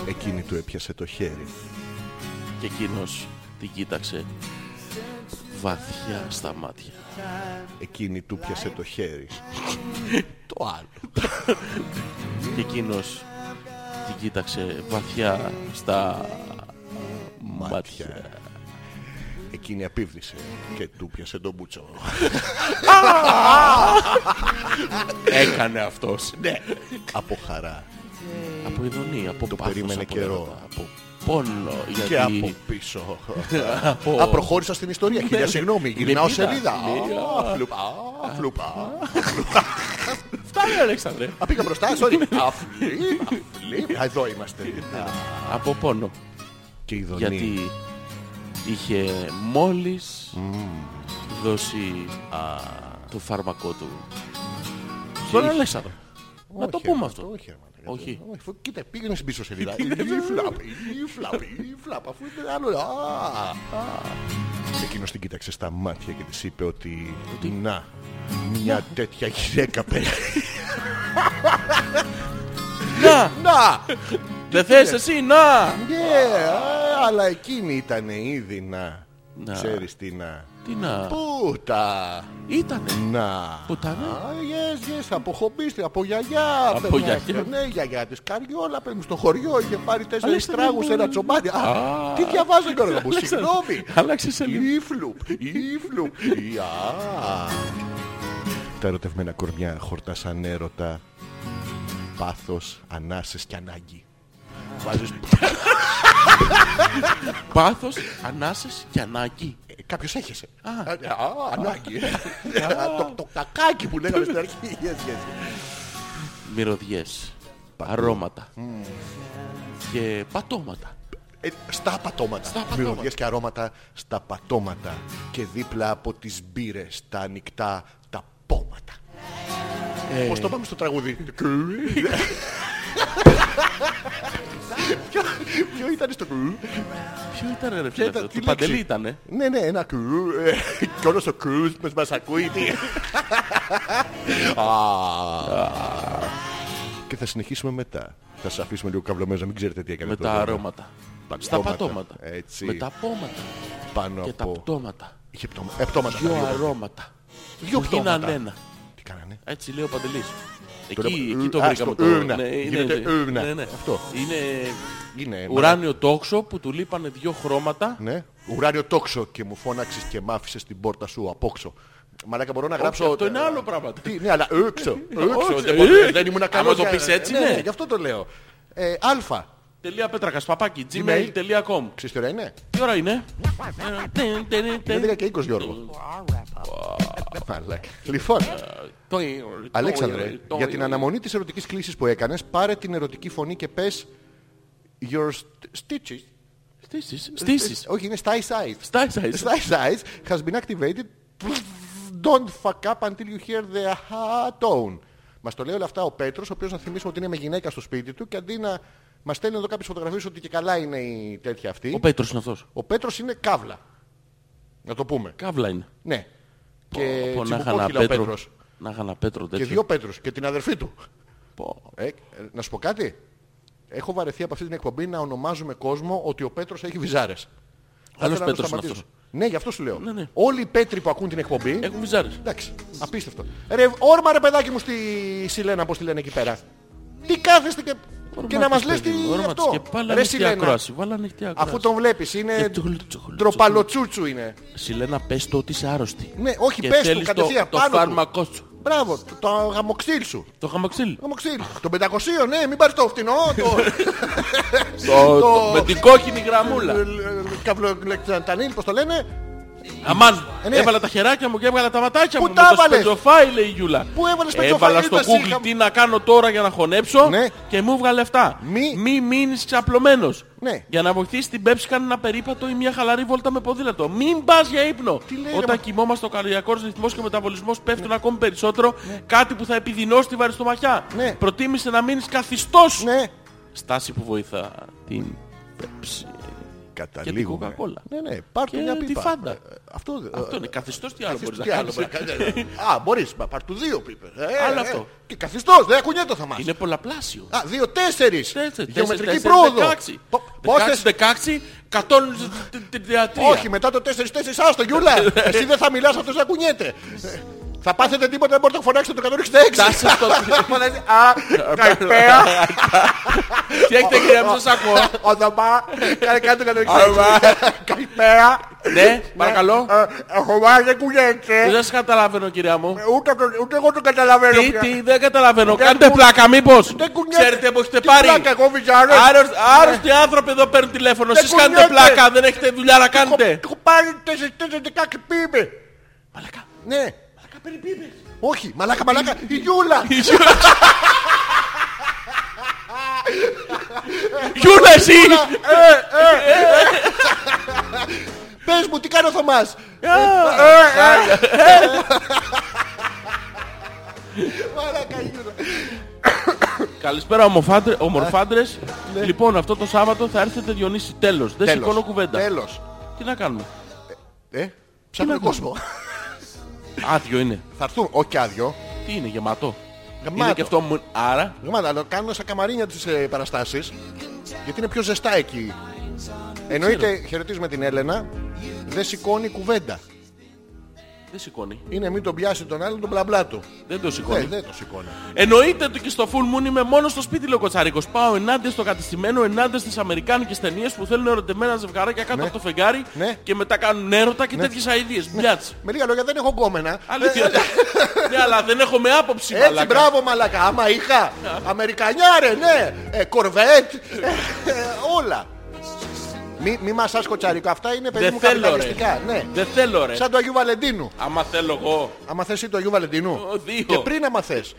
S1: Εκείνη του έπιασε το χέρι.
S2: Και εκείνος την κοίταξε βαθιά στα μάτια.
S1: Εκείνη του πιασε το χέρι. Το άλλο.
S2: Και εκείνος την κοίταξε βαθιά στα μάτια.
S1: Μάτια. Εκείνη απίβδησε και του πιασε τον μπουτσό.
S2: Έκανε αυτός. Ναι.
S1: Από χαρά.
S2: Από ειδονή, από
S1: Το
S2: πάθος,
S1: περίμενε
S2: από
S1: καιρό.
S2: έρωτα, Από πόνο.
S1: Και από
S2: Γιατί
S1: πίσω.
S2: από- Ναι.
S1: Α, προχώρησα στην ιστορία. Χίλια συγγνώμη. Γυρνάω
S2: μίλα,
S1: σελίδα.
S2: μίλα.
S1: Α, Φλουπα. α, Φλουπα.
S2: Φτάνει Αλέξανδρε.
S1: Α, πήγα μπροστά, sorry. Αφλή, αφλή. Α, Εδώ είμαστε. Α,
S2: Από πόνο.
S1: Και η Δονή.
S2: Γιατί είχε μόλις δώσει το φάρμακό του στον Αλέξανδρο. Να το
S1: Όχι,
S2: πούμε
S1: ρε,
S2: αυτό.
S1: Όχι, ρε, μαλάκα.
S2: Όχι.
S1: αφού- Κοίτα, πήγαινε στην πίσω σελίδα. Ή φλαπ, ή φλαπ, ή φλαπ. Αφού ήταν άλλο. Α, α. Εκείνος την κοίταξε στα μάτια και της είπε ότι... Να, μια τέτοια γυναίκα πέρα.
S2: Να!
S1: Να!
S2: Δεν θες εσύ, να!
S1: Ναι, α, αλλά εκείνη ήταν ήδη να.
S2: Να.
S1: Ξέρεις τι να.
S2: Τι να!
S1: Πού τα.
S2: Ήτανε!
S1: Να.
S2: Πού τα ναι.
S1: Α, yes, yes, από χομπίστρια, από γιαγιά.
S2: Από
S1: περνάς.
S2: γιαγιά.
S1: Ναι, η γιαγιά της Καριόλα, παίρνει στο χωριό, είχε πάρει τέσσερις
S2: Αλέξανδρε
S1: τράγους
S2: μου.
S1: ένα τσομπάνι. Α, τι διαβάζω Γιώργο μου,
S2: Αλέξανδρε,
S1: συγγνώμη.
S2: Άλλαξε σελίδα.
S1: Ήφλουπ, ήφλουπ, Ια. Τα ερωτευμένα κορμιά χορτάσαν έρωτα, πάθος, ανάσες και ανάγκη. Βάζεις...
S2: Πάθος, ανάσες και ανάγκη.
S1: Ε, Κάποιος έχεσαι. Α, ανάγκη. Α, το- Το κακάκι που λέγαμε στην αρχή. Yes, yes.
S2: Μυρωδιές. Αρώματα. Και πατώματα.
S1: Ε, στα πατώματα. Στα
S2: πατώματα.
S1: και αρώματα στα πατώματα. Και δίπλα από τις μπύρες τα ανοιχτά τα πόματα.
S2: Ε.
S1: Πώς το πάμε στο τραγούδι. Ποιο- Ποιο ήταν στο κλου.
S2: Ποιο ήτανε ρε φίλε
S1: ήταν,
S2: αυτό,
S1: τι
S2: το παντελή
S1: λέξη?
S2: ήτανε.
S1: Ναι, ναι, ένα κλου. ε, Και όλος ο κλου μας μας ακούει. τι. Α. Και θα συνεχίσουμε μετά. Θα σας αφήσουμε λίγο καυλωμένους να μην ξέρετε τι έκανε
S2: Με
S1: το
S2: τα
S1: πρόγραμμα.
S2: αρώματα.
S1: Τα
S2: Στα
S1: πτώματα.
S2: πατώματα.
S1: Έτσι.
S2: Με τα πόματα.
S1: Πάνω
S2: Και τα
S1: από...
S2: πτώματα.
S1: Είχε πτώμα- ε, πτώματα.
S2: Δυο
S1: ήταν,
S2: αρώματα.
S1: Δυο
S2: Που γίναν
S1: πτώματα.
S2: ένα.
S1: Τι κάνανε.
S2: Έτσι λέει ο Παντελής.
S1: Τώρα,
S2: Εκεί,
S1: ε,
S2: εκεί το
S1: α,
S2: βρήκαμε
S1: στο
S2: το...
S1: Εύνα.
S2: ναι, είναι-
S1: Γίνεται
S2: ναι,
S1: Εύνα.
S2: ναι, ναι.
S1: Αυτό.
S2: Είναι
S1: Είναι
S2: ουράνιο τόξο που του λείπανε δύο χρώματα.
S1: Ναι. Ουράνιο τόξο και μου φώναξες και μ' άφησες την πόρτα σου απόξω. Μαλάκα μπορώ να γράψω...
S2: αυτό είναι άλλο πράγμα.
S1: Τι, ναι, αλλά έξω. έξω,
S2: Όξο,
S1: δεν
S2: ε,
S1: μπορώ, δεν ήμουν
S2: άμα
S1: καλός.
S2: το ναι.
S1: για-
S2: πεις έτσι, ναι.
S1: Γι' αυτό το λέω. Ε, Αλφα.
S2: Τελεία πέτρακας παπάκι gmail.com.
S1: Ξέρεις τι ώρα είναι.
S2: Τι ώρα είναι? Ε.
S1: 11 και 20 Γιώργο. Μαλάκα. Λοιπόν,
S2: Ε,
S1: Αλέξανδρε, για την αναμονή της ερωτικής κλήσης που έκανες, πάρε την ερωτική φωνή και πες your st- stitches. Ε,
S2: Στήσεις. Στήσεις.
S1: Όχι, είναι sty size.
S2: Στάισα, είσαι.
S1: Sty size has been activated. Don't fuck up until you hear the ha tone. Μας το λέει όλα αυτά ο Πέτρος, ο οποίος να θυμίσουμε ότι είναι με γυναίκα στο σπίτι του και αντί να μας στέλνει εδώ κάποιες φωτογραφίες ότι και καλά είναι η τέτοια αυτή.
S2: Ο Πέτρος είναι αυτός.
S1: Ο Πέτρος είναι καύλα. Να το πούμε.
S2: Καύλα είναι.
S1: Ναι. Ε, Και
S2: Πω, να είχα ένα
S1: τσιμπουκόκυλα ο
S2: Πέτρο.
S1: Πέτρος.
S2: Να είχα ένα Πέτρο
S1: Και
S2: τέτοιο.
S1: δύο Πέτρους. Και την αδερφή του.
S2: Πω.
S1: Ε, ε, να σου πω κάτι. Έχω βαρεθεί από αυτή την εκπομπή να ονομάζουμε κόσμο ότι ο Πέτρος έχει βυζάρες. Θα
S2: Άλλος
S1: ήθελα να το
S2: Πέτρος είναι
S1: σταματήσω.
S2: αυτός.
S1: Ναι, γι' αυτό σου λέω.
S2: ναι. Ε,
S1: Όλοι οι Πέτροι που ακούν την εκπομπή.
S2: Έχουν βυζάρες.
S1: Εντάξει. Απίστευτο. Ρε, όρμα ρε παιδάκι μου στη Σιλένα, πώς τη λένε εκεί πέρα. Τι κάθεστε και, και να μας λες τι αυτό.
S2: Και πάλι
S1: Ρε
S2: ανοιχτή
S1: Σιλένα.
S2: ακρόαση. Ε, Βάλα ανοιχτή ακρόαση.
S1: Αφού τον βλέπεις
S2: Και
S1: είναι
S2: τσοχλ, τσοχλ,
S1: ντροπαλοτσούτσου είναι.
S2: Σιλένα, πες το ότι είσαι άρρωστη.
S1: Ναι, όχι,
S2: Και
S1: πες του
S2: θέλεις το-
S1: κατευθείαν,
S2: Το
S1: πάνω του.
S2: φάρμακό σου.
S1: Μπράβο, το, το γαμοξύλ σου.
S2: Το χαμαξίλι.
S1: Το γαμοξύλ. Των 500, ναι, μην πάρεις το φτηνό. Το...
S2: Το-
S1: το-
S2: Με την κόκκινη
S1: Ναι,
S2: γραμμούλα.
S1: Καυλοκλεκτανίλ, πώς το λένε.
S2: Αμάν.
S1: Ε, ναι.
S2: Έβαλα τα χεράκια μου και έβγαλα τα ματάκια
S1: Πού
S2: μου.
S1: τα
S2: με το
S1: έβαλες?
S2: σπεντζοφάι, λέει η Γιούλα.
S1: Πού έβαλες σπεντζοφάι,
S2: Έβαλα
S1: δεν
S2: στο
S1: τα
S2: Google
S1: σύγχα-
S2: τι να κάνω τώρα για να χωνέψω
S1: Ναι.
S2: και μου έβγαλε αυτά.
S1: Μη-
S2: Μη μείνεις ξαπλωμένος.
S1: Ναι.
S2: Για να βοηθήσεις την πέψη κάνει ένα περίπατο ή μια χαλαρή βόλτα με ποδήλατο. Μην πας για ύπνο.
S1: Τι λέει, ρε,
S2: Όταν
S1: μα-
S2: κοιμόμαστε, ο καρδιακός ρυθμός και ο μεταβολισμός πέφτουν ακόμη περισσότερο. Κάτι που θα επιδεινώσει τη βαριστομαχιά.
S1: Ναι.
S2: Προτίμησε να μείνεις καθιστός.
S1: Ναι.
S2: Στάση που βοηθά την πέψη.
S1: Καταλήγουμε.
S2: Και την Coca-Cola.
S1: Ναι, ναι, πάρ' του
S2: Και
S1: μια
S2: τη
S1: πίπα.
S2: Fanta.
S1: Ε, Αυτό,
S2: Αυτό
S1: ε,
S2: είναι καθιστός, τι άλλο μπορεί να
S1: τι άλλο
S2: κάνεις.
S1: μπορείς να κάνεις. ναι. Α, μπορείς, μα πάρ' του δύο πίπες. Ε,
S2: Άλλο
S1: ε,
S2: αυτό.
S1: Και καθιστός, δεν ακουνιέται θα μας.
S2: Είναι πολλαπλάσιο.
S1: Α, δύο τέσσερις.
S2: Τέσσερις,
S1: Γεωμετρική
S2: τέσσερις,
S1: πρόοδο.
S2: δεκάξι.
S1: Πο-
S2: Δεκάξι,
S1: Πόσες...
S2: δεκάξι, 133.
S1: Όχι, μετά το 4-4, άστο Γιούλα. Εσύ δεν θα μιλάς, αυτός δεν ακουνιέται. Θα πάθετε τίποτα, δεν μπορείτε να φωνάξετε το 166.
S2: Φτάσε στο.
S1: λοιπόν, Α, καϊπέα.
S2: Τι έχετε κυρία μου, σας ακούω.
S1: Οδωμά, κάνε κάτι το 166. Καϊπέα.
S2: Ναι, παρακαλώ.
S1: Έχω μάθει, δεν κουνιέται.
S2: Δεν σας καταλαβαίνω κυρία μου.
S1: Ούτε, ούτε εγώ το καταλαβαίνω
S2: Τι,
S1: πια.
S2: τι, δεν καταλαβαίνω.
S1: Δεν
S2: Κάντε
S1: κου-
S2: πλάκα μήπως.
S1: ναι. λοιπόν, Δεν κουνιέται.
S2: Ξέρετε που έχετε
S1: Τι
S2: πάρει.
S1: πλάκα, εγώ βυζάρες.
S2: Άρρωσ- Άρρωστοι άνθρωποι εδώ παίρνουν τηλέφωνο.
S1: Ναι. Δεν
S2: Εσείς κάνετε
S1: κουνιέται.
S2: πλάκα, δεν έχετε δουλειά να
S1: Έχω-
S2: κάνετε.
S1: Έχω πάρει 4-4-16 πίμπε.
S2: Μαλακά.
S1: Ναι. Όχι, μαλάκα, μαλάκα, η Γιούλα.
S2: Γιούλα εσύ.
S1: Πες μου, τι κάνει ο Θωμάς.
S2: Ε,
S1: Ε, Μαλάκα, η Γιούλα.
S2: Καλησπέρα ομορφάντρε- ομορφάντρες. Λοιπόν, αυτό το Σάββατο θα έρθετε Διονύση. Τέλος. Δεν
S1: Ε, ναι. Τέλος.
S2: σηκώνω κουβέντα.
S1: Τέλος.
S2: Τι να κάνουμε.
S1: Ε, ψάχνω
S2: Τι να
S1: κόσμο.
S2: Άδειο είναι.
S1: Θα έρθουν, όχι άδειο. Ε,
S2: Τι είναι, γεμάτο.
S1: Γεμάτο.
S2: Είναι και αυτό μου. Άρα,
S1: Γεμάτα, αλλά κάνουν σαν καμαρίνια τις ε, παραστάσεις. Γιατί είναι πιο ζεστά εκεί. Εννοείται, χαιρετίζουμε την Έλενα, δεν σηκώνει κουβέντα.
S2: δεν σηκώνει.
S1: Είναι μην τον πιάσει τον άλλον τον μπλαμπλά του.
S2: Δεν το
S1: Δεν,
S2: σηκώνει.
S1: Ναι, δεν το σηκώνει.
S2: Εννοείται ότι και στο Full Moon είμαι μόνο στο σπίτι Λοκοτσαρίκο. Πάω ενάντια στο κατεστημένο, ενάντια στις Αμερικάνικες ταινίες που θέλουν ερωτεμένα ζευγαράκια κάτω από το φεγγάρι
S1: Ναι.
S2: και μετά κάνουν έρωτα και τέτοιες αειδίες. Μπιάτς.
S1: Με λίγα λόγια δεν έχω γκόμενα. Ε,
S2: Αλήθεια. ναι, αλλά δεν έχουμε άποψη.
S1: Έτσι,
S2: μαλάκα.
S1: μπράβο μαλακά. Άμα είχα. Αμερικανιάρε, ναι. Ε, κορβέτ. Ε, όλα. Μη, μη μασάς κοτσαρικό. Αυτά είναι παιδί
S2: Δεν
S1: μου
S2: θέλω, ρε.
S1: καπιταλιστικά. Ναι.
S2: Δεν θέλω, ρε.
S1: Σαν του Αγίου Βαλεντίνου.
S2: Άμα θέλω εγώ.
S1: Άμα θες ή του Αγίου Βαλεντίνου.
S2: Ο, δύο.
S1: Και πριν άμα θες.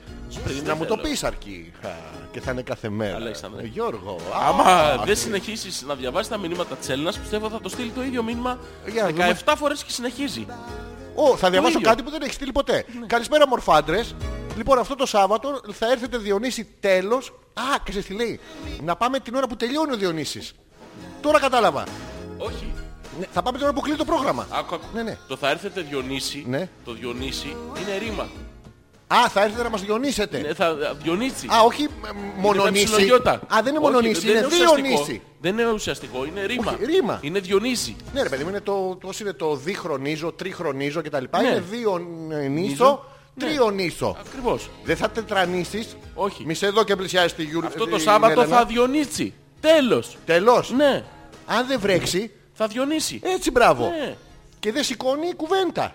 S2: δεν
S1: Να μου το
S2: θέλω.
S1: πεις αρκεί. Α, Και θα είναι κάθε μέρα. Ε,
S2: Αλέξανδρε.
S1: Γιώργο. α,
S2: Άμα δεν συνεχίσεις να διαβάσεις τα μηνύματα της Έλληνας, πιστεύω θα το στείλει το ίδιο μήνυμα
S1: Ε, Για να
S2: 17 φορές και συνεχίζει.
S1: Ω, θα διαβάσω
S2: ίδιο.
S1: κάτι που δεν έχει στείλει ποτέ.
S2: Ναι.
S1: Καλησπέρα, μορφάντρε. Λοιπόν, αυτό το Σάββατο θα έρθετε Διονύση τέλος. Α, και τι λέει. Να πάμε την ώρα που τελειώνει ο Διονύσης. Τώρα κατάλαβα.
S2: Όχι.
S1: Ναι, θα πάμε την ώρα που κλείνει το πρόγραμμα.
S2: Άκου, άκου.
S1: Ναι, ναι.
S2: Το θα έρθετε Διονύση.
S1: Ναι.
S2: Το Διονύση είναι ρήμα.
S1: Α, θα έρθετε να μας διονύσετε.
S2: Ναι, θα, Διονύση.
S1: Α, όχι
S2: Είναι με
S1: μονονύση.
S2: ψιλογιώτα.
S1: Α, δεν είναι
S2: Όχι,
S1: μονονύση,
S2: δεν
S1: είναι
S2: ουσιαστικό.
S1: διονύση.
S2: Δεν είναι ουσιαστικό, είναι ρήμα.
S1: Όχι, ρήμα.
S2: Είναι Διονύση.
S1: Ναι, ρε παιδί μου, είναι το, πώς είναι το διχρονίζω, τριχρονίζω κτλ.
S2: Ναι.
S1: Είναι διονύσο, τριονύσο.
S2: Ακριβώς.
S1: Δεν θα τετρανύσεις.
S2: Όχι.
S1: Μη σε εδώ και πλησιάζεις τη Γιούλη.
S2: Αυτό το Σάββατο θα Διονύσει. Τέλος.
S1: Ε, Τέλος. Ε,
S2: Ναι.
S1: Αν δεν βρέξει,
S2: Θα Διονύσει.
S1: έτσι μπράβο.
S2: Ναι.
S1: Και δεν σηκώνει η κουβέντα.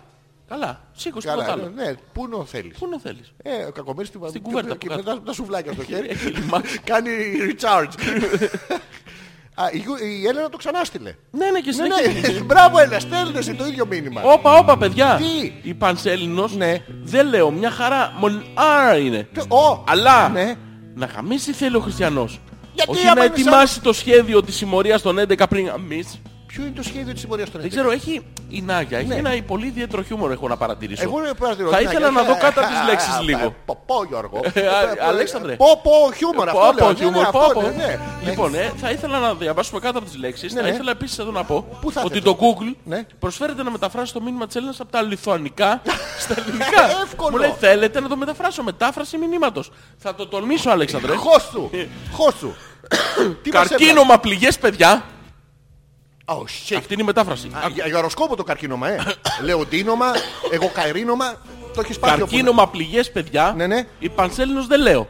S2: Καλά. Σήκω τίποτα άλλο.
S1: ναι, πού να θέλεις.
S2: Πού να θέλεις.
S1: Ε, ο κακομίρι στην
S2: κουβέρτα
S1: Και
S2: που
S1: μετά τα σουβλάκια στο χέρι.
S2: Έχει λιμάνι.
S1: Κάνει recharge. Α, η, Γιου- η Έλενα το ξανάστηλε.
S2: Ναι, ναι, και
S1: Ναι,
S2: συνέχεια.
S1: ναι. Μπράβο, Έλενα, στέλνεσαι το ίδιο μήνυμα.
S2: Όπα, όπα, παιδιά.
S1: Τι?
S2: Η Πανσέλινος.
S1: Ναι.
S2: Δεν λέω, μια χαρά. Μονάρα είναι.
S1: Τι- Ω,
S2: Αλλά
S1: Ναι.
S2: να γαμίσει θέλει ο Χριστιανός.
S1: Γιατί
S2: Όχι
S1: άμα
S2: να
S1: είναι σαν-
S2: ετοιμάσει το σχέδιο της συμμορίας των 11 πριν γαμίσει.
S1: Ποιο είναι το σχέδιο της συμμορίας των
S2: Δεν
S1: Ελλήνων.
S2: ξέρω, έχει η Νάγια. Έχει ένα πολύ ιδιαίτερο χιούμορ, έχω να παρατηρήσω.
S1: Ναι. Εγώ δεν παρατηρώ. Ε,
S2: Θα
S1: Τι
S2: ήθελα
S1: να
S2: να
S1: κάνω.
S2: δω κάτω από τις
S1: Α,
S2: λέξεις
S1: α,
S2: λίγο. Ε,
S1: α, Πω, πω, Γιώργο.
S2: α, Αλέξανδρε. Ε,
S1: Πω, πω, χιούμορ.
S2: Πω,
S1: αυτό
S2: πω,
S1: λέω. Ναι, ναι,
S2: χιούμορ,
S1: αυτό
S2: πω,
S1: λέω,
S2: πω.
S1: ναι.
S2: Λοιπόν, ε, θα ήθελα να διαβάσουμε κάτω από τις λέξεις.
S1: Ναι,
S2: Θα
S1: ναι.
S2: ήθελα επίσης εδώ να πω
S1: Πού θα
S2: ότι
S1: ήθελα.
S2: το Google
S1: Ναι.
S2: προσφέρεται να μεταφράσει το μήνυμα της Έλληνας από τα λιθουανικά στα ελληνικά.
S1: Εύκολο.
S2: Μου λέει, θέλετε να το μεταφράσω. Μετάφραση μηνύματος. Θα το τολμήσω, Αλέξανδρε.
S1: Χώσου. Χώσου. Τι μας έβγαλε.
S2: Καρκίνωμα πληγές, παιδιά.
S1: Oh, shit.
S2: Αυτή είναι η μετάφραση.
S1: Α, Για, για οροσκόπο το καρκίνωμα, ε. Λεοντίνομα, εγώ καηρίνομα. Το έχεις πάρει.
S2: Καρκίνωμα πληγές, παιδιά.
S1: Ναι, ναι.
S2: Η Πανσέλινος δεν λέω.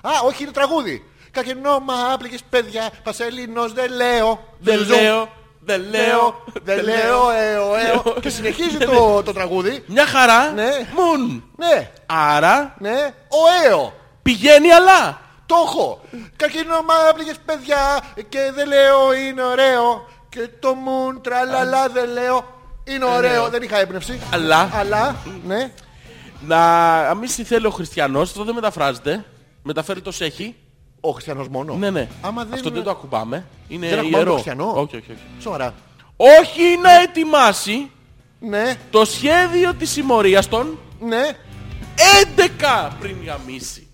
S1: Α, όχι, είναι τραγούδι. Καρκίνωμα, άπληκες παιδιά, πασελίνος, δεν λέω.
S2: Δεν
S1: Ζουζού.
S2: λέω. Δεν λέω.
S1: Ναι, δεν λέω, έω, έω.
S2: Λέω.
S1: Και συνεχίζει το, το τραγούδι.
S2: Μια χαρά.
S1: Ναι.
S2: Μουν.
S1: Ναι,
S2: Άρα
S1: ναι, ο έω.
S2: πηγαίνει αλλά.
S1: Το έχω. Καρκίνωμα, άπληκες παιδιά και δεν λέω είναι ωραίο. Και το μουν, τραλαλά, δεν λέω. Είναι ωραίο, δεν είχα έμπνευση.
S2: Αλλά.
S1: Αλλά, ναι.
S2: Να μην στη θέλει ο Χριστιανός, αυτό δεν μεταφράζεται. Μεταφέρει το σέχι.
S1: Ο χριστιανός μόνο.
S2: Ναι, ναι.
S1: Άμα δεν...
S2: Αυτό δεν το ακουμπάμε. Είναι
S1: δεν ακουμπάμε
S2: ιερό.
S1: το χριστιανό.
S2: Όχι, όχι, όχι.
S1: Σοβαρά.
S2: Όχι να ετοιμάσει
S1: Ναι,
S2: το σχέδιο της συμμορίας των
S1: ναι.
S2: 11 πριν γαμίσει.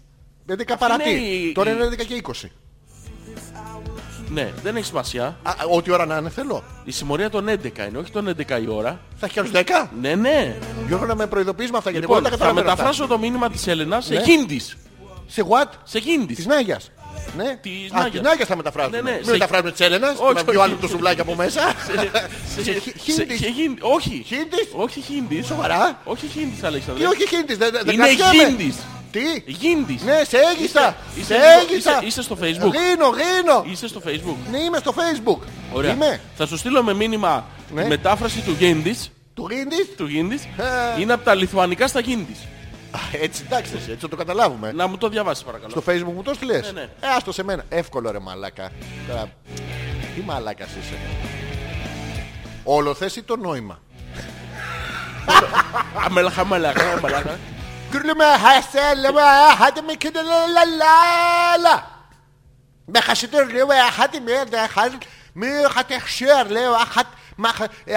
S1: 11 παρά
S2: είναι
S1: τι.
S2: Ναι, η-
S1: Τώρα
S2: η-
S1: είναι 11 και 20.
S2: Ναι, δεν έχει σημασία.
S1: Α, α, ό,τι ώρα να είναι θέλω.
S2: Η συμμορία των 11 είναι, όχι των 11 η ώρα.
S1: Θα έχει άλλους 10.
S2: Ναι, ναι.
S1: Γιώργο να με προειδοποιείς με αυτά γιατί εγώ
S2: Λοιπόν,
S1: δεν τα
S2: θα
S1: καταλαβαίνω αυτά.
S2: μεταφράσω το μήνυμα της Έλενας σε
S1: Ναι.
S2: κίνδυς.
S1: Σε what?
S2: Σε κίνδυς.
S1: Της Νάγιας. Ναι.
S2: Της
S1: Α,
S2: Νάγιας.
S1: της Νάγιας θα μεταφράσουμε.
S2: Ναι, ναι.
S1: Μην
S2: Σε-
S1: μεταφράζουμε της Έλενας.
S2: Όχι,
S1: Να βγει
S2: όχι.
S1: ο άλλος το σουβλάκι από μέσα.
S2: Σε-
S1: χι-
S2: σε-
S1: χίντις.
S2: σε χίν- Όχι.
S1: Χίντις.
S2: Όχι χίντις.
S1: Σοβαρά?
S2: Όχι χίντις, Αλέξανδρε.
S1: Τι όχι χίντης. δεν- δεν
S2: Είναι
S1: κρατιάμε.
S2: χίντις.
S1: Τι.
S2: Γίντης.
S1: Ναι, σε έγιστα.
S2: Είσαι-
S1: Σε
S2: είσαι-
S1: έγιστα.
S2: είσαι- είσαι στο Facebook.
S1: Γίνω, γίνω.
S2: Είσαι στο facebook.
S1: Ναι, είμαι στο facebook.
S2: Ωραία.
S1: Είμαι.
S2: Θα σου στείλω με μήνυμα
S1: Ναι.
S2: τη μετάφραση του Γίντις.
S1: Του γίνεις.
S2: Του Γίντις.
S1: Ε.
S2: Είναι από τα λιθουανικά στα Γίντις.
S1: Α, Έτσι, εντάξει, έτσι θα το καταλάβουμε.
S2: Να μου το διαβάσεις παρακαλώ.
S1: Στο facebook μου το στείλες.
S2: Ναι, ναι.
S1: Ε, άστο σε μένα. Εύκολο ρε μαλάκα. Τώρα, τι μαλάκας είσαι. Όλο θες ή το νόημα.
S2: Αμέλαχα, αμέλαχα, αμέλαχα.
S1: Κρύλουμε χασέλουμε χάτε με κίνε λαλαλα. Με χασιτήρ λέω χάτε με δε χάτε με χάτε χσέρ λέω χάτε μα ε,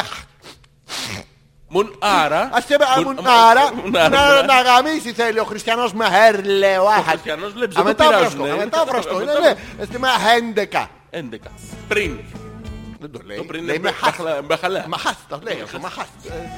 S2: Μουν άρα.
S1: Ας είμαι
S2: Μουν-
S1: αμουν άρα
S2: Μουν
S1: να-
S2: άρα.
S1: να γαμίσει θέλει ο χριστιανός με χέρ λέω χάτε.
S2: Χριστιανός βλέπεις, δεν ε, το
S1: Αμετάφραστο,
S2: πειράζουνε.
S1: αμετάφραστο είναι ναι. Ας είμαι χέντεκα.
S2: 11. Πριν.
S1: Δεν το λέει.
S2: Το πριν
S1: Λέει,
S2: είναι
S1: με χάς.
S2: μπαχαλά- μπαχαλά.
S1: Μαχάς, το λέει αυτό, μαχάς. Ε,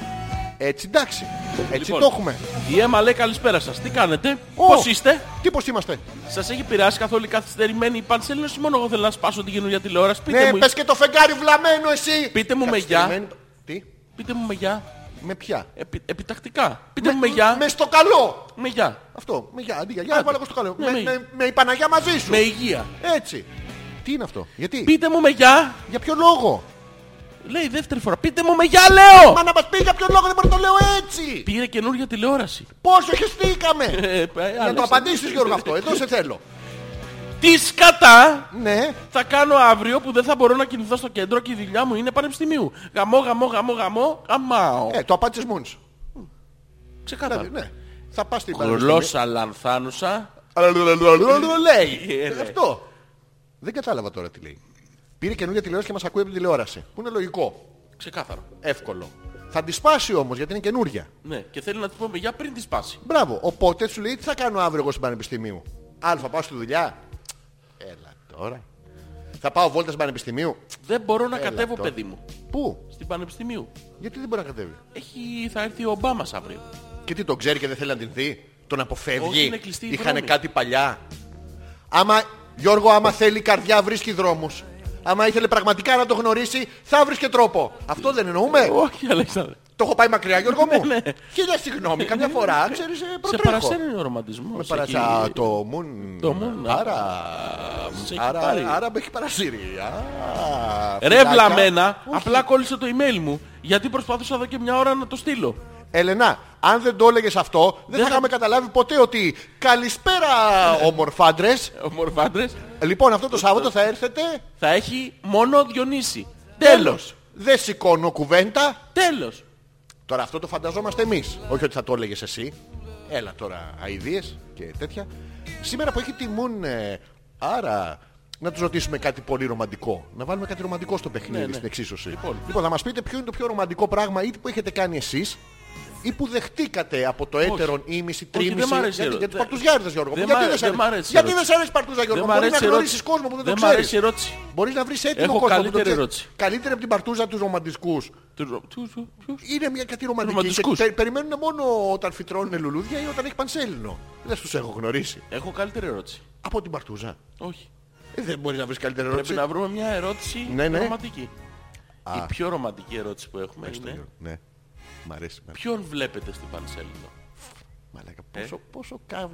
S1: Έτσι εντάξει. Έτσι
S2: Λοιπόν.
S1: το έχουμε.
S2: Η Έμα λέει καλησπέρα σας. Τι κάνετε,
S1: Ω.
S2: πώς είστε.
S1: Τι πως είμαστε.
S2: Σας έχει πειράσει καθόλου η καθυστερημένη η πανσέλινος ή μόνο εγώ θέλω να σπάσω την καινούργια τηλεόραση. Πείτε
S1: Ναι,
S2: μου,
S1: πες και το φεγγάρι βλαμμένο εσύ.
S2: Πείτε μου με
S1: Καθυστερημένη- Τι,
S2: πείτε μου με γεια.
S1: με ποια.
S2: Επι- επιτακτικά. Πείτε μου με γεια.
S1: Με στο καλό.
S2: Με γεια.
S1: Αυτό. Με γεια. Αντί για γεια,
S2: Άντε.
S1: βάλω εγώ στο καλό.
S2: Ναι,
S1: Με,
S2: με-
S1: με, με η Παναγιά μαζί σου.
S2: Με υγεία.
S1: Έτσι. Τι είναι αυτό. Γιατί.
S2: Πείτε μου με γεια.
S1: Για ποιο λόγο.
S2: Λέει δεύτερη φορά. Πείτε μου με γεια λέω.
S1: Μα να μας πει για ποιο λόγο δεν μπορεί να το λέω έτσι.
S2: Πήρε καινούργια τηλεόραση.
S1: Πόσο χεστήκαμε.
S2: Ε, ε,
S1: Να το
S2: άλλαξε.
S1: απαντήσεις Γιώργο αυτό. Εδώ σε θέλω.
S2: Τι σκατά
S1: Ναι.
S2: θα κάνω αύριο που δεν θα μπορώ να κινηθώ στο κέντρο και η δουλειά μου είναι πανεπιστημίου. Γαμό, γαμό, γαμό, γαμό, γαμάω.
S1: Ε, το απάντησες μόνος. σου.
S2: Ξεκάθαρα.
S1: Δηλαδή, Ναι. Θα πας στην
S2: Γλώσσα λανθάνουσα.
S1: Παναγιά.
S2: Ε,
S1: λέει.
S2: ναι.
S1: Αυτό. Δεν κατάλαβα τώρα τι λέει. Πήρε καινούργια τηλεόραση και μας ακούει από την τηλεόραση. Που είναι λογικό.
S2: Ξεκάθαρο.
S1: Εύκολο. Θα τη σπάσει όμως γιατί είναι καινούργια.
S2: Ναι, και θέλει να τη πούμε για πριν τη σπάσει.
S1: Μπράβο. Οπότε σου λέει τι θα κάνω αύριο εγώ στην Πανεπιστημίου. Α, θα πάω στη δουλειά. Έλα τώρα. Θα πάω βόλτας στην Πανεπιστημίου.
S2: Δεν μπορώ να κατέβω,
S1: τώρα.
S2: παιδί μου.
S1: Πού,
S2: Στην Πανεπιστημίου.
S1: γιατί δεν μπορεί να κατέβει.
S2: Έχει, θα έρθει ο Ομπάμας αύριο.
S1: Και τι τον ξέρει και δεν θέλει να την δει. Τον αποφεύγει.
S2: Όχι, είναι κλειστή η
S1: Είχανε
S2: δρόμη.
S1: κάτι παλιά. Άμα, Γιώργο, άμα θέλει η καρδιά βρίσκει δρόμους. Άμα ήθελε πραγματικά να το γνωρίσει, θα βρίσκε τρόπο. Αυτό δεν εννοούμε.
S2: Όχι, Αλέξανδρε.
S1: Το έχω πάει μακριά, Γιώργο μου.
S2: Ναι, ναι.
S1: Χίλια συγγνώμη, καμιά φορά ξέρεις, ε,
S2: Σε
S1: προτρέχω.
S2: παρασέρνει ο ρομαντισμός.
S1: Με παρασα... Το μουν...
S2: Το μουν, ναι.
S1: Άρα...
S2: Σε έχει
S1: Άρα,
S2: πάρει.
S1: άρα με έχει παρασύρει. Α,
S2: Ρε
S1: φυλάκια.
S2: βλαμμένα,
S1: Όχι.
S2: απλά κόλλησε το email μου. Γιατί προσπάθησα εδώ και μια ώρα να το στείλω.
S1: Ελενά, αν δεν το έλεγες αυτό, δεν θα είχαμε καταλάβει ποτέ ότι καλησπέρα
S2: Ναι.
S1: ομορφάντρε.
S2: Ο Μορφάντρες
S1: Λοιπόν, αυτό το
S2: Ε,
S1: Σάββατο θα έρθετε.
S2: θα έχει μόνο Διονύση. Τέλος.
S1: Δεν σηκώνω κουβέντα.
S2: Τέλος.
S1: Τώρα αυτό το φανταζόμαστε εμείς. Όχι ότι θα το έλεγες εσύ. Έλα τώρα αειδίε και τέτοια. Σήμερα που έχει τιμούν. ε, άρα να τους ρωτήσουμε κάτι πολύ ρομαντικό. Να βάλουμε κάτι ρομαντικό στο
S2: Ναι,
S1: παιχνίδι, στην εξίσωση. Λοιπόν. θα μας πείτε ποιο είναι το πιο ρομαντικό πράγμα ή που έχετε κάνει εσείς ή που δεχτήκατε από το έτερον ήμιση, τρίμηση.
S2: δεν μ' αρέσει η
S1: γιατί,
S2: ερω-
S1: γιατί
S2: δεν-
S1: παρτουζιάριδες, Γιώργο. μου.
S2: δεν
S1: γιατί
S2: μ'
S1: δεν σ'
S2: αρέσει- δεν μ'
S1: αρέσει.
S2: αρέσει η
S1: Γιατί δεν
S2: ερώτηση.
S1: σ' αρέσει παρτούζα, Γιώργο.
S2: Δεν μ'
S1: Μπορεί να
S2: αρέσει η
S1: γνωρίσει
S2: ερώτηση.
S1: κόσμο που δεν το
S2: Δεν μ' αρέσει η
S1: ξέρει.
S2: ερώτηση.
S1: Μπορείς να βρεις έτοιμο
S2: Έχω
S1: κόσμο. που το
S2: καλύτερη
S1: ξέρεις.
S2: ερώτηση.
S1: Καλύτερη από την παρτούζα τους ρομαντικού.
S2: Του- του- του- ποιος?
S1: Είναι μια κάτι ρομαντική.
S2: Ρομαντικούς.
S1: Και πε- περιμένουν μόνο όταν φυτρώνουν λουλούδια ή όταν έχει πανσέλινο. Δεν τους έχω γνωρίσει.
S2: Έχω καλύτερη ερώτηση.
S1: Από την Παρτούζα.
S2: Όχι.
S1: Ε, δεν μπορεί να βρεις καλύτερη
S2: Πρέπει
S1: ερώτηση.
S2: να βρούμε μια ερώτηση
S1: Ναι, ναι.
S2: ρομαντική. Η πιο ρομαντική ερώτηση που έχουμε είναι
S1: Ναι. Μ' αρέσει. μ' αρέσει.
S2: ποιον βλέπετε στην Πανσέλινο.
S1: Μαλάκα, πόσο, πόσο καβ.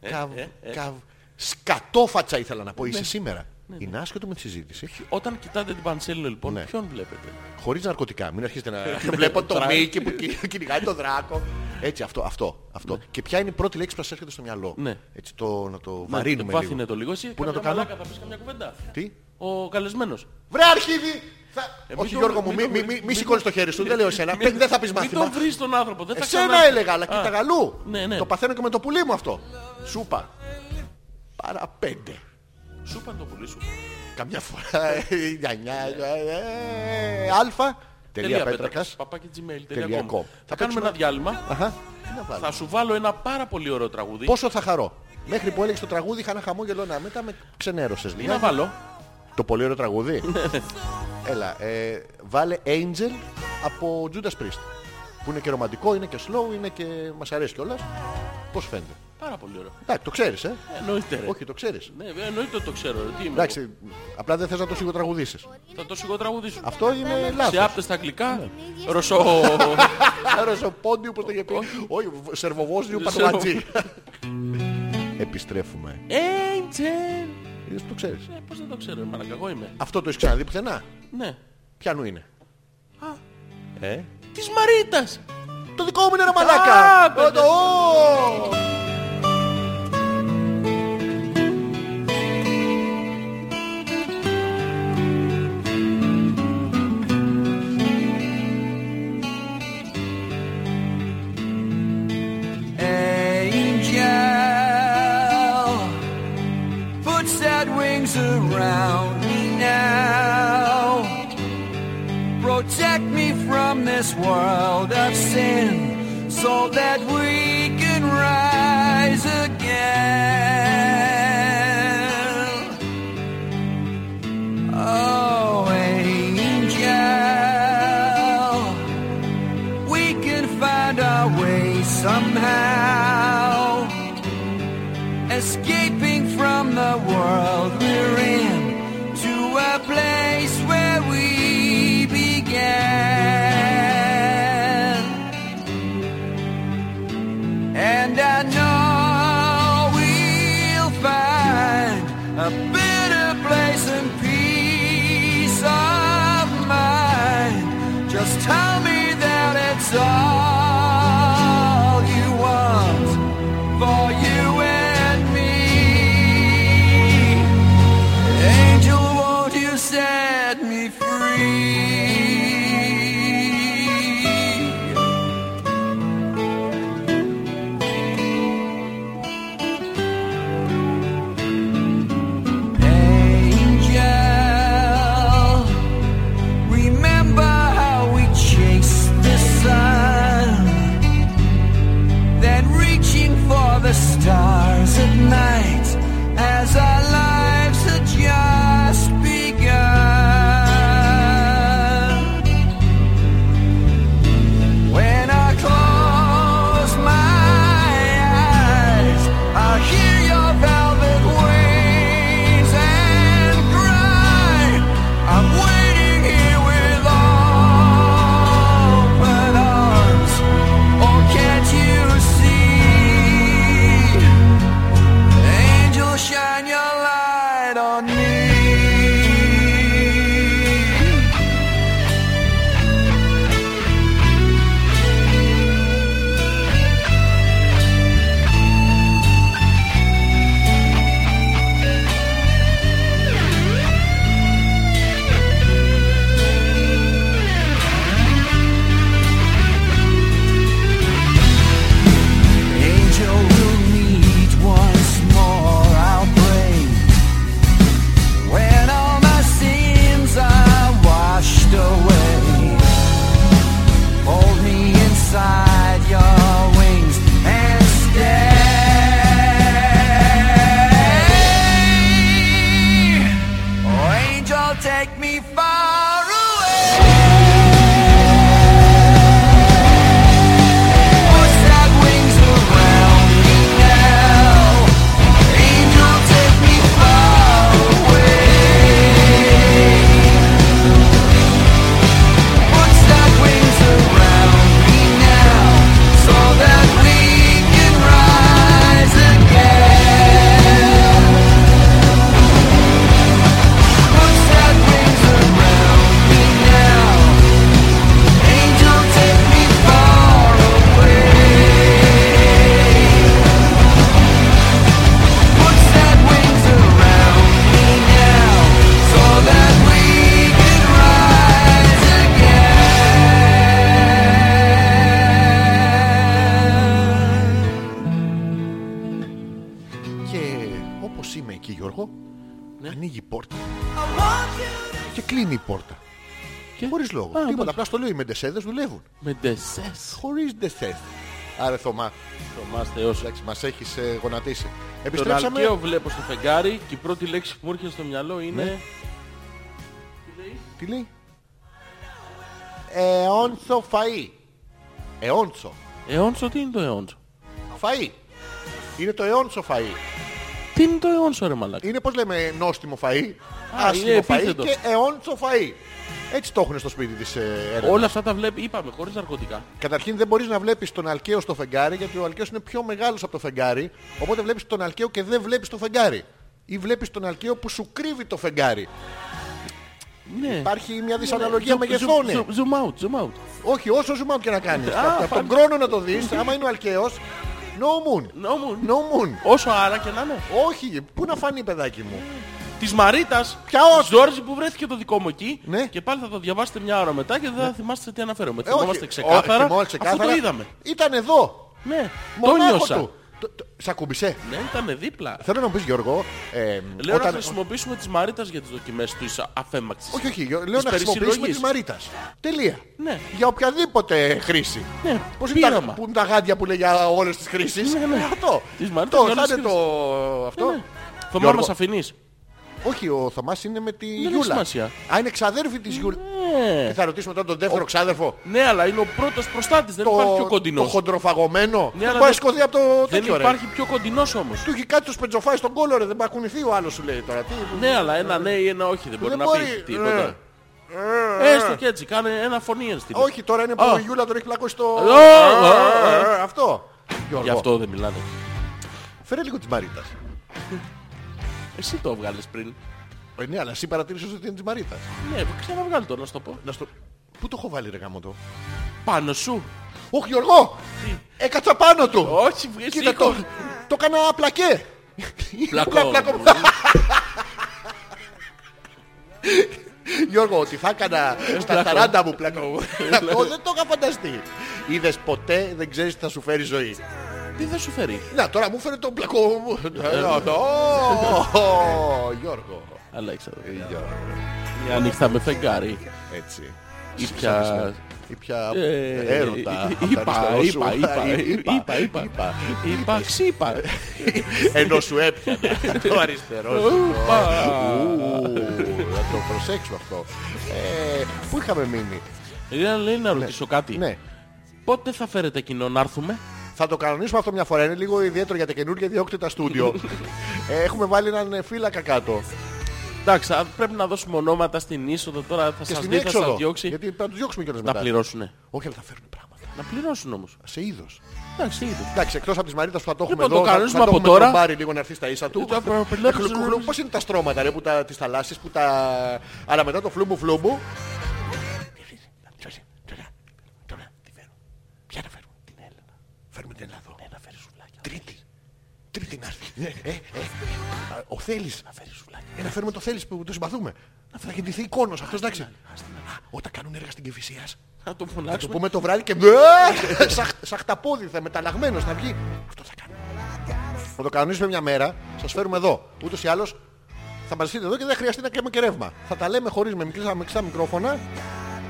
S2: Ε,
S1: καβ,
S2: ε, Ναι. ε.
S1: καβ σκατόφατσα ήθελα να πω. Είσαι σήμερα. Είναι άσχετο με τη συζήτηση.
S2: Όταν κοιτάτε την Πανσέλινο λοιπόν,
S1: Ναι.
S2: ποιον βλέπετε.
S1: Χωρίς ναρκωτικά. Μην αρχίσετε να. Βλέπω το
S2: Ναι, Τρα-
S1: Μίκη που κυ- κυνηγάει τον Δράκο. Έτσι, αυτό. αυτό, αυτό. Και ποια είναι η πρώτη λέξη που σας έρχεται στο μυαλό.
S2: Ναι.
S1: Έτσι, το, να το
S2: Ναι,
S1: βαρύνουμε.
S2: το
S1: λίγο.
S2: βάθινε το λίγο. Εσύ
S1: Πού να το
S2: κάποια
S1: κάνω.
S2: μαλάκα Θα πεις καμιά κουβέντα.
S1: Τι.
S2: Ο καλεσμένος.
S1: Βρε αρχίδι! Θα...
S2: Ε, μην
S1: Όχι
S2: το-
S1: Γιώργο μου,
S2: μην
S1: μη,
S2: το-
S1: μη, μη,
S2: μην-
S1: μη σηκώνεις το χέρι σου, δεν λέω εσένα. Παι- δεν θα πεις
S2: Μην τον
S1: μάθημα.
S2: βρεις τον άνθρωπο. Δεν θα
S1: Εσένα
S2: ξανά-
S1: έλεγα, αλλά
S2: Α,
S1: κοίτα γαλού.
S2: Ναι, ναι.
S1: Το παθαίνω και με το πουλί μου αυτό. Σούπα. Παρά πέντε.
S2: Σου είπαν το πουλί σου.
S1: Καμιά φορά. ε, νιανιά, ε, ε, Αλφα. Τελεία πέτρακας.
S2: Παπάκι gmail.
S1: Τελεία
S2: τελεία com.
S1: com.
S2: Θα
S1: Θα
S2: κάνουμε
S1: παίξουμε-
S2: ένα διάλειμμα.
S1: Αχα. Τι να βάλω.
S2: Θα σου βάλω ένα πάρα πολύ ωραίο τραγούδι.
S1: Πόσο θα χαρώ. Μέχρι που έλεγες το τραγούδι είχα ένα χαμόγελο να μετά με ξενέρωσες
S2: Τι να
S1: λίγα.
S2: βάλω.
S1: Το πολύ ωραίο τραγούδι. Έλα, ε, βάλε Angel από Judas Priest. Που είναι και ρομαντικό, είναι και slow, είναι και μας αρέσει κιόλας. Πώς φαίνεται.
S2: Πάρα πολύ ωραίο.
S1: Εντάξει, το ξέρεις, ε.
S2: Εννοείται ρε.
S1: Όχι, το ξέρεις.
S2: Ναι, εννοείται ότι το ξέρω. ρε. Τι είμαι εγώ.
S1: Εντάξει, απλά δεν θες να το σιγοτραγουδήσεις.
S2: Θα το σιγοτραγουδήσω.
S1: Αυτό είναι
S2: Σε
S1: λάθος.
S2: άπτες στα
S1: Ναι.
S2: αγγλικά. Ρωσό.
S1: Ρωσοπόντιου που το είχε πει. Όχι, σερβοβόσδιου πατματζή. Επιστρέφουμε.
S2: Angel.
S1: Είδες, το ξέρεις.
S2: Ε, Πώς δεν το ξέρω, μαλακά. Εγώ είμαι.
S1: Αυτό το έχεις ξαναδεί πουθενά.
S2: Ναι.
S1: Πιανού είναι. Ε.
S2: Της Μαρίτας.
S1: Το δικό μου είναι ρε μαλάκα.
S2: Α,
S1: Το- το- Ω.
S4: Angel puts that wings around me now. Protect me from this world of sin so that we can rise again. Oh, angel we can find our way somehow. Escaping from the world we're in to a place where we began. And I know we'll find a better place and peace of mind. Just tell me that it's all you want for you and me. Oh, Oh,
S2: Ναι.
S1: ανοίγει η πόρτα και κλείνει η πόρτα.
S2: Και-
S1: Χωρίς λόγο.
S2: Α,
S1: Τίποτα.
S2: εντάξει.
S1: Απλά στο λέω οι μεντεσέδες δουλεύουν.
S2: Με ντεσές.
S1: Χωρίς ντεσέδες. Άρα Θωμά,
S2: Θωμάς Θεός.
S1: εντάξει, μας έχεις ε, γονατίσει.
S2: Τον
S1: Επιστρέψαμε.
S2: Αλκαίο βλέπω στο φεγγάρι και η πρώτη λέξη που μου έρχεται στο μυαλό
S1: Ναι.
S2: είναι...
S1: Τι λέει. Εόντσο φαΐ. Εόντσο.
S2: Εόντσο, τι είναι το εόντσο.
S1: Φαΐ. Είναι το αιώνσο φαΐ.
S2: Τι είναι το εόντσο ρε μαλάκα.
S1: Είναι πώς λέμε νόστιμο φαΐ,
S2: Α,
S1: άσχημο
S2: είναι
S1: φαΐ
S2: επίθετο.
S1: και αιώνσο φαΐ. Έτσι το έχουν στο σπίτι της ε, Έρευνας.
S2: Όλα αυτά τα βλέπει, είπαμε, χωρίς ναρκωτικά.
S1: Καταρχήν δεν μπορείς να βλέπεις τον Αλκαίο στο φεγγάρι γιατί ο Αλκαίος είναι πιο μεγάλος από το φεγγάρι οπότε βλέπεις τον Αλκαίο και δεν βλέπεις το φεγγάρι. Ή βλέπεις τον Αλκαίο που σου κρύβει το φεγγάρι.
S2: Ναι.
S1: Υπάρχει μια δυσαναλογία
S2: Zoom-
S1: μεγεθών.
S2: zoom- Zoom out, zoom out.
S1: Όχι, όσο ζουμάμ και να κάνεις.
S2: Α,
S1: Από- Από τον
S2: πάλι.
S1: χρόνο να το δεις, άμα είναι ο Αλκαίος, no moon.
S2: No moon.
S1: No moon.
S2: Όσο άρα και να είναι.
S1: Όχι, πού να φανεί παιδάκι μου.
S2: Της Μαρίτας.
S1: Ποια όχι.
S2: Ζόρζη που βρέθηκε το δικό μου εκεί.
S1: Ναι.
S2: Και πάλι θα το διαβάσετε μια ώρα μετά και δεν θα θυμάστε σε τι αναφέρομαι.
S1: Ε,
S2: Θυμόμαστε
S1: όχι.
S2: ξεκάθαρα.
S1: Όχι, θυμόμαστε
S2: Αυτό
S1: ξεκάθαρα.
S2: το είδαμε.
S1: Ήταν εδώ.
S2: Ναι. Το
S1: Μονάχο
S2: νιώσα.
S1: του. Το- το- Σ' ακούμπησε.
S2: Ναι, ήταν δίπλα.
S1: Θέλω να μου πεις Γιώργο. ε,
S2: Λέω να
S1: όταν-
S2: χρησιμοποιήσουμε τη Μαρίτας για τις δοκιμές του αφέμαξης.
S1: Όχι, όχι. Γιώ- Λέω να χρησιμοποιήσουμε
S2: περισυλλογής.
S1: τη Μαρίτας. Τελεία.
S2: Ναι.
S1: Για οποιαδήποτε χρήση.
S2: Ναι,
S1: Πώς είναι τα,
S2: πείραμα.
S1: που είναι τα γάντια που λέει για όλες τις χρήσεις.
S2: Ναι, ναι.
S1: Ε, Αυτό.
S2: Της Μαρίτας
S1: Το,
S2: για
S1: θα
S2: όλες
S1: είναι
S2: τις
S1: το... Αυτό.
S2: Ναι. Θωμά
S1: Γιώργο.
S2: μας αφηνείς.
S1: Όχι, ο Θωμάς είναι με τη
S2: έχει
S1: Γιούλα.
S2: σημασία.
S1: Α, είναι ξαδέρφη της Γιούλα.
S2: Ναι.
S1: Ε, Θα ρωτήσουμε τώρα τον δεύτερο ξάδερφο.
S2: Ναι, αλλά είναι ο πρώτος προστάτης. Δεν υπάρχει πιο
S1: το
S2: κοντινός.
S1: χοντροφαγωμένο.
S2: Ναι,
S1: Ναι,
S2: αλλά
S1: πάει
S2: δεν-
S1: σκοτεινή από το
S2: Δεν
S1: τέτοιο ρε.
S2: υπάρχει πιο κοντινός όμως.
S1: Του έχει κάτι το σπεντζοφάει στον κόλλο ρε. Δεν πάει κουνηθεί ο άλλος σου λέει τώρα. Τι...
S2: Ναι, αλλά ένα ναι ή ένα όχι δεν μπορεί
S1: Δεν
S2: να
S1: μπορεί,
S2: πει
S1: ναι. Ε.
S2: τίποτα. Έστω και έτσι, κάνε ένα φωνή ενστικτό.
S1: Όχι, τώρα είναι που
S2: Α.
S1: η Γιούλα τον έχει πλακώσει στο...
S2: Α, α, α, α.
S1: Ε, Αυτό.
S2: Γι'
S1: Γιώργο,
S2: αυτό δεν μιλάνε.
S1: φέρε λίγο της Μαρίτας.
S2: Εσύ το βγάλες πριν.
S1: Ε, ναι, αλλά εσύ παρατήρησες ότι είναι της Μαρίτας.
S2: Ναι, ξαναβγάλει το να σου το πω.
S1: Να στο... Πού το έχω βάλει ρε γάμο το.
S2: Πάνω σου.
S1: Όχι Γιώργο! Έκατσα πάνω του!
S2: Όχι, βγες
S1: Κοίτα το,
S2: ήχο.
S1: το έκανα πλακέ!
S2: Πλακό.
S1: Πλα- πλακό. Γιώργο, ότι θα έκανα
S2: Ε,
S1: στα 40 μου πλακό. Πλακό, δεν το είχα φανταστεί. Είδες ποτέ, δεν ξέρεις τι θα σου φέρει η ζωή.
S2: Τι θα σου φέρει.
S1: Να, τώρα μου φέρε τον πλακό μου.
S2: Ε,
S1: Να, το- Ω, Γιώργο. Ε,
S2: Αλέξανδρε.
S1: Γιώργο,
S2: Μια νύχτα με φεγγάρι.
S1: Έτσι.
S2: Ή πια...
S1: Ή πια
S2: ε,
S1: έρωτα.
S2: ε,
S1: από το
S2: Είπα,
S1: αριστερό σου.
S2: είπα, είπα,
S1: Ε,
S2: είπα, είπα, είπα, ξύπα.
S1: Ενώ σου έπιανα το αριστερός σου. Ου, Θα το προσέξουμε αυτό. Ε, Πού είχαμε μείνει.
S2: Ήρθε Ε, λέει να ρωτήσω κάτι.
S1: Ναι.
S2: Πότε θα φέρετε κοινό να έρθουμε.
S1: Θα το κανονίσουμε αυτό μια φορά. Είναι λίγο ιδιαίτερο για τα καινούργια διόκτητα στούντιο. Ε, Έχουμε βάλει έναν ε, φύλακα κάτω.
S2: Εντάξει, αν πρέπει να δώσουμε ονόματα στην είσοδο τώρα. Θα
S1: Και
S2: σας
S1: στην
S2: δει, θα σας
S1: έξοδο.
S2: διώξει.
S1: Γιατί θα τους διώξουμε κιόλας
S2: Να
S1: μετά.
S2: πληρώσουνε.
S1: Όχι, αλλά θα φέρουν πράγματα.
S2: Να πληρώσουν όμως.
S1: Σε είδος.
S2: Εντάξει, είδε.
S1: Εντάξει, εκτός από τις Μαρίτα που θα το έχουμε
S2: Λοιπόν, το
S1: εδώ, θα-
S2: κανονίζουμε
S1: θα
S2: από
S1: έχουμε τον
S2: τώρα.
S1: Μπάρι λίγο να έρθει στα ίσα του.
S2: Ε, το απροπελόπιζο-
S1: Χλουκουκλου. Πώς είναι τα στρώματα ρε, που τα, τις θαλάσσιες που τα... Αλλά μετά το φλούμπου φλούμπου. Τώρα, τι φέρω. Ποια να φέρω. Την Έλενα. Φέρουμε την Έλενα εδώ. Ναι, να φέρει σουβλάκια. Τρίτη. Τρίτη να έρθει. Ε, ε, ε. Α, Ο Θέλης. Να φέρει σουβλάκια. Ε, να φέρουμε το Θέλης που το συμπαθούμε. Θα γεννηθεί εικόνος αυτός, εντάξει. Α, Όταν κάνουν έργα στην Κεφυσίας,
S2: Να το
S1: θα το
S2: φωνάξουμε.
S1: πούμε το βράδυ και ε, Σαχ- σαχταπόδι θα μεταλλαγμένος θα βγει. Αυτό θα κάνουμε. Θα το κανονίσουμε μια μέρα, σας φέρουμε εδώ. Ούτως ή άλλως θα μαζευτείτε εδώ και δεν χρειαστεί να κάνουμε και ρεύμα. Θα τα λέμε χωρίς με μικρά, με ξά μικρόφωνα.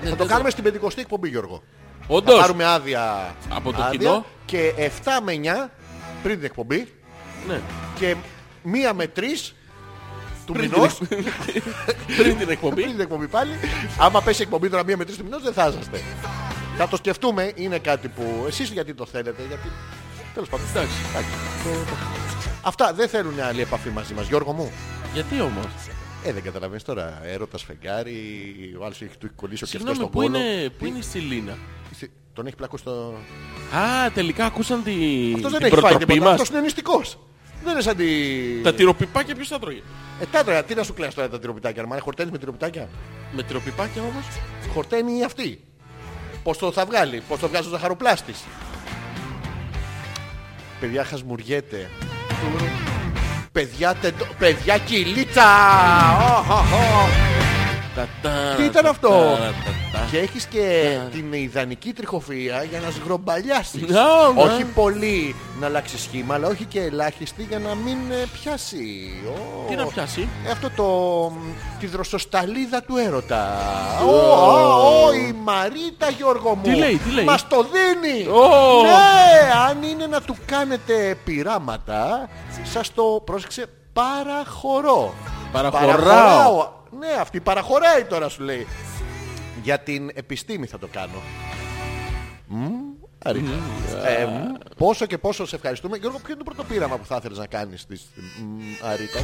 S1: Θα το
S2: δεν
S1: κάνουμε στην πεντηκοστή εκπομπή Γιώργο. Θα
S2: Όντως.
S1: πάρουμε άδεια
S2: Από το
S1: άδεια
S2: κοινό.
S1: και 7 με 9 πριν την εκπομπή
S2: Ναι.
S1: και 1 με 3 του
S2: Πριν την
S1: μηνός
S2: Πριν την
S1: πριν
S2: εκπομπή.
S1: την εκπομπή πάλι. Άμα πέσει η εκπομπή τώρα μία με τρεις του μηνός δεν θα είσαστε. Θα το σκεφτούμε, είναι κάτι που εσείς γιατί το θέλετε, γιατί... Τέλος πάντων.
S2: Εντάξει.
S1: Αυτά δεν θέλουν άλλη επαφή μαζί μας, Γιώργο μου.
S2: Γιατί όμως.
S1: Ε, δεν καταλαβαίνεις τώρα, έρωτας φεγγάρι, ο άλλος έχει του έχει κολλήσει ο κεφτός
S2: Συγγνώμη,
S1: στον
S2: πού
S1: κόλο.
S2: είναι, πού είναι η Σιλίνα.
S1: Τι- Τον έχει πλακώσει στο...
S2: Α, τελικά ακούσαν τη...
S1: Αυτός δεν
S2: την
S1: έχει φάει
S2: προτροπή
S1: τίποτα,
S2: μας.
S1: αυτός είναι νηστικός. Δεν είναι σαν τη...
S2: Τα τυροπιπάκια ποιος τα τρώγε.
S1: Ε, τα τώρα, τι να σου κλαίς τώρα τα τυροπιτάκια, ρε μάνα, χορταίνεις με τυροπιτάκια.
S2: Με τυροπιπάκια όμως.
S1: Χορταίνει αυτή. Πώς το θα βγάλει, πώς το βγάζει ο ζαχαροπλάστης. Παιδιά χασμουριέται. Παιδιά, τεντο... Παιδιά κυλίτσα! Ω, ω, ω.
S2: Τα- τα-
S1: Τι ήταν
S2: τα-
S1: αυτό?
S2: τα- τα- τα-
S1: Και έχεις και την ιδανική τριχοφυα για να σγρομπαλιάσεις.
S2: Να, ναι.
S1: Όχι πολύ να αλλάξεις σχήμα, αλλά όχι και ελάχιστη για να μην ε, πιάσει. Ω.
S2: Τι να πιάσει?
S1: Ε, Αυτό το. μ, τη δροσοσταλίδα του έρωτα. Ω, ω, ω, η Μαρίτα Γιώργο μου.
S2: Τι λέει, τι λέει?
S1: Μας το δίνει.
S2: Ω.
S1: Ναι, αν είναι να του κάνετε πειράματα, σας το πρόσεξε παραχωρώ.
S2: Παραχωράω.
S1: Ναι, αυτή παραχωράει τώρα σου λέει. Για την επιστήμη θα το κάνω. Μμ, αρήχα. Ε, μ, πόσο και πόσο σε ευχαριστούμε. Γιώργο, ποιο είναι το πρώτο πείραμα που θα ήθελες να κάνεις της μ, Αρίτα.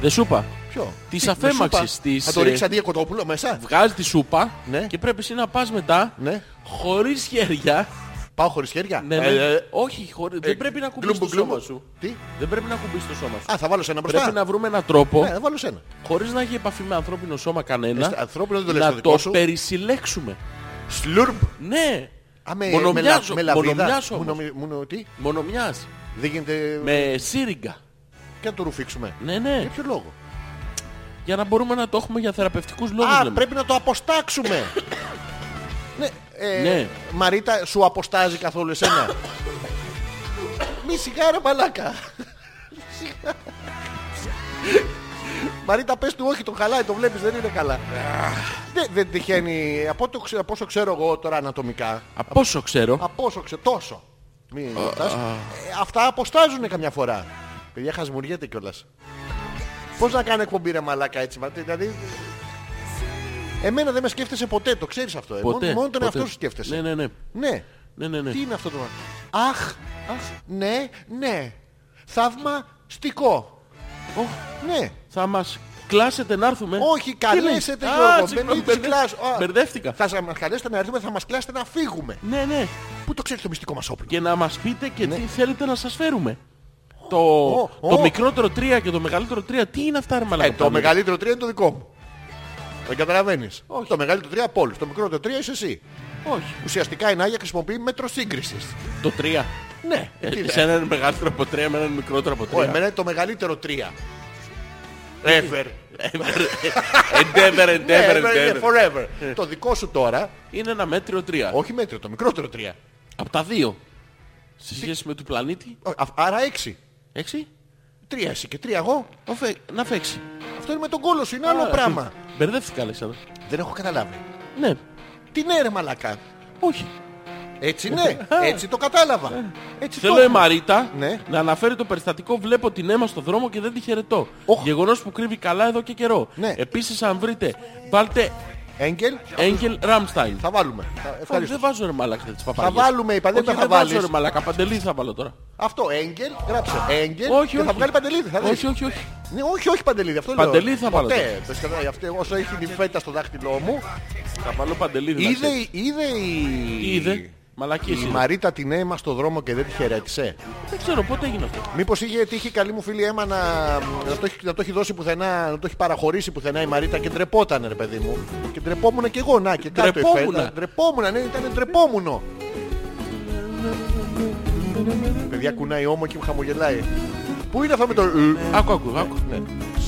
S2: Δεν σου είπα.
S1: Ποιο.
S2: Της
S1: Τι,
S2: αφέμαξης,
S1: με σούπα.
S2: της,
S1: Θα το
S2: ε,
S1: ρίξει αντί κοτόπουλο μέσα.
S2: Βγάζει τη σούπα
S1: Ναι.
S2: και πρέπει εσύ να πας μετά
S1: Ναι.
S2: χωρίς χέρια.
S1: Πάω χωρίς χέρια.
S2: Ναι, ναι.
S1: Ε, ε,
S2: όχι, χωρί... δεν πρέπει να κουμπίσει το
S1: γκλουμπου,
S2: σώμα
S1: γκλουμπου.
S2: σου.
S1: Τι.
S2: Δεν πρέπει να κουμπίσει το σώμα σου.
S1: Α, θα βάλω σε ένα μπροστά.
S2: πρέπει να βρούμε έναν τρόπο,
S1: Ναι, θα βάλω σε ένα.
S2: χωρίς να έχει επαφή με ανθρώπινο σώμα
S1: Ε,
S2: κανένα,
S1: ανθρώπινο δεν το λες το
S2: να
S1: δικό σου.
S2: το περισυλλέξουμε.
S1: Σλουρμπ.
S2: Ναι.
S1: Α, με, με, λα-
S2: Μονομιάζω,
S1: με λαβίδα.
S2: μονομιάζω
S1: Μου
S2: όμως.
S1: νομι- μου νομι- τι.
S2: Μονομιάς.
S1: Δεν γίνεται.
S2: Με σύριγγα.
S1: Και να το ρουφήξουμε.
S2: Ναι,
S1: Για
S2: ναι.
S1: ποιο λόγο.
S2: Για να μπορούμε να το έχουμε για θεραπευτικούς λόγους.
S1: Α,
S2: λέμε.
S1: πρέπει να το αποστάξουμε. ναι, ε,
S2: Ναι.
S1: Μαρίτα, σου αποστάζει καθόλου εσένα. Μη σιγά ρε μαλάκα. Σιγά. Μαρίτα, πες του όχι, τον χαλάει, το βλέπεις, δεν είναι καλά. δεν, δεν τυχαίνει, από, το, ξε- από όσο ξέρω εγώ τώρα ανατομικά,
S2: Από όσο ξέρω.
S1: από όσο ξέρω, τόσο. Μη ρωτάς. Ε, αυτά αποστάζουν καμιά φορά. Παιδιά, χασμουριέται κιόλας. Πώς να κάνω εκπομπή ρε μαλάκα έτσι, μα, δηλαδή... Εμένα δεν με σκέφτεσαι ποτέ, το ξέρεις αυτό. Ε.
S2: Ποτέ.
S1: μόνο, μόνο τον
S2: ποτέ.
S1: εαυτό σου σκέφτεσαι.
S2: Ναι, ναι, ναι.
S1: Ναι.
S2: Ναι, ναι, ναι.
S1: Τι είναι αυτό το πράγμα. Αχ, αχ, ναι, ναι. Θαυμαστικό. Ναι.
S2: Θα μας κλάσετε να έρθουμε.
S1: Όχι,
S2: Ε, Τι λέει?
S1: καλέσετε
S2: Α,
S1: Γιώργο.
S2: συγγνώμη,
S1: μην τις
S2: μπερδε-
S1: κλάσω. Α.
S2: Μπερδεύτηκα.
S1: Θα σας μας καλέσετε να έρθουμε, θα μας κλάσετε να φύγουμε.
S2: Ναι, ναι.
S1: Πού το ξέρεις το μυστικό μας όπλο.
S2: Και να μας πείτε και
S1: Ναι.
S2: τι θέλετε να σας φέρουμε. Το,
S1: Ω,
S2: το
S1: ω.
S2: μικρότερο 3 και το μεγαλύτερο 3, τι είναι αυτά, ρε
S1: Ε,
S2: μαλάκα. που
S1: το
S2: κάνουμε?
S1: μεγαλύτερο 3 είναι το δικό μου. Δεν καταλαβαίνεις. Το μεγαλύτερο 3 από όλους. Το μικρότερο 3 είσαι εσύ.
S2: Όχι.
S1: Ουσιαστικά η Νάγια χρησιμοποιεί μέτρο σύγκρισης.
S2: Το 3. Ναι.
S1: τι
S2: Ε,
S1: λέει.
S2: σε έναν είναι μεγαλύτερο από 3, με έναν είναι μικρότερο από 3.
S1: Ω, εμένα είναι το μεγαλύτερο 3. Ever.
S2: Ε, Endeavor, endeavor,
S1: Ever είναι
S2: endeavor.
S1: Ναι, forever. Το δικό σου τώρα,
S2: Είναι ένα μέτριο 3.
S1: όχι μέτρο, το μικρότερο 3.
S2: Από τα 2. Σε σχέση με του πλανήτη,
S1: Άρα 6.
S2: 6.
S1: 3 εσύ και 3 εγώ.
S2: Να φέξει.
S1: Αυτό είναι με τον κόλο σου, είναι άλλο
S2: Α,
S1: πράγμα.
S2: Μπερδεύτηκα, Αλέξανδρα.
S1: Δεν έχω καταλάβει.
S2: Ναι.
S1: Τι ναι ρε μαλακά.
S2: Όχι.
S1: Έτσι ναι, έτσι το κατάλαβα. Έτσι το
S2: Θέλω η
S1: έχω.
S2: Μαρίτα
S1: Ναι.
S2: να αναφέρει το περιστατικό βλέπω την αίμα στο δρόμο και δεν τη χαιρετώ.
S1: Οχ.
S2: Γεγονός που κρύβει καλά εδώ και καιρό.
S1: Ναι.
S2: Επίσης αν βρείτε βάλτε
S1: Έγγελ,
S2: Έγγελ Ραμστάιν.
S1: θα βάλουμε. Θα-
S2: Όχι,
S1: Ευχαριστώ.
S2: δεν βάζω ρε μαλάκα τις παπαγιές.
S1: Θα βάλουμε, είπα, δεν
S2: Όχι,
S1: τα θα
S2: δεν βάζω
S1: βάλεις.
S2: ρε μαλάκα, παντελή θα βάλω τώρα.
S1: Αυτό, Engel, γράψε. Engel Ε,
S2: Όχι,
S1: και
S2: όχι.
S1: θα βγάλει παντελίδι. Θα δεις.
S2: Όχι, όχι, όχι.
S1: Ναι, όχι, όχι παντελίδι. Αυτό
S2: Παντελίδι
S1: λέω.
S2: θα βάλω
S1: Ποτέ. Πες καλά, αυτό, εγώ, όσο έχει την φέτα στο δάχτυλό μου.
S2: Θα βάλω παντελή δηλαδή.
S1: Είδε, η- είδε η.
S2: Τι είδε. Μαλακή
S1: Η Μαρίτα την αίμα στο δρόμο και δεν τη χαιρέτησε.
S2: Δεν ξέρω πότε έγινε αυτό.
S1: Μήπως είχε τύχει καλή μου φίλη αίμα να, να, το, έχει, να το έχει δώσει πουθενά, να το έχει παραχωρήσει πουθενά η Μαρίτα και ντρεπότανε ρε παιδί μου. Και ντρεπόμουν και εγώ, να και κάτω η
S2: Ντρεπόμουνα.
S1: φέτα. Ντρεπόμουν, ναι, ήταν ντρεπόμουνο. Παιδιά κουνάει ώμο και μου χαμογελάει. Πού είναι αυτό με το... «ε»?
S2: Άκου, άκου, άκου. ναι.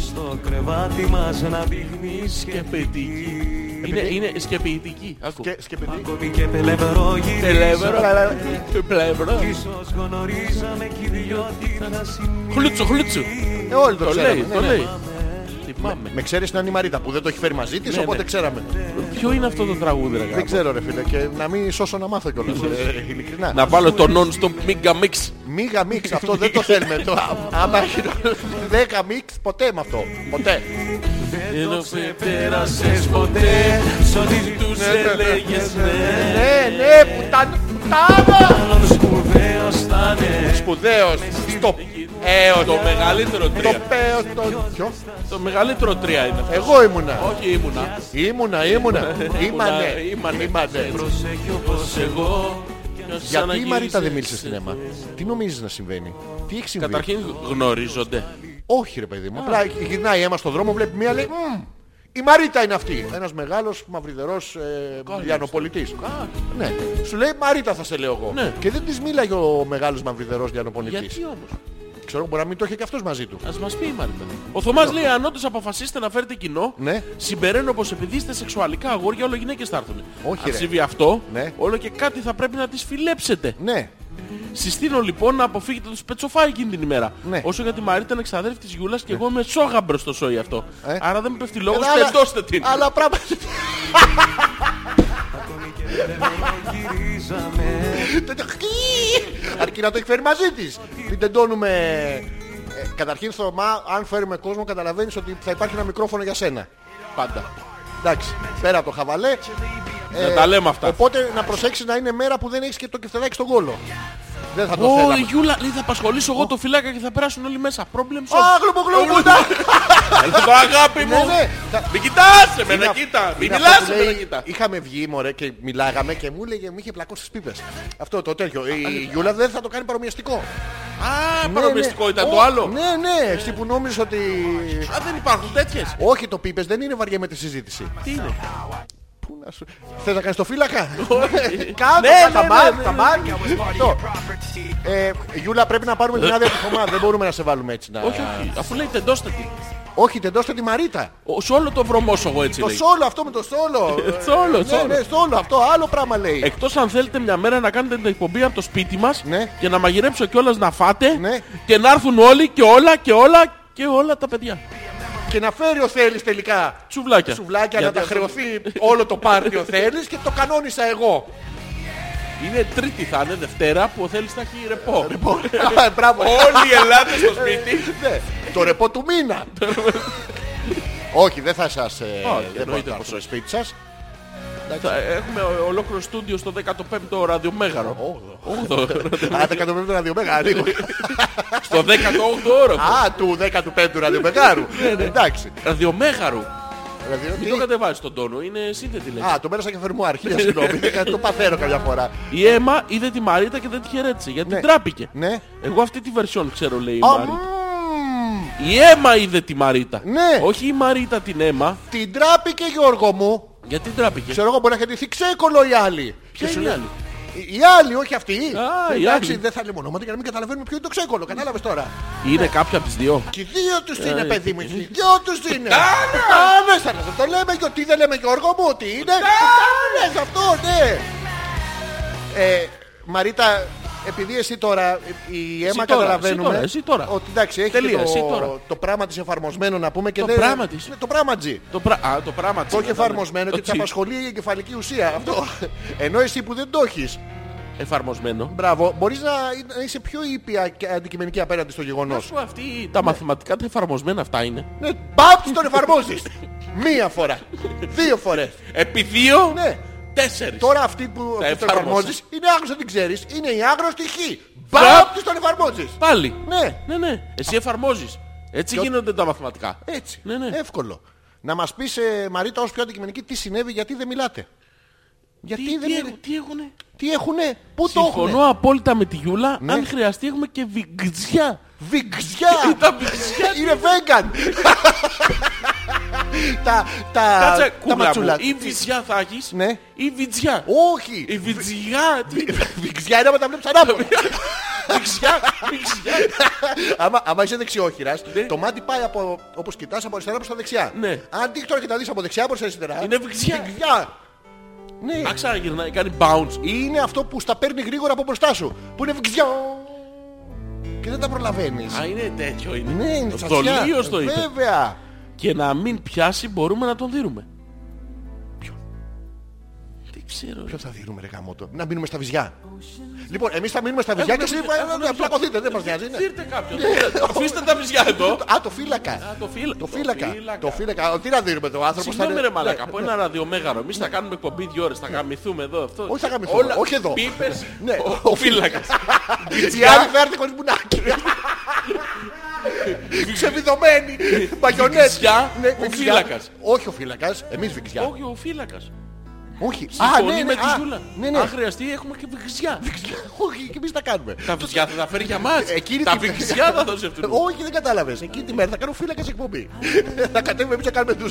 S4: Στο κρεβάτι μας να δείχνεις σκεπετική
S2: Είναι, είναι σκεπιητική. Άκου.
S1: Και, σκεπετή. Ε,
S4: Ακόμη και πελευερό
S2: Τελεύρο.
S4: γυρίζω
S2: Πλεύρο.
S4: Ίσως γνωρίζαμε κι οι δυο τι θα συμβεί
S2: Χλούτσου, χλούτσου.
S1: Ε, όλοι το
S2: Το
S1: ξέραμε.
S2: λέει,
S1: ναι,
S2: το
S1: ναι.
S2: λέει. Θυμάμαι.
S1: Με ξέρεις να είναι η Μαρίτα που δεν το έχει φέρει μαζί της,
S2: Ναι,
S1: οπότε
S2: ναι.
S1: ξέραμε.
S2: Ποιο είναι αυτό το τραγούδι, ρε
S1: Δεν
S2: γάμο.
S1: ξέρω ρε φίλε και να μην σώσω να μάθω κιόλας.
S2: Ναι.
S1: ε, Ειλικρινά.
S2: Να βάλω το non-stop mega mix.
S1: Μίγα μίξ, αυτό δεν το θέλουμε. Το, άμα έχει το 10 μίξ, ποτέ με αυτό. Ποτέ.
S4: Δεν το ξεπέρασες ποτέ Σ' ό,τι τους
S2: ναι,
S4: έλεγες ναι
S1: Ναι, ναι, πουτάν. Πουτάνα!
S4: Μάλλον σπουδαίος θα είναι
S1: Σπουδαίος. Στο
S2: Ε, το
S1: το
S2: μεγαλύτερο τρία.
S1: πέος το... Ποιο?
S2: Το μεγαλύτερο τρία είναι αυτός.
S1: Εγώ ήμουνα.
S2: Όχι ήμουνα.
S1: Ήμουνα, ήμουνα. Ήμανε.
S2: Ήμανε.
S1: Ήμανε.
S4: Προσέχει όπως εγώ
S2: Ποιος
S1: Γιατί η
S2: αναγύρισε
S1: Μαρίτα δεν μίλησε στην αίμα. Τι νομίζεις να συμβαίνει. Τι έχει συμβεί.
S2: Καταρχήν γνωρίζονται.
S1: Όχι ρε παιδί μου. Απλά γυρνάει η αίμα στον δρόμο, βλέπει μία λέει «Μμμ, η Μαρίτα είναι αυτή. Ένας μεγάλος μαυριδερός ε, λιανοπολιτής. Ναι. Σου λέει Μαρίτα θα σε λέω εγώ.
S2: Ναι.
S1: Και δεν της μίλαγε ο μεγάλος μαυριδερός λιανοπολιτής.
S2: Γιατί όμως.
S1: ξέρω, μπορεί να μην το είχε και αυτός μαζί του.
S2: Ας μας πει μάλιστα. Ο Θωμάς λέει: Αν όντως αποφασίσετε να φέρετε κοινό,
S1: Ναι.
S2: συμπεραίνω πως επειδή είστε σεξουαλικά αγόρια, όλο γυναίκες θα έρθουν.
S1: Όχι,
S2: Αν
S1: ρε.
S2: συμβεί αυτό,
S1: Ναι.
S2: όλο και κάτι θα πρέπει να τις φιλέψετε.
S1: Ναι,
S2: Συστήνω λοιπόν να αποφύγετε τους πετσοφάει εκείνη την ημέρα.
S1: Ναι.
S2: Όσο για τη Μαρίτα είναι εξαδέρφη της Γιούλας και εγώ είμαι σόγαμπρος στο σόι αυτό.
S1: Ε.
S2: Άρα δεν μου πέφτει λόγος,
S1: Ε, αλλά-
S2: πεντώστε την.
S1: αλλά πράγματα. Δεν το- Αρκεί να το έχει φέρει μαζί της. Μην τεντώνουμε... Ε, Καταρχήν, Θωμά, αν φέρουμε κόσμο, καταλαβαίνεις ότι θα υπάρχει ένα μικρόφωνο για σένα.
S2: Πάντα.
S1: Εντάξει, πέρα από το χαβαλέ.
S2: Να Ε, τα λέμε αυτά.
S1: Οπότε να προσέξεις να είναι μέρα που δεν έχεις και το κεφτεδάκι στον κόλο. Δεν θα το
S2: Ω, η
S1: θέλαμε.
S2: Γιούλα λέει θα απασχολήσω εγώ το φυλάκα και θα περάσουν όλοι μέσα. Πρόβλημα σου.
S1: Α, γλουμπογλουμπούντα!
S2: Το αγάπη μου.
S1: Ναι, ναι. Τα-
S2: Μην κοιτάς εμένα,
S1: Είναι
S2: κοίτα.
S1: αυτό-
S2: Μην
S1: είναι αυτό
S2: μιλάς
S1: που
S2: εμένα,
S1: λέει,
S2: κοίτα.
S1: Είχαμε βγει μωρέ και μιλάγαμε και μου έλεγε μου είχε πλακώσει τις πίπες. Αυτό το τέτοιο. Η Γιούλα δεν θα το κάνει παρομοιαστικό.
S2: Α,
S1: Ναι,
S2: παρομυστικό
S1: ναι.
S2: Ναι, ήταν
S1: Ω,
S2: το άλλο.
S1: Ναι, ναι. Εσύ που νόμιζες ότι...
S2: Α, δεν υπάρχουν τέτοιες.
S1: Όχι το πίπες δεν είναι βαριά με τη συζήτηση.
S2: Τι είναι.
S1: Πού να σου... Θες να κάνεις το φύλακα? Ε,
S2: Όχι.
S1: Κάτω
S2: Ναι,
S1: τα-
S2: ναι,
S1: τα
S2: ναι,
S1: μπάρ-
S2: ναι,
S1: τα
S2: ναι.
S1: μπάρια. Αυτό. Ε, Γιούλα πρέπει να πάρουμε την άδεια του Θωμά. Δεν μπορούμε να σε βάλουμε έτσι. να-
S2: Όχι, όχι. Αφού λέει τεντώστε την.
S1: Όχι, τεντώστε τη Μαρίτα.
S2: Ο- Σε όλο το βρωμόσογο έτσι
S1: Το
S2: λέει.
S1: σόλο αυτό με το σόλο.
S2: Σόλο,
S1: Ναι,
S2: σόλο. Ε,
S1: ναι, σόλο. Αυτό άλλο πράγμα λέει.
S2: Εκτός αν θέλετε μια μέρα να κάνετε την εκπομπή από το σπίτι μας
S1: Ναι.
S2: και να μαγειρέψω κιόλας να φάτε
S1: Ναι.
S2: και να έρθουν όλοι και όλα και όλα και όλα τα παιδιά.
S1: Και να φέρει ο Θέλης τελικά
S2: Σουβλάκια.
S1: σουβλάκια να
S2: Γιατί
S1: τα
S2: αυτό
S1: χρεωθεί όλο το πάρτι ο Θέλης και το κανόνισα εγώ.
S2: Είναι τρίτη θα είναι, Δευτέρα που ο Θέλης θα έχει ρεπό.
S1: Α, Μπράβο.
S2: Όλοι ελάτε στο σπίτι.
S1: Ναι. Το ρεπό του μήνα. Όχι, δεν θα σας... ε, Δεν
S2: εννοείται
S1: μπορείτε να
S2: πως
S1: στο σπίτι σας.
S2: Θα Έχουμε ο- ολόκληρο στούντιο στο 15ο ραδιομέγαρο. Όγδοο.
S1: Α, 15 ραδιομέγα, ανοίγω.
S2: Στο 18ο όρο.
S1: Α, του 15ου ραδιομεγάρου. Εντάξει.
S2: Ραδιομέγαρου.
S1: Δηλαδή,
S2: Μην
S1: Ναι, τι-
S2: το κατεβάζει τον τόνο, είναι σύνθετη λέξη.
S1: Α, το πέρασα και φερμουάρ, χίλια συγγνώμη. Δεν- Το παθαίνω καμιά φορά.
S2: Η Έμα είδε τη Μαρίτα και δεν τη χαιρέτησε γιατί
S1: Ναι.
S2: τράπηκε.
S1: Ναι.
S2: Εγώ αυτή τη version ξέρω λέει η
S1: Α,
S2: Μαρίτα.
S1: μμμ.
S2: Η Έμα είδε τη Μαρίτα.
S1: Ναι.
S2: Όχι η Μαρίτα την Έμα.
S1: Την τράπηκε Γιώργο μου.
S2: Γιατί τράπηκε.
S1: Ξέρω εγώ μπορεί να χαιρετηθεί ξέκολο οι άλλοι.
S2: Ποια
S1: Και
S2: είναι
S1: σου
S2: η
S1: λέω,
S2: άλλη.
S1: Οι οι άλλοι, όχι αυτοί.
S2: Α, οι
S1: Εντάξει,
S2: άλλοι.
S1: δεν θα λέμε ονόματα για να μην καταλαβαίνουμε ποιο είναι το ξέκολο. Κατάλαβες τώρα.
S2: Είναι κάποια από τις δύο.
S1: Και οι δύο
S2: Ε,
S1: του είναι, παιδί μου. Και οι δύο τους είναι. Άμεσα να σας το λέμε και ότι δεν λέμε Γιώργο μου, ότι είναι. Κάνε αυτό, ναι. Ε, Μαρίτα, επειδή εσύ τώρα, η Έμα
S2: τώρα,
S1: καταλαβαίνουμε
S2: εσύ τώρα, εσύ τώρα.
S1: ότι εντάξει έχει
S2: Τελεία,
S1: και
S2: εσύ
S1: το,
S2: τώρα.
S1: το πράγμα της εφαρμοσμένο να πούμε και
S2: Το
S1: δεν...
S2: πράγμα της.
S1: Ναι, το πράγμα της.
S2: Το, πρα... Α, το πράγμα της
S1: Το έχει
S2: είναι, κατάλαβα.
S1: εφαρμοσμένο
S2: Το
S1: και της
S2: τσι-
S1: απασχολεί η εγκεφαλική ουσία. Αυτό. Ενώ εσύ που δεν το έχεις,
S2: Εφαρμοσμένο.
S1: μπράβο, μπορείς να να είσαι πιο ήπια και αντικειμενική απέναντι στο γεγονός.
S2: Σου αυτή τα μαθηματικά τα εφαρμοσμένα αυτά είναι.
S1: Ναι, μπαμ, τον εφαρμόζεις. Μία φορά. Δύο φορές.
S2: Επί δύο,
S1: Ναι.
S2: τέσσερις.
S1: Τώρα αυτή που
S2: Τα
S1: αυτή τον
S2: εφάρμοσα.
S1: εφαρμόζεις είναι άγνωστος, την ξέρεις. Είναι η άγνωστη χ.
S2: Μπαμ.
S1: Μπαμ, της τον εφαρμόζεις.
S2: Πάλι.
S1: Ναι.
S2: Ναι, ναι. Εσύ εφαρμόζεις. Έτσι γίνονται τα μαθηματικά.
S1: Έτσι.
S2: Ναι, ναι.
S1: Εύκολο. Να μας πεις, ε, Μαρίτα, ως πιο αντικειμενική, τι συνέβη, γιατί δεν μιλάτε. Γιατί
S2: τι,
S1: δεν
S2: τι,
S1: μιλ-
S2: έχουν, τι έχουνε.
S1: Τι έχουνε, πού το έχουνε. Ναι.
S2: Συμφωνώ απόλυτα με τη Γιούλα. Αν χρειαστεί έχουμε και βιγκτζιά.
S1: Βιγξιά.
S2: Τα βιγκτζιά.
S1: Είναι vegan. Τα, τα,
S2: Κάτσε
S1: τα
S2: κούκλα μου.
S1: ματσούλα.
S2: Ή βιτζιά θα έχεις.
S1: Ναι.
S2: Ή βιτζιά. Η
S1: Όχι.
S2: βιτζιά. τι-
S1: Βιγξιά είναι άμα τα βλέπεις ανάποδα.
S2: Βιτζιά. Βιτζιά.
S1: άμα, άμα είσαι δεξιόχειρας,
S2: Ναι.
S1: το μάτι πάει από, όπως κοιτάς από αριστερά προς τα δεξιά.
S2: Ναι.
S1: Αν τύχει τώρα και τα δεις από δεξιά προς αριστερά.
S2: Είναι βιτζιά.
S1: βυξιά. Ναι.
S2: Να ξαναγυρνάει. Κάνει bounce.
S1: Είναι αυτό που στα παίρνει γρήγορα από μπροστά σου. Που είναι βυξιά. Και δεν τα προλαβαίνεις.
S2: Α, είναι τέτοιο είναι.
S1: Ναι, είναι Ε,
S2: Το
S1: τσατσιά.
S2: θολίος το είπε.
S1: Βέβαια.
S2: Και να μην πιάσει μπορούμε να τον δίνουμε. Ποιον. Δεν ξέρω.
S1: Ποιο θα δίνουμε ρε γαμότο. Να μείνουμε στα βυζιά. Λοιπόν, εμείς θα μείνουμε στα βυζιά και
S2: Έχουμε
S1: εσείς
S2: βυζιά,
S1: θα-
S2: έχουμε
S1: θα πλακωθείτε. Δεν μας νοιάζει. ναι.
S2: Φύρτε κάποιον. Αφήστε τα βυζιά εδώ.
S1: Α, το φύλακα.
S2: Το φύλακα.
S1: Το φύλακα. Το φύλακα. Τι να δίνουμε το άνθρωπος.
S2: Συγγνώμη ρε
S1: Ναι.
S2: μαλάκα, από ένα ραδιομέγαρο. Εμείς θα κάνουμε εκπομπή δύο ώρες, θα γαμηθούμε εδώ. Αυτό.
S1: Όχι θα γαμηθούμε, όχι εδώ.
S2: Πίπες,
S1: Ναι.
S2: ο, ο φύλακας.
S1: Η άλλη θα έρθει χωρίς μπουνάκι. Ξεβιδωμένη. Μπαγιονέτ.
S2: Βυξιά,
S1: Ναι,
S2: ο
S1: βυξιά.
S2: φύλακας.
S1: Όχι ο φύλακας. Εμείς βυξιά.
S2: όχι ο φύλακας.
S1: Όχι.
S2: Συμφωνεί με τη
S1: α,
S2: Ζούλα.
S1: Ναι, ναι.
S2: Αν χρειαστεί, έχουμε και βυζιά.
S1: Όχι, και εμείς τα κάνουμε.
S2: τα βυζιά θα τα φέρει για μας.
S1: Εκείνη
S2: Τα
S1: την-
S2: βυζιά θα δώσει αυτού.
S1: Ε, Όχι, δεν κατάλαβες. Εκείνη τη μέρα θα κάνω φύλακα εκπομπή. θα κατέβουμε εμείς να κάνουμε ε, τους.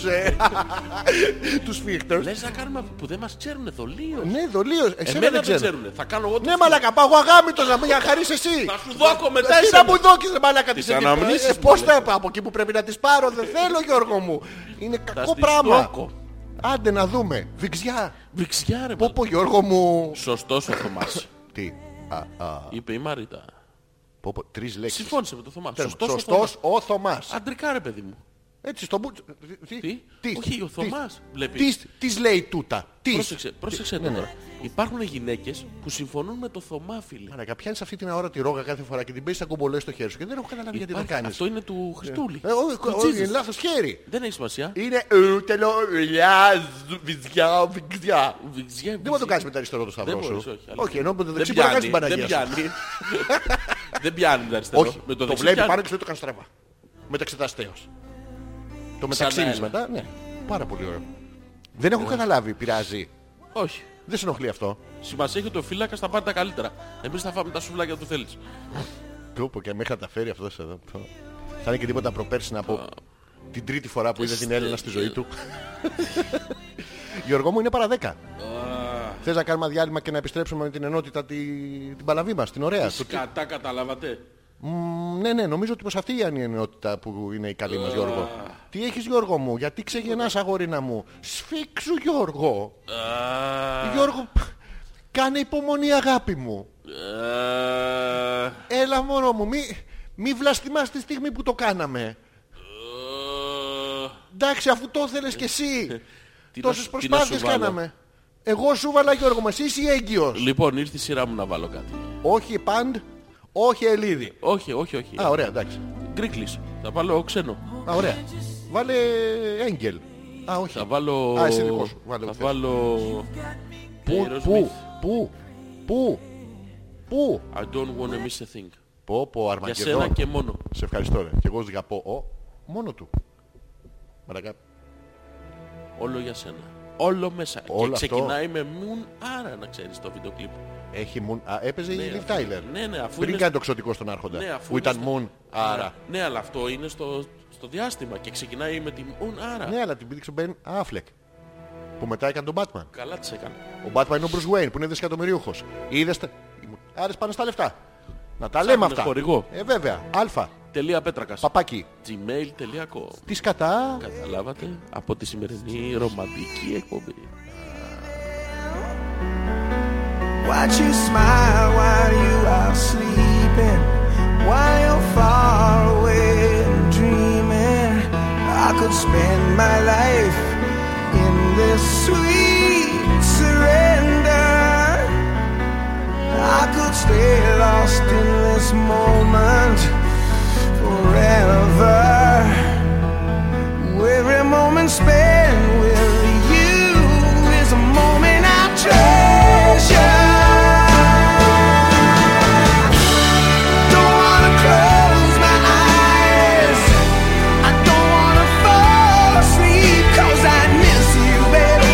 S1: του φίχτερ.
S2: Λες να κάνουμε αυτό που δεν μας ξέρουν εδώ λίγο.
S1: Ναι, δολίως. Εσένα
S2: Εμένα
S1: δεν
S2: δεν
S1: ξέρω.
S2: ξέρουν. Θα κάνω εγώ το
S1: Ναι, μαλακά, πάω αγάμητο να για να χαρίσει εσύ. Ε,
S2: Θα σου δώκω μετά
S1: Τι
S2: εσύ.
S1: να μου δώκεις ρε μαλάκα
S2: Τις
S1: τις εκεί-
S2: αναμνήσεις
S1: Ε,
S2: μου,
S1: Πώς
S2: λέτε.
S1: θα πάω από εκεί που πρέπει να τις πάρω Δεν θέλω Γιώργο μου Είναι κακό
S2: στις
S1: πράγμα
S2: δώκω.
S1: Άντε να δούμε Βιξιά
S2: Βυξιά ρε
S1: Πω πω Γιώργο μου
S2: Σωστός ο Θωμάς.
S1: Τι Α, α,
S2: Είπε η Μαρίτα.
S1: πω, πω, Τρεις λέξεις
S2: Συμφώνησε με το Θωμά. Σωστός ο
S1: Σωστός
S2: Θωμάς.
S1: ο Θωμάς
S2: Αντρικά ρε παιδί μου.
S1: Έτσι στο μπουτσο
S2: Τι? Όχι, ο Θωμάς βλέπεις.
S1: Τις λέει τούτα Τις
S2: Πρόσεξε, πρόσεξε
S1: Ναι,
S2: τώρα. Υπάρχουν γυναίκες που συμφωνούν με το Θωμά φίλε.
S1: Μαρακα, πιάνεις αυτή την αόρατη ρόγα κάθε φορά και την παίζεις να κομπολές στο χέρι σου και δεν έχω καταλάβει γιατί το
S2: Υπάρχει-
S1: κάνεις.
S2: Αυτό είναι του Χριστούλη.
S1: Ε, όχι,
S2: Του
S1: όχι,
S2: Τζίζης.
S1: είναι λάθος χέρι.
S2: Δεν έχει σημασία.
S1: Είναι ούτελο, λιάζ, βυζιά, βυζιά.
S2: Βυξιά,
S1: Δεν μπορεί να το
S2: βυξιά.
S1: κάνεις με τα αριστερό το σταυρό
S2: Δεν
S1: σου.
S2: μπορείς, όχι. αλήθεια.
S1: Όχι, ενώ με το
S2: Δεν
S1: δεξί μπορεί να
S2: πιάνει,
S1: κάνεις την Παναγία
S2: Δεν
S1: σου.
S2: πιάνει. Δεν πιάνει με το αριστερό.
S1: Όχι,
S2: Με το
S1: το
S2: δεξί
S1: βλέπει
S2: πιάνει.
S1: πάνω και σου λέει το κάνεις στραβά. Μεταξεταστέως. Το μεταξύνεις
S2: ένα.
S1: μετά, ναι. Πάρα πολύ ωραίο. Δεν
S2: Ε.
S1: έχω καταλάβει, πειράζει.
S2: Όχι.
S1: Δεν σε ενοχλεί αυτό.
S2: Σημασία έχει ότι ο φύλακας θα πάρει τα καλύτερα. Εμείς θα φάμε τα σουβλάκια που θέλεις.
S1: Του πω και με είχα τα φέρει αυτός εδώ. Πω. Θα είναι και τίποτα προπέρσι να πω. Την τρίτη φορά που είδες την Έλληνα στη ζωή του. Γιώργο μου είναι παρά 10. Θες να κάνουμε διάλειμμα και να επιστρέψουμε με την ενότητα τη- την παλαβή μας, την ωραία. Το-
S2: Κατά καταλάβατε.
S1: Μ, Ναι, ναι, νομίζω ότι πως αυτή είναι η ενότητα που είναι η καλή μας Γιώργο. Τι έχεις Γιώργο μου, γιατί ξεγεννάς αγορίνα μου. Σφίξου Γιώργο. Γιώργο, π, κάνε υπομονή αγάπη μου.
S2: Ε,
S1: Έλα μωρό μου, μη, μη βλαστημάς τη στιγμή που το κάναμε.
S2: ε,
S1: Εντάξει, αφού το ήθελες κι εσύ.
S2: Τι να
S1: Τόσες
S2: σου- τι να
S1: προσπάθειες
S2: σου βάλω.
S1: κάναμε. Εγώ σου βάλα Γιώργο μου, εσύ είσαι έγκυος.
S2: Λοιπόν, ήρθε η σειρά μου να βάλω κάτι.
S1: Όχι παντ, όχι ελίδι.
S2: Όχι, όχι, όχι.
S1: Α, ωραία, εντάξει.
S2: Γκρίκλις. Θα βάλω ξένο.
S1: Α, ωραία. Βάλε έγγελ. Α, όχι.
S2: Θα βάλω.
S1: Α, εσύ δικός σου. Βάλε
S2: Θα
S1: ό,τι θες.
S2: βάλω.
S1: Πού,
S2: Aerosmith.
S1: πού, πού, πού, πού.
S2: I don't wanna miss a thing.
S1: Πω, πω,
S2: Για
S1: Αρμαγκεδόν.
S2: σένα και μόνο.
S1: Σε ευχαριστώ, ρε. Και εγώ ζυγαπώ. Ο, μόνο του. Μαρακα.
S2: Όλο για σένα. Όλο μέσα.
S1: Όλο
S2: και
S1: αυτό.
S2: ξεκινάει με Moon άρα να ξέρεις το βίντεο κλιπ.
S1: Έχει μουν... Α, έπαιζε η Λιβ Τάιλερ.
S2: Ναι, ναι, αφού
S1: Πριν
S2: είναι-
S1: κάνει το ξωτικό στον Άρχοντα.
S2: Ναι, αφού
S1: που ήταν
S2: είναι στο-
S1: μουν, άρα.
S2: Ναι, αλλά αυτό είναι στο, στο διάστημα και ξεκινάει με τη Moon άρα.
S1: Ναι, αλλά την πήδηξε ο Μπεν Αφλεκ. Που μετά έκανε τον Batman.
S2: Καλά τις έκανε.
S1: Ο Batman είναι ο Bruce Wayne που είναι δισεκατομμυριούχος. Είδες τα... Άρες πάνε στα λεφτά. Να τα λέμε αυτά.
S2: χορηγό.
S1: Ε, βέβαια. Αλφα.
S2: Τελεία πέτρακας.
S1: Παπάκι.
S2: Gmail.com
S1: Τι σκατά.
S2: Καταλάβατε από τη σημερινή ρομαντική εκπομπή.
S4: Watch you smile while you are sleeping, while you're far away and dreaming. I could spend my life in this sweet surrender. I could stay lost in this moment forever. Every moment spent with you is a moment I treasure. Don't wanna close my eyes. I don't wanna fall asleep 'cause I miss you, baby,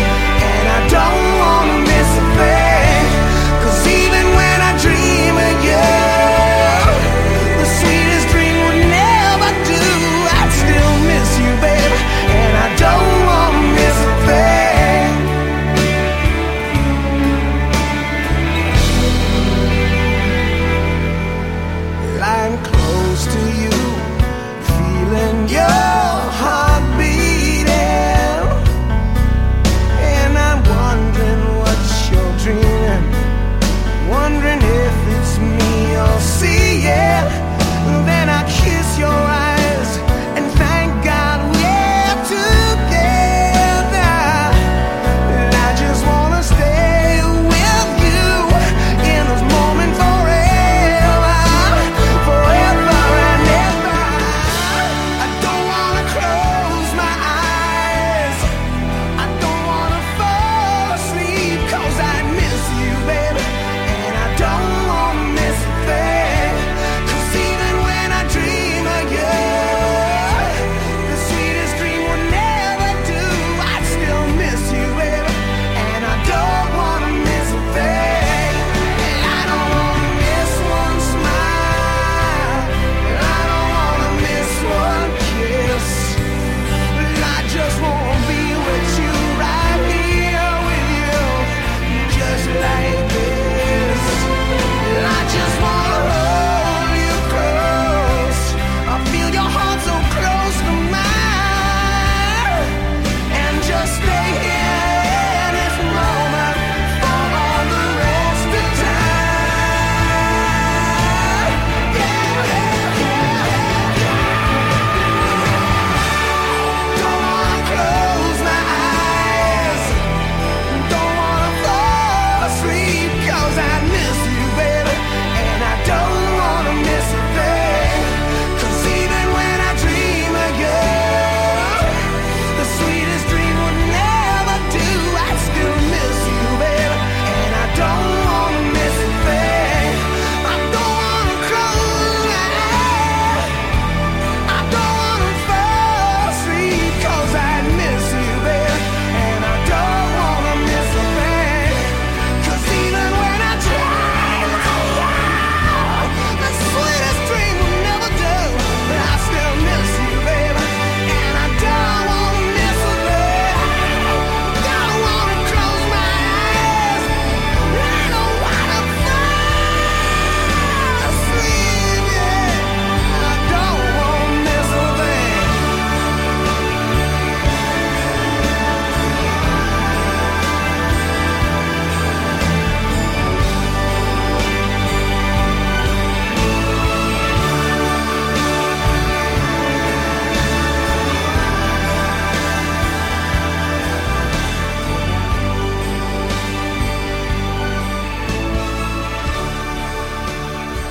S4: and I don't wanna miss a thing. 'Cause even when I dream of you.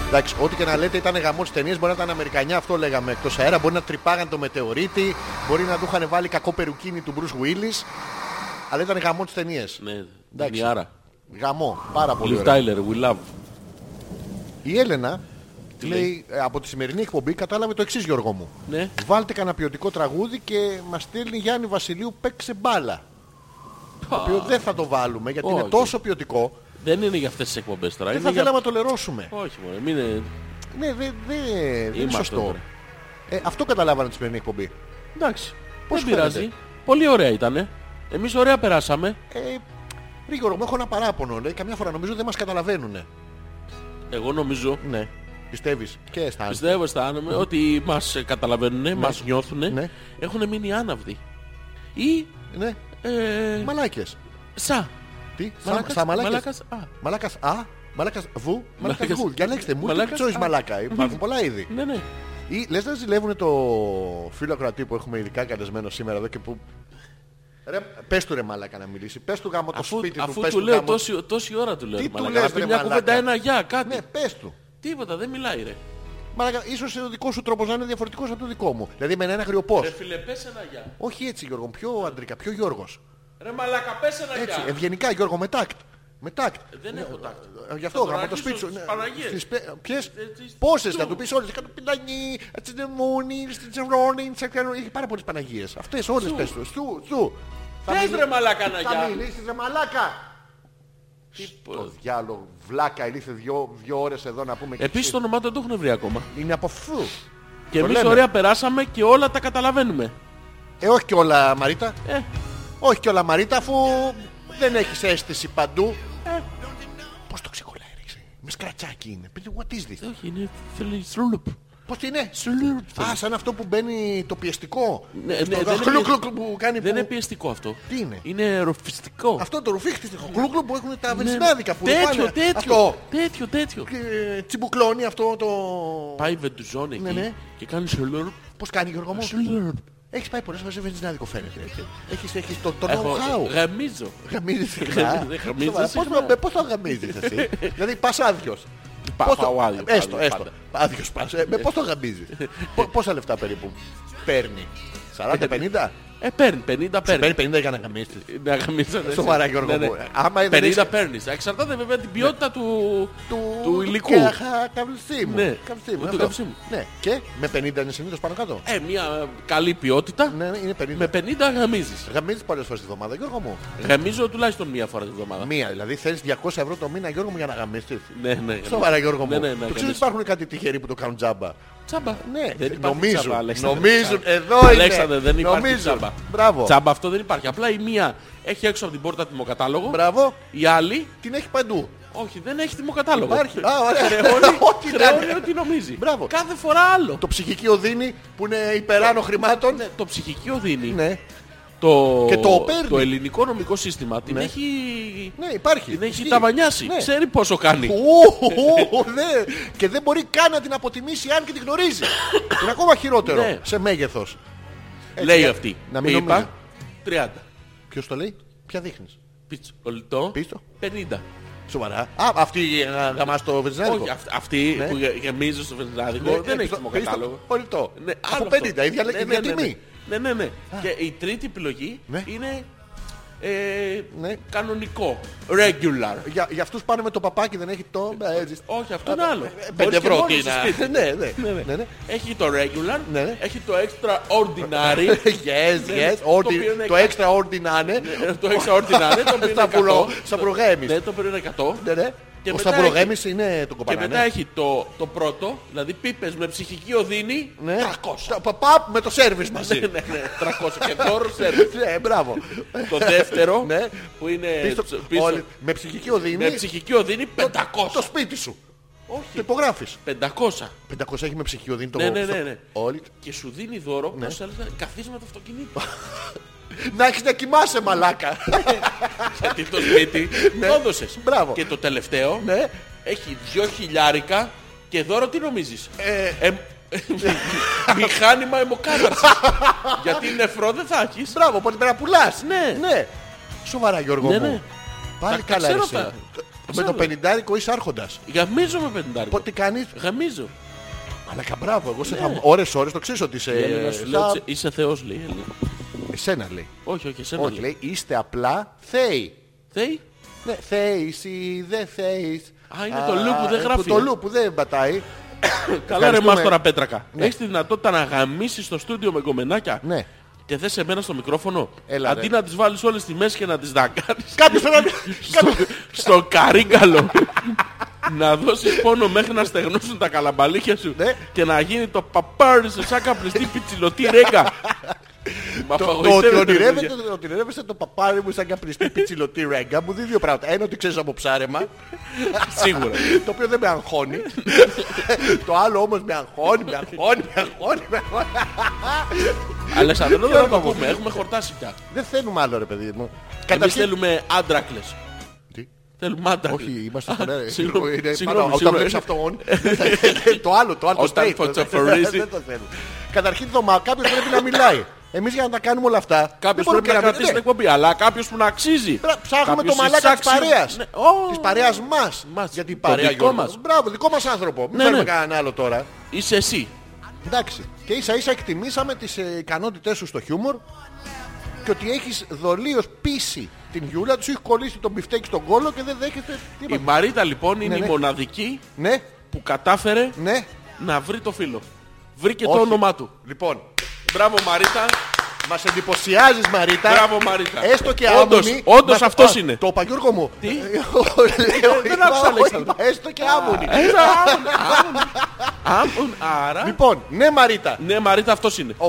S1: Εντάξει, ό,τι και να λέτε ήταν γαμός ταινίες, μπορεί να ήταν Αμερικανιά, αυτό λέγαμε εκτός αέρα. Μπορεί να τρυπάγαν το μετεωρίτη, μπορεί να του είχαν βάλει κακό περουκίνη του Bruce Willis. Αλλά ήταν γαμός τι ταινίες.
S2: Ναι, εντάξει. Άρα.
S1: Γαμό, πάρα πολύ
S2: Liv
S1: ωραία.
S2: Tyler, we love.
S1: Η Έλενα λέει, «Ε, από τη σημερινή εκπομπή κατάλαβε το εξής Γιώργο μου.
S2: Ναι.
S1: Βάλτε κανένα ποιοτικό τραγούδι και μας στέλνει Γιάννη Βασιλείου παίξε μπάλα. Το οποίο δεν θα το βάλουμε γιατί είναι
S2: Όχι.
S1: τόσο ποιοτικό.
S2: Δεν είναι για αυτές τις εκπομπές τώρα.
S1: Δεν
S2: είναι
S1: θα
S2: για-
S1: θέλαμε να το λερώσουμε.
S2: Όχι μόνο, μην είναι...
S1: Ναι, δεν δε, δεν είναι
S2: Είμαστε
S1: σωστό.
S2: τώρα.
S1: Ε, αυτό καταλάβανε τη σημερινή εκπομπή.
S2: Εντάξει.
S1: Πώς
S2: Πώς δεν πειράζει.
S1: φαίνεται?
S2: Πολύ ωραία ήτανε. Εμείς ωραία περάσαμε.
S1: Ε, ρε Γιώργο μου, έχω ένα παράπονο. Λέει, καμιά φορά νομίζω δεν μας καταλαβαίνουνε.
S2: Εγώ νομίζω,
S1: Ναι. Πιστεύεις και αισθάνεσαι.
S2: πιστεύω, αισθάνομαι ότι μας ε, καταλαβαίνουν, μας νιώθουν.
S1: Ναι.
S2: Έχουν μείνει άναυδοι. Ή...
S1: Ναι.
S2: Ε,
S1: Μαλάκες.
S2: Σα. Ναι,
S1: Τι,
S2: Μαλάκας,
S1: σαν μαλάκες.
S2: μαλάκας, α.
S1: Μαλάκας Α, μαλάκας Β, μαλάκας
S2: Μαλάκας-
S1: Γ. Διαλέξτε, μου
S2: Μαλάκας
S1: choice
S2: Α.
S1: μαλάκα. Υπάρχουν πολλά είδη.
S2: Ναι, ναι.
S1: Ή λες να ζηλεύουν το φίλο ακροατή που έχουμε ειδικά καλεσμένο σήμερα εδώ και που... Ρε, πες του ρε μαλάκα να μιλήσει, πες του γάμο το
S2: Αφού,
S1: σπίτι του,
S2: αφού
S1: πες
S2: του
S1: του
S2: λέω
S1: γάμο...
S2: τόση, τόση ώρα του λέω.
S1: Τι
S2: ρε
S1: του
S2: μαλάκα,
S1: λες,
S2: να πει
S1: ρε
S2: μια
S1: μαλάκα.
S2: κουβέντα ένα γεια, κάτι.
S1: Ναι, πες του.
S2: Τίποτα, δεν μιλάει ρε.
S1: Μαλάκα, ίσως ο δικός σου τρόπος να είναι διαφορετικός από το δικό μου. Δηλαδή με ένα αγριοπός.
S2: Ρε φίλε, πες ένα γεια.
S1: Όχι έτσι Γιώργο, μου, πιο αντρικά, πιο Γιώργος.
S2: Ρε μαλάκα, πες ένα
S1: Έτσι,
S2: γεια.
S1: ευγενικά Γιώργο, με τάκτ. Με τάκτ.
S2: Δεν έχω τάκτο.
S1: Ε, Γι' αυτό
S2: Θα τον
S1: γάμο το
S2: αρχίσω
S1: σπίτι σου. ναι.
S2: στις Παναγίες.
S1: Ποιες,
S2: Ε, τις-
S1: πόσες
S2: του.
S1: να του πεις όλες. Κατοπινάνι, τσιντεμούνι, τσιντζερόνι, τσακρανόνι. Έχει πάρα πολλές Παναγίες. Αυτές όλες πες τους. Στου, στου. Θα
S2: Πες
S1: μιλήσεις-
S2: ρε μαλάκα ένα
S1: Θα
S2: γεια.
S1: μιλήσεις ρε μαλάκα. Το
S2: Πω.
S1: διάλογο, βλάκα, ήλθε δύο, δύο ώρες εδώ να πούμε. και
S2: Επίσης
S1: εσύ.
S2: το όνομά του δεν το έχουν βρει ακόμα.
S1: Είναι από φου.
S2: Και εμείς
S1: λέμε.
S2: ωραία περάσαμε και όλα τα καταλαβαίνουμε.
S1: Ε, όχι κιόλα Μαρίτα.
S2: Ε,
S1: Όχι κιόλα Μαρίτα, αφού δεν έχεις αίσθηση παντού.
S2: Ε.
S1: Πώς το ξεκολλάει, ρε, εσύ. Με σκρατσάκι είναι. Παιδί, What is this?
S2: Ε, όχι, είναι θέλει σλουλουπ.
S1: Πώς είναι.
S2: Σλουλουπ.
S1: Α, σαν αυτό που μπαίνει το πιεστικό.
S2: Ναι,
S1: Στο
S2: ναι,
S1: δα-
S2: δεν
S1: χλουκ,
S2: είναι-
S1: χλουκ, που κάνει.
S2: Δεν
S1: που-
S2: είναι πιεστικό αυτό.
S1: Τι είναι?
S2: Είναι ροφιστικό.
S1: Αυτό το ρουφίχτη που έχουν τα
S2: Ναι,
S1: βενζινάδικα που
S2: Τέτοιο,
S1: πάνε-
S2: τέτοιο.
S1: Αυτό.
S2: Τέτοιο, τέτοιο.
S1: Ε, Τσιμπουκλώνει αυτό το.
S2: Πάει βεντουζόν εκεί
S1: Ναι, ναι.
S2: και κάνει σλουλουπ.
S1: Πώς κάνει Γιώργο μου.
S2: Σλουλουπ.
S1: Έχεις πάει πολλές φορές σε βενζινάδικο φαίνεται. Έχεις, έχεις το, το
S2: Έχω
S1: know-how.
S2: γαμίζω.
S1: Γαμίζεις συχνά.
S2: Δεν γαμίζω
S1: Σοβαρά,
S2: συχνά.
S1: πώς το- με Πώς το γαμίζεις εσύ. Δηλαδή πας άδειος.
S2: Πα-
S1: Πώς το-
S2: πάω άδειος,
S1: Έστω,
S2: άδειος
S1: έστω.
S2: πάντα.
S1: Άδειος πας. Ε, με Πώς το γαμίζεις. Πο- Πόσα λεφτά περίπου παίρνει. 40-50.
S2: Ε, παίρνει, 50 παίρνει.
S1: Παίρνει 50 για να γαμίσεις.
S2: Να γαμίζω, ναι.
S1: Σοβαρά, Γιώργο
S2: Ναι, ναι.
S1: μου. Άμα Ε, δεν
S2: 50
S1: έχεις-
S2: παίρνεις. Εξαρτάται βέβαια την ποιότητα του,
S1: του,
S2: του υλικού.
S1: Και αχα, καυσίμου.
S2: Ναι.
S1: Καυσίμου,
S2: Του
S1: αυτό.
S2: καυσίμου.
S1: Ναι. Και με 50 είναι συνήθως πάνω κάτω.
S2: Ε, μια ε, καλή ποιότητα.
S1: Ναι, ναι, είναι 50.
S2: Με 50 γαμίζεις.
S1: Γαμίζεις πολλές φορές τη βδομάδα, Γιώργο μου.
S2: Γαμίζω τουλάχιστον μία φορά τη βδομάδα.
S1: Μία, δηλαδή θέλεις 200 ευρώ το μήνα, Γιώργο μου, για να γαμίσεις.
S2: Ναι, ναι.
S1: Σοβαρά, Γιώργο μου.
S2: Ναι, ναι, ναι,
S1: το ξέρω
S2: γαμίζω.
S1: ότι υπάρχουν κάτι τυχεροί που το κάνουν τζάμπα.
S2: Τσάμπα.
S1: Ναι,
S2: δεν υπάρχει
S1: νομίζουν.
S2: τσάμπα, Αλέξανδρε.
S1: νομίζουν,
S2: Τσάμπα.
S1: εδώ είναι.
S2: Αλέξανδρε, δεν υπάρχει
S1: Νομίζουν.
S2: τσάμπα.
S1: Μπράβο.
S2: Τσάμπα αυτό δεν υπάρχει. Απλά η μία έχει έξω από την πόρτα τιμοκατάλογο.
S1: Μπράβο,
S2: Η άλλη,
S1: την έχει παντού.
S2: όχι, δεν έχει τιμοκατάλογο.
S1: Υπάρχει. Α, ωραία.
S2: Χρεώνει
S1: Ό,τι να
S2: χρεώνει
S1: είναι.
S2: ό,τι νομίζει.
S1: Μπράβο.
S2: Κάθε φορά άλλο.
S1: Το ψυχική οδύνη που είναι υπεράνω χρημάτων. Ναι.
S2: Το ψυχικό δίνει. Το,
S1: Και το παίρνει.
S2: το ελληνικό νομικό σύστημα την
S1: Ναι.
S2: έχει,
S1: Ναι, υπάρχει.
S2: την έχει
S1: Ισχύει.
S2: ταβανιάσει.
S1: Ναι.
S2: Ξέρει πόσο κάνει.
S1: Ου, ου, ου, ναι. Και δεν μπορεί καν να την αποτιμήσει αν και την γνωρίζει. Είναι ακόμα χειρότερο
S2: Ναι.
S1: σε μέγεθος.
S2: Λέει αυτή.
S1: να μην
S2: Είπα
S1: νομίζει.
S2: 30.
S1: Ποιος το λέει, ποια δείχνεις.
S2: Πίτσο. Ολτό.
S1: Πίτσο.
S2: 50.
S1: Σοβαρά. Α, αυτή ε, γαμάς το βενζινάδικο.
S2: Όχι, αυ- αυτή
S1: Ναι.
S2: που γε- γεμίζει στο βενζινάδικο
S1: Ναι,
S2: δεν
S1: ε,
S2: έχει
S1: πίσω-
S2: τιμοκατάλογο.
S1: πίσω- Πολιτό.
S2: Ναι,
S1: Από
S2: άλλο
S1: 50,
S2: αυτό.
S1: ίδια
S2: Ναι,
S1: ίδια
S2: ναι, ναι,
S1: τιμή.
S2: Ναι, ναι, ναι. Και η τρίτη επιλογή
S1: Ναι.
S2: είναι ε,
S1: Ναι.
S2: κανονικό. Regular.
S1: Για, για αυτούς πάνε με το παπάκι, δεν έχει το... ε, έτσι.
S2: Όχι, αυτό είναι άλλο.
S1: Ε,
S2: Μπορείς
S1: Πέντε
S2: και
S1: ευρώ
S2: μόνος
S1: τι
S2: στο
S1: να-
S2: σπίτι.
S1: Ναι, ναι.
S2: Ναι, ναι.
S1: ναι, ναι.
S2: Έχει το regular,
S1: Ναι, ναι.
S2: έχει το extraordinary.
S1: Yes,
S2: Ναι,
S1: yes.
S2: ναι.
S1: Ordi-
S2: Το οποίο είναι
S1: Το ναι,
S2: εκατό.
S1: έξτρα ορντινάνε.
S2: Ε, το extraordinary, το οποίο είναι
S1: Σταυρό-
S2: 100.
S1: σταυρογέμις.
S2: Ναι, το οποίο είναι 100.
S1: Ναι, ναι.
S2: Και
S1: Ο
S2: μετά
S1: σταυρογέμις είναι το
S2: Και μετά
S1: κομπανάνε.
S2: έχει το, το πρώτο, δηλαδή πίπες με ψυχική οδύνη,
S1: Ναι.
S2: 300.
S1: Παπ με το σερβις μαζί.
S2: Ναι, ναι, ναι, 300 και δώρο σερβις.
S1: Ναι, μπράβο.
S2: Το δεύτερο
S1: Ναι.
S2: που είναι
S1: Πίσω-
S2: ψ- πίσω,
S1: όλοι- Με ψυχική
S2: Ε, με
S1: οδύνη.
S2: ψυχική οδύνη 500.
S1: Το σπίτι σου. Το
S2: Όχι,
S1: υπογράφεις.
S2: 500.
S1: 500 έχει με ψυχική οδύνη το
S2: Ναι, ναι, ναι, ναι.
S1: Όλοι.
S2: Και σου δίνει δώρο ναι. πόσα λεφτά καθίσματα αυτοκινήτου.
S1: Να έχεις να κοιμάσαι μαλάκα.
S2: Ναι. Γιατί το σπίτι το έδωσες.
S1: Ναι. Μπράβο.
S2: Και το τελευταίο
S1: Ναι.
S2: έχει δυο χιλιάρικα και δώρο τι νομίζεις.
S1: Ε,
S2: Εμ- Μηχάνημα αιμοκάταρσης. Γιατί νεφρό δεν θα έχεις.
S1: Μπράβο, οπότε πρέπει να πουλάς.
S2: Ναι.
S1: Ναι. Σοβαρά Γιώργο
S2: Ναι,
S1: μου.
S2: ναι.
S1: Πάλι
S2: Τα- τα
S1: καλά
S2: ξέρω
S1: εσύ.
S2: αυτά.
S1: Με το πενηντάρικο είσαι άρχοντας.
S2: Γαμίζω με πεντάρικο.
S1: Πότε κάνεις.
S2: Γαμίζω.
S1: Αλλά καμπράβο, εγώ σε
S2: Ναι.
S1: χαμ... ώρες ώρες το ξέρω ότι
S2: Η Έλενα
S1: είσαι.
S2: Ναι, σου Ναι, λέει,
S1: Ε, θα-
S2: «Τσε- είσαι θεός λέει. η Έλενα.
S1: Εσένα λέει.
S2: Όχι, όχι, εσένα
S1: Όχι,
S2: λέει.
S1: λέει είστε απλά θέοι.
S2: Θεοί.
S1: Ναι, θέεις ή δεν θέεις.
S2: Α, είναι το loop που δεν γράφει,
S1: Το
S2: ε.
S1: loop που δεν πατάει.
S2: Καλά ρε
S1: Ε, Ευχαριστούμε.
S2: μας τώρα πέτρακα.
S1: Ναι.
S2: Έχεις τη δυνατότητα να γαμίσεις στο στούντιο με κομμενάκια.
S1: Ναι.
S2: Και θες εμένα στο μικρόφωνο.
S1: Έλα,
S2: Αντί
S1: ρε.
S2: να τις βάλεις όλες στη μέση και να τις δαγκάνεις.
S1: Κάποιος πρέπει να...
S2: στο, στο καρύγκαλο. να δώσεις πόνο μέχρι να στεγνώσουν τα καλαμπαλίκια σου.
S1: Ναι.
S2: Και να γίνει το παπάρι σε σαν καπνιστή πιτσιλωτή ρέγκα. Μα
S1: Το, το ότι ονειρεύεται, το ονειρεύεσαι το παπάρι μου σαν καπνιστή πιτσιλωτή ρέγγα μου δίνει δύο πράγματα. Ένα ότι ξέρεις από ψάρεμα,
S2: Σίγουρα.
S1: το οποίο δεν με αγχώνει. το άλλο όμως με αγχώνει, με αγχώνει, με αγχώνει. με αγχώνει.
S2: Αλεξανδρό
S1: Γιώργο
S2: δεν θα το
S1: μου.
S2: πούμε. Έχουμε χορτάσει πια.
S1: δεν θέλουμε άλλο ρε παιδί μου.
S2: Εμείς
S1: Καταρχήν-
S2: θέλουμε άντρακλες.
S1: Τι?
S2: Θέλουμε άντρακλες.
S1: Όχι, είμαστε στον
S2: Α,
S1: αέρα.
S2: Συγγνώμη,
S1: Είναι
S2: συγγνώμη,
S1: πάνω- Όταν
S2: συγγνώμη.
S1: βλέπεις αυτόν, το άλλο, το άλλο. το
S2: Όταν
S1: straight,
S2: φωτσοφορίζει.
S1: Δεν το θέλω. Καταρχήν, δωμά, κάποιος πρέπει να μιλάει. Εμείς για να τα κάνουμε όλα αυτά.
S2: Κάποιος
S1: δεν μπορούμε
S2: πρέπει να
S1: μιλάμε,
S2: κρατήσει την
S1: ναι.
S2: εκπομπή, αλλά κάποιος που να αξίζει.
S1: Πρέπει να Ψάχνουμε
S2: Κάποιος
S1: το μαλάκα της
S2: εισάξιο.
S1: παρέας.
S2: Ναι, ω.
S1: Της παρέας μας.
S2: Μας.
S1: Γιατί η
S2: Το
S1: παρέα
S2: δικό
S1: Γιώργο.
S2: μας.
S1: Μπράβο, δικό μας άνθρωπο. Μην
S2: Ναι,
S1: φέρουμε
S2: ναι.
S1: κανέναν άλλο τώρα.
S2: Είσαι εσύ.
S1: Εντάξει. Και ίσα ίσα εκτιμήσαμε τις ε, ικανότητές σου στο χιούμορ και ότι έχεις δολίως πίσει την Γιούλα, τους έχει κολλήσει τον μπιφτέκι στον κόλο και δεν δέχεται
S2: Η
S1: τίποτα.
S2: Μαρίτα λοιπόν είναι
S1: Ναι,
S2: η
S1: ναι.
S2: μοναδική
S1: Ναι,
S2: που κατάφερε
S1: ναι.
S2: να βρει το φίλο. Βρήκε το
S1: Όχι.
S2: όνομά του.
S1: Λοιπόν,
S2: Μπράβο Μαρίτα.
S1: Μας εντυπωσιάζεις Μαρίτα.
S2: Μπράβο, Μαρίτα.
S1: Έστω και
S2: Όντως,
S1: άμμονη.
S2: όντως
S1: Μα-
S2: αυτός
S1: Α,
S2: είναι.
S1: Το είπα Γιώργο μου. Ε,
S2: Τι? Ε,
S1: Λέω,
S2: δεν
S1: είπα,
S2: άκουσα,
S1: όχι,
S2: Αλέξανδρο.
S1: είπα, Έστω και άμμονη.
S2: Άμουν, άρα.
S1: Λοιπόν, ναι Μαρίτα.
S2: Ναι Μαρίτα αυτός είναι.
S1: Ο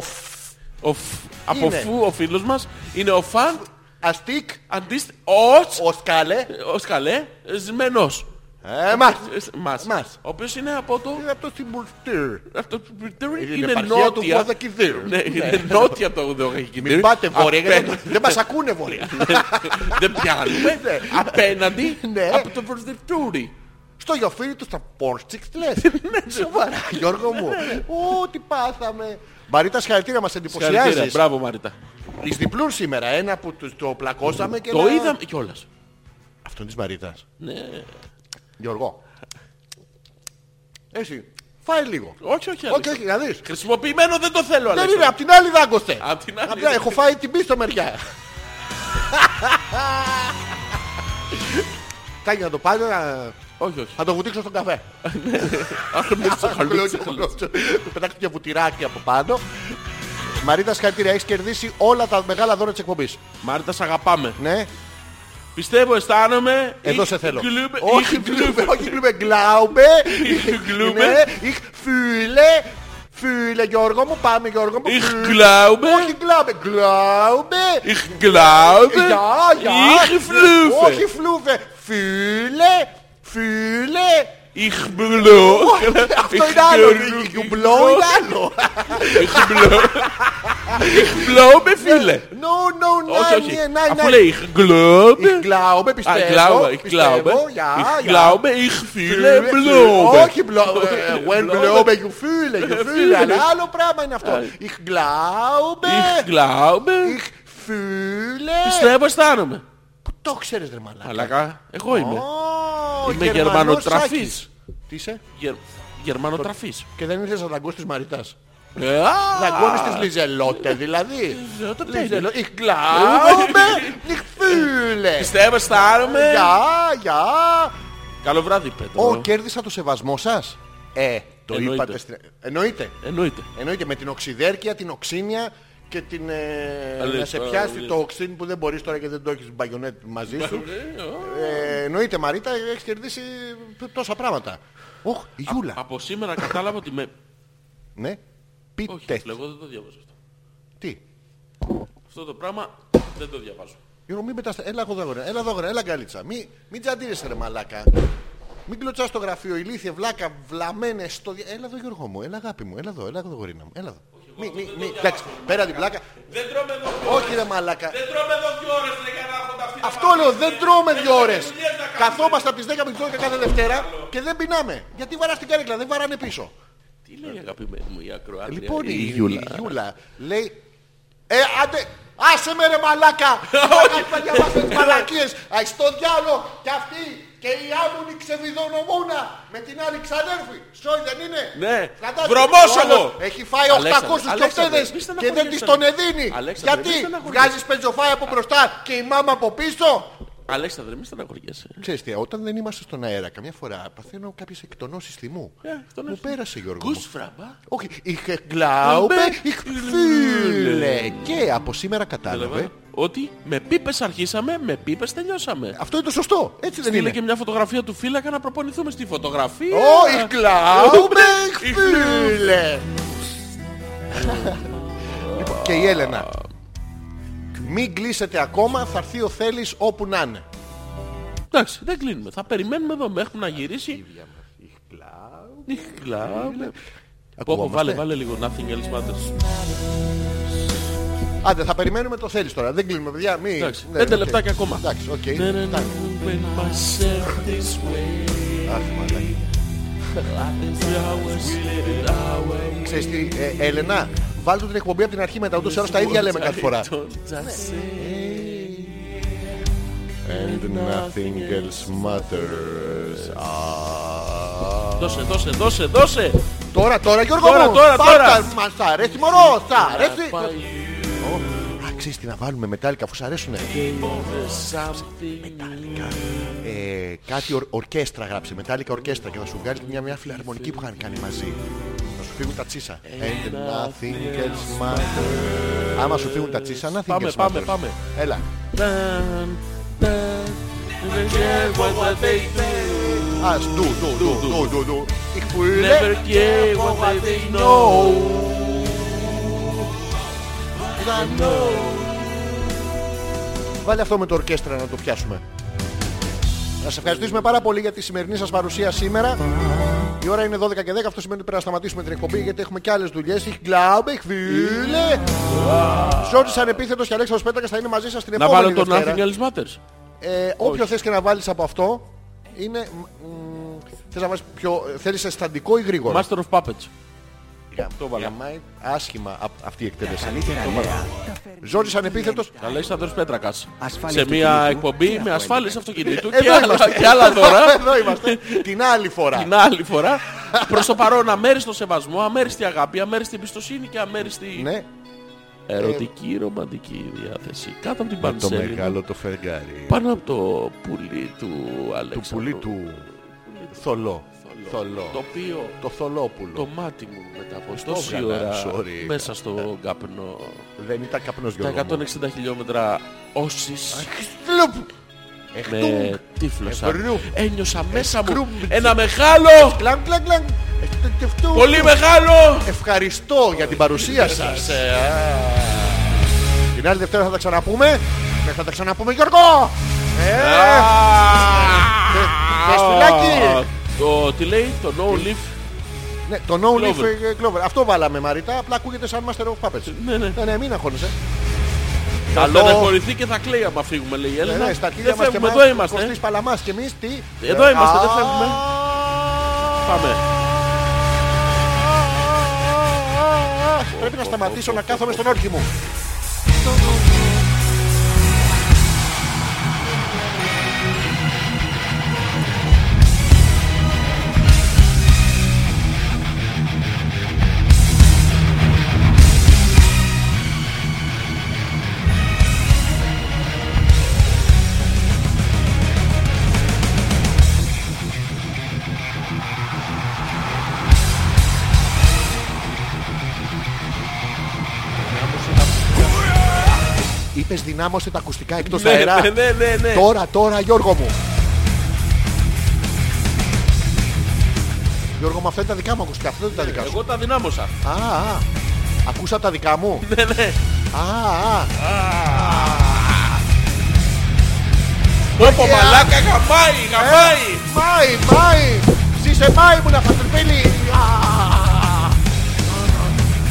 S2: Ο φ- Από
S1: Είναι.
S2: φου ο φίλος μας είναι ο φαν
S1: Αστίκ,
S2: αντίστη... Ως...
S1: ο Σκάλε.
S2: Ως καλέ. Σμένος.
S1: Ε, μας.
S2: Σ- Μας.
S1: Μας.
S2: Ο οποίος είναι από το...
S1: Είναι αυτό στην Μπουρτήρ.
S2: Αυτό που είναι,
S1: Είναι
S2: είναι
S1: επαρχία του
S2: νότια.
S1: Βόδα Κηδείρου.
S2: Ναι, είναι νότια από το Βοδοκηδείρου.
S1: Μην πάτε βόρεια, γιατί
S2: Απέ-
S1: δεν μας ακούνε βόρεια.
S2: Δεν πιάνουμε.
S1: Ναι.
S2: Απέναντι
S1: Ναι.
S2: από το Βοδοκηδείρου.
S1: Στο γιοφύρι του στα πόρτσικ λες.
S2: Ναι,
S1: Σοβαρά, Γιώργο μου. Ω, τι πάθαμε. Μαρίτα, συγχαρητήρια, μας εντυπωσιάζεις.
S2: Μπράβο Μαρίτα.
S1: Εις διπλούν σήμερα. Ένα που τους- το πλακώσαμε και
S2: Το
S1: ένα-
S2: είδαμε κιόλας.
S1: Αυτό είναι της Μαρίτας.
S2: Ναι.
S1: Γιώργο. Εσύ, φάει λίγο.
S2: Όχι, όχι.
S1: Όχι,
S2: Αλέξη.
S1: όχι, να δεις.
S2: Χρησιμοποιημένο δεν το θέλω,
S1: Δεν
S2: Αλέξη.
S1: είναι, απ' την άλλη δάγκωστε.
S2: Απ' την άλλη.
S1: Απ' Έχω φάει την πίσω μεριά. Κάνει να το πάρει, να-
S2: Όχι, όχι.
S1: θα το βουτήξω στον καφέ.
S2: Αχ, με στο χαλούτσι.
S1: Του πετάξω και βουτυράκι από πάνω. Μαρίτα, συγχαρητήρια. Έχεις κερδίσει όλα τα μεγάλα δώρα της εκπομπής.
S2: Μάρτα, σ' αγαπάμε.
S1: Ναι.
S2: Πιστεύω, αισθάνομαι.
S1: Εδώ
S2: ich
S1: σε θέλω.
S2: glaube,
S1: Όχι
S2: ich
S1: γκλούμπε,
S2: glaube.
S1: όχι γκλούμπε, γκλάουμπε.
S2: Ich glaube.
S1: Ich fühle. Fühle Γιώργο μου, πάμε Γιώργο μου.
S2: Ich
S1: Fühle. Oh,
S2: glaube.
S1: Όχι γκλάουμπε, γκλάουμπε.
S2: Ich glaube.
S1: Ja, ja.
S2: Ich flüfe.
S1: Όχι φλούβε. Fühle. Fühle. Oh,
S2: Ich blow.
S1: Αυτό είναι άλλο. Γιουμπλό είναι
S2: Oh,
S1: άλλο.
S2: Ich blow. Ich blow με φίλε.
S1: No, no,
S2: Όχι,
S1: no,
S2: όχι.
S1: no,
S2: Αφού
S1: no.
S2: λέει ich glaube.
S1: Ich glaube,
S2: Α, ich
S1: ναι, πιστεύω.
S2: Ah, glaube, ich glaube.
S1: Πιστεύω, ja,
S2: Ich
S1: ja.
S2: glaube, ich fühle blow.
S1: Όχι μπλόμπε. oh, eh, When
S2: Blobe.
S1: blobe you feel, you feel.
S2: Fühle.
S1: Αλλά άλλο πράγμα είναι αυτό. Ich glaube,
S2: Ich glaube.
S1: ich fühle.
S2: Πιστεύω, αισθάνομαι.
S1: Πού το ξέρεις ρε μαλάκα.
S2: Μαλακά, εγώ είμαι.
S1: ναι. Ω,
S2: Είμαι
S1: Γερμανός
S2: γερμανοτραφής.
S1: Σάκης. Τι είσαι
S2: Γερ- Γερμανοτραφής.
S1: και δεν ήρθες να δαγκώσεις της Μαριτάς.
S2: Ε, α,
S1: Δαγκώνεις τις Λιζελότε δηλαδή.
S2: Λιζελότε, τι
S1: Λιζελό- Ich glaube, ich fühle.
S2: Πιστεύω, αισθάνομαι.
S1: Γεια, γεια.
S2: Καλό βράδυ,
S1: Ω,
S2: Πέτρο.
S1: κέρδισα το σεβασμό σας. Ε, το
S2: Εννοείται.
S1: είπατε στην... Εννοείται.
S2: Εννοείται.
S1: Εννοείται με την οξυδέρκεια, την οξύνια και την. Ε,
S2: Αλήθεια,
S1: να σε πιάσει
S2: αλήθεια.
S1: το οξύν που δεν μπορείς τώρα και δεν το έχεις μπαγιονέτ μαζί σου. ε, εννοείται Μαρίτα, έχεις κερδίσει τόσα πράγματα. Οχ, η Γιούλα.
S2: Από σήμερα κατάλαβα ότι με...
S1: ναι.
S2: Όχι,
S1: Πείτε.
S2: φίλε, εγώ δεν το διαβάζω αυτό.
S1: Τι.
S2: Αυτό το πράγμα δεν το διαβάζω.
S1: Γιώργο, μην μεταστα... Έλα εδώ, γορα. Έλα εδώ, γορα. Έλα γκαλίτσα. Μην, μην τζαντήρεσαι, ρε μαλάκα. Μην κλωτσάς στο γραφείο, ηλίθιε, βλάκα, βλαμένε στο. δια- Έλα εδώ, Γιώργο μου. Έλα, αγάπη μου. Έλα εδώ, έλα εδώ, γορίνα μου. Έλα εδώ. Μη, μη, μη. Εντάξει, πέρα την πλάκα.
S2: Δεν τρώμε εδώ δύο
S1: Όχι, ρε μαλάκα.
S2: Δεν τρώμε εδώ δύο ώρες, ρε, για να έχω τα αυτιά.
S1: Αυτό λέω, δεν τρώμε δύο ώρες.
S2: δουλειές να κάνουμε.
S1: Καθόμαστε από τις 10 με τι 12 κάθε Δευτέρα και δεν πεινάμε. Γιατί βαράς την καρέκλα, δεν βαράνε πίσω.
S2: Τι λέει η αγαπημένη μου η ακροάτρια.
S1: Λοιπόν, η,
S2: η
S1: η
S2: Γιούλα.
S1: Γιούλα λέει. Ε, άντε, άσε με ρε μαλάκα! Να κάνεις να διαβάσετε τις μαλακίες! Αϊ, στο διάλο! Κι αυτή και η άμμονη ξεβιδωνομούνα με την άλλη ξαδέρφη. Σόι δεν είναι.
S2: Ναι.
S1: Κρατάτε. Ο
S2: Βρωμόσογο.
S1: άλλος Έχει φάει 800
S2: Αλέξανδρε, Αλέξανδρε,
S1: κεφτέδες
S2: μη
S1: και δεν της
S2: στεναχωριέσαι.
S1: τον εδίνει.
S2: Αλέξανδρε, μη
S1: Γιατί
S2: στεναχωριέσαι.
S1: βγάζεις πεζοφάι από μπροστά και η μάμα από πίσω.
S2: Αλέξανδρε, μη στεναχωριέσαι.
S1: Ξέρεις τι, όταν δεν είμαστε στον αέρα, καμιά φορά παθαίνω κάποιες εκτονώσεις θυμού.
S2: Ε, ναι.
S1: Μου πέρασε Γιώργο. μου.
S2: Κούσφραμπα.
S1: Όχι, ich glaube, ich fühle.
S2: fühle.
S1: Και από σήμερα κατάλαβε.
S2: Καταλαβαίνω Ότι με πίπες αρχίσαμε, με πίπες τελειώσαμε.
S1: Αυτό είναι το σωστό. Έτσι δεν
S2: Στείλε
S1: είναι.
S2: και μια φωτογραφία του φύλακα να προπονηθούμε στη φωτογραφία. ναι,
S1: Oh, ich glaube, ich
S2: Ich
S1: fühle. Λοιπόν, και η Έλενα. Μην κλείσετε ακόμα, θα έρθει ο Θέλης όπου να είναι.
S2: Εντάξει, δεν κλείνουμε. Θα περιμένουμε εδώ μέχρι να γυρίσει. Νιχλάμε. Πω, πω,
S1: Ακουγόμαστε.
S2: βάλε, βάλε λίγο Nothing Else Matters.
S1: Άντε, θα περιμένουμε το Θέλης τώρα. Δεν κλείνουμε, παιδιά. Μην...
S2: Εντάξει,
S1: ναι,
S2: πέντε
S1: οκ.
S2: λεπτάκια ακόμα.
S1: Εντάξει, οκ.
S2: Ναι, ναι, ναι.
S1: Εντάξει. Αχ, μαλάκα. Ξέρεις τι, ε, Έλενα, βάλτε την εκπομπή από την αρχή μετά. Ούτως ή άλλως τα ίδια λέμε κάθε φορά. Ναι. And nothing else matters. Α.
S2: Δώσε, δώσε, δώσε, δώσε.
S1: Τώρα, τώρα Γιώργο
S2: Τώρα,
S1: μου,
S2: τώρα,
S1: πάρτα,
S2: τώρα.
S1: Μας σ' αρέσει μωρό, σ' αρέσει.
S2: Πάει
S1: Α, ξέρεις τι να βάλουμε μετάλλικα αφού σ' αρέσουνε.
S2: something.
S1: Ε, κάτι ορ, ορκέστρα γράψε, μετάλλικα ορκέστρα και θα σου βγάλει μια, μια φιλαρμονική που είχαν κάνει μαζί. Θα σου φύγουν τα τσίσα. And nothing else matters. Άμα σου φύγουν τα τσίσα, nothing
S2: Πάμε,
S1: else
S2: πάμε,
S1: matters.
S2: πάμε.
S1: Έλα.
S2: Ταν, ταν. Never care what they do.
S1: Ας, ντου, ντου, ντου, ντου, ντου, ντου.
S2: Ναι,
S1: Ich
S2: Never
S1: fühle
S2: care what they
S1: Ναι.
S2: know.
S1: no.
S2: Ναι,
S1: Βάλε αυτό με το ορκέστρα να το πιάσουμε. Να σε ευχαριστήσουμε πάρα πολύ για τη σημερινή σας παρουσία σήμερα. Η ώρα είναι 12 και 10, αυτό σημαίνει ότι πρέπει να σταματήσουμε την εκπομπή γιατί έχουμε και άλλες δουλειές. Ich glaube, ich will. Ζόρις ανεπίθετος και Αλέξανδρος Πέτρακας θα είναι μαζί σας την
S2: Να
S1: επόμενη
S2: βάλω τον
S1: Δευτέρα.
S2: Nothing Else Matters.
S1: Ε, όποιο θες και να βάλεις από αυτό είναι... μ, μ, Θες να βάλεις πιο... Θέλεις αισθαντικό ή γρήγορο.
S2: Master of Puppets.
S1: Το Γαμάει άσχημα απ- αυτή η εκτέλεση. Ζόρις ανεπίθετος.
S2: Αλέξανδρος Πέτρακας.
S8: Ασφάλεια
S2: Σε μια
S8: αυτοκινήτου. Τι
S2: εκπομπή
S8: αυτό
S2: με
S8: είναι.
S2: ασφάλειες αυτοκινήτου και
S1: Εδώ
S2: άλλα-
S1: Ε, είμαστε.
S2: και άλλα δώρα.
S1: Εδώ είμαστε. Την άλλη φορά.
S2: Την άλλη φορά. Προς το παρόν αμέριστο σεβασμό, αμέριστη αγάπη, αμέριστη εμπιστοσύνη και αμέριστη
S1: Ναι.
S2: ερωτική ρομαντική διάθεση. Κάτω από την
S1: Με το
S2: πανσέλινη.
S1: μεγάλο το φεργάρι.
S2: Πάνω από το πουλί του Αλέξανδρου.
S1: Του πουλί του θολό. Θολό.
S2: Το οποίο
S1: Το
S2: το
S1: θολόπουλο.
S2: μάτι μου μετά από
S1: έβγαλα,
S2: τόση ώρα
S1: sorry.
S2: μέσα στο καπνό
S1: Δεν ήταν καπνός
S2: τα
S1: Γιώργο μου.
S2: 160 χιλιόμετρα όσης
S1: Χτυπ. Εχτούγκ.
S2: με τύφλωσα.
S1: Ευρού.
S2: Ένιωσα μέσα μου
S1: Εσκρούμπιτσε.
S2: ένα μεγάλο,
S1: Κλαγκ, κλαγκ, κλαγκ. Ε, Εκτετευτού.
S2: πολύ μεγάλο
S1: Ευχαριστώ για την παρουσία σας. Ε, α. Την άλλη Δευτέρα θα τα ξαναπούμε. Ναι, Θα τα ξαναπούμε Γιώργο. Ε, Πες φυλάκι.
S2: Το τι λέει, το no leaf.
S1: Ναι, το No Leaf
S2: Clover.
S1: ε, Clover. Αυτό βάλαμε Μαρίτα, απλά ακούγεται σαν Master of Puppets.
S2: Ναι, ναι.
S1: Ναι, ναι, μην αγχώνεσαι.
S2: Θα ταλαιπωρηθεί και θα κλαίει άμα φύγουμε, λέει η
S1: Ναι,
S2: Έλενα.
S1: ναι, στα αρχίδια
S2: Δεν
S1: μας και
S2: φεύγουμε,
S1: μας.
S2: εδώ είμαστε.
S1: Κωστής Παλαμάς και εμείς τι. Ε,
S2: Εδώ είμαστε, δεν
S1: Α,
S2: φεύγουμε. Πάμε.
S1: Πρέπει να σταματήσω να κάθομαι στον όρχη μου. Είπες δυνάμωσε τα ακουστικά εκτός
S2: Ναι,
S1: αέρα.
S2: ναι, ναι, ναι, ναι.
S1: Τώρα, τώρα Γιώργο μου. Γιώργο μου, αυτά είναι τα δικά μου ακουστικά. Αυτά δεν είναι τα δικά σου.
S2: Εγώ τα δυνάμωσα.
S1: Α, α. Ακούσα τα δικά μου.
S2: Ναι, ναι.
S1: Α, α.
S2: Όπο μαλάκα, γαμάει, γαμάει.
S1: Μάι, μάι. Ζήσε μάι μου να φαστρπίλει. Ε.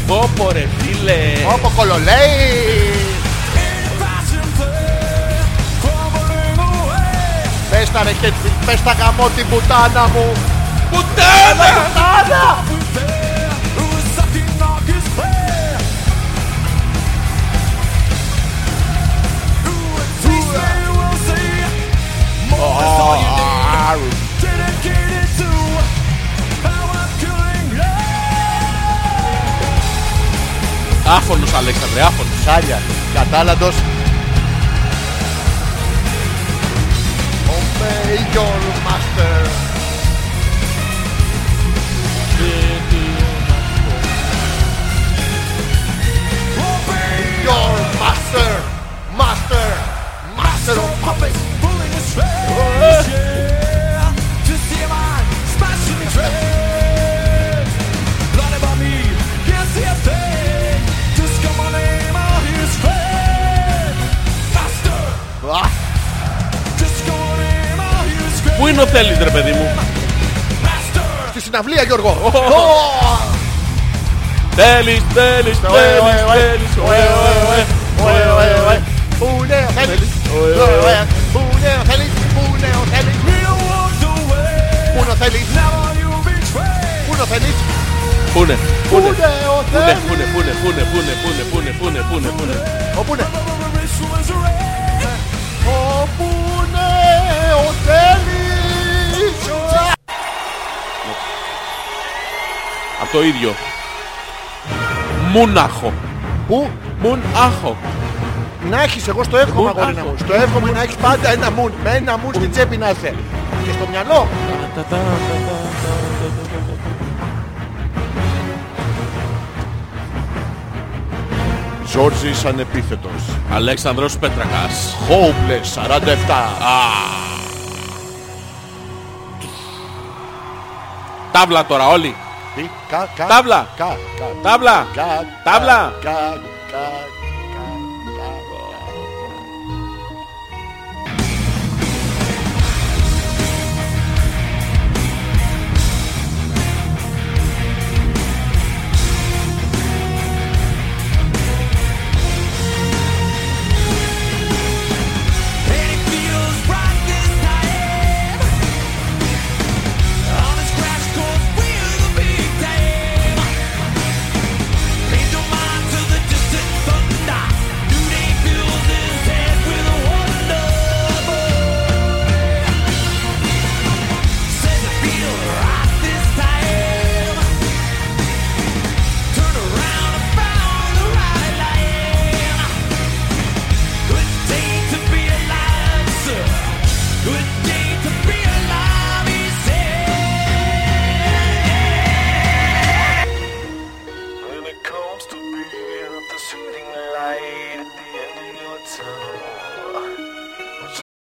S2: Όπο ρε φίλε.
S1: Όπω κολολέει. Πες τα ρε και πες τα γαμό την πουτάνα μου
S2: Πουτάνα.
S1: Πουτάνα
S8: More, that's all you need.
S2: Maroon.
S4: Dedicated to how I'm feeling
S2: Άφωνος Αλέξανδρε, άφωνος.
S1: Σάλια. Κατάλαντος. Ο Μέγιον Μάστερ. Μέγιον Μάστερ. Μάστερ. Μάστερ ο Παπές.
S4: "Oh, Pulling the strings, yeah. Just hear my smashing trains. Blood about me, yes, yes, thing. Just come on, name out his fame. Faster,
S1: Α,
S4: just come on, name out his fame.
S2: Πού είναι ο Θέλης ρε παιδί μου.
S4: Faster,
S1: Στη συναυλία
S4: Oh.
S1: Γιώργο.
S2: Θέλης, Θέλης,
S1: Ωε, ωε,
S2: Θέλης,
S1: ωε.
S2: Θέλης.
S1: Ωε, ωε, ωε. Ωε, ωε, ωε. Πού είναι ο Θέλης. Ωε, ωε. Πού είναι ο Θέλης. Πού είναι ο Θέλης.
S4: we'll walk the way.
S1: Πού είναι ο Θέλης.
S4: Now you betray.
S1: Πού είναι ο Θέλης.
S2: Πού είναι, πού
S1: Πού
S2: είναι.
S1: είναι ο
S2: Πού είναι,
S1: Θέλης.
S2: πού είναι, πού είναι, πού είναι, πού είναι, πού είναι, πού είναι, πού είναι, πού είναι, πού είναι.
S1: Ο, Πού είναι.
S4: Over the race was red.
S1: Όπου είναι ο Τέλης
S2: Απ' το ίδιο. Μούναχο.
S1: Πού
S2: Μουνάχο.
S1: να έχεις εγώ στο εύχομαι
S2: Πού,
S1: αγόρι
S2: άκου.
S1: μου Στο εύχομαι να έχεις πάντα ένα μουν Με ένα μουν στην τσέπη να είσαι Και στο μυαλό Τζόρτζης ανεπίθετος
S2: Αλέξανδρος Πέτρακας.
S1: Homeless 47
S2: Τάβλα τώρα όλοι.
S1: Τι, κα, κα,
S2: Τάβλα.
S1: Κα, κα,
S2: Τάβλα.
S1: κα,
S2: Τάβλα.
S1: κα, κα, κα,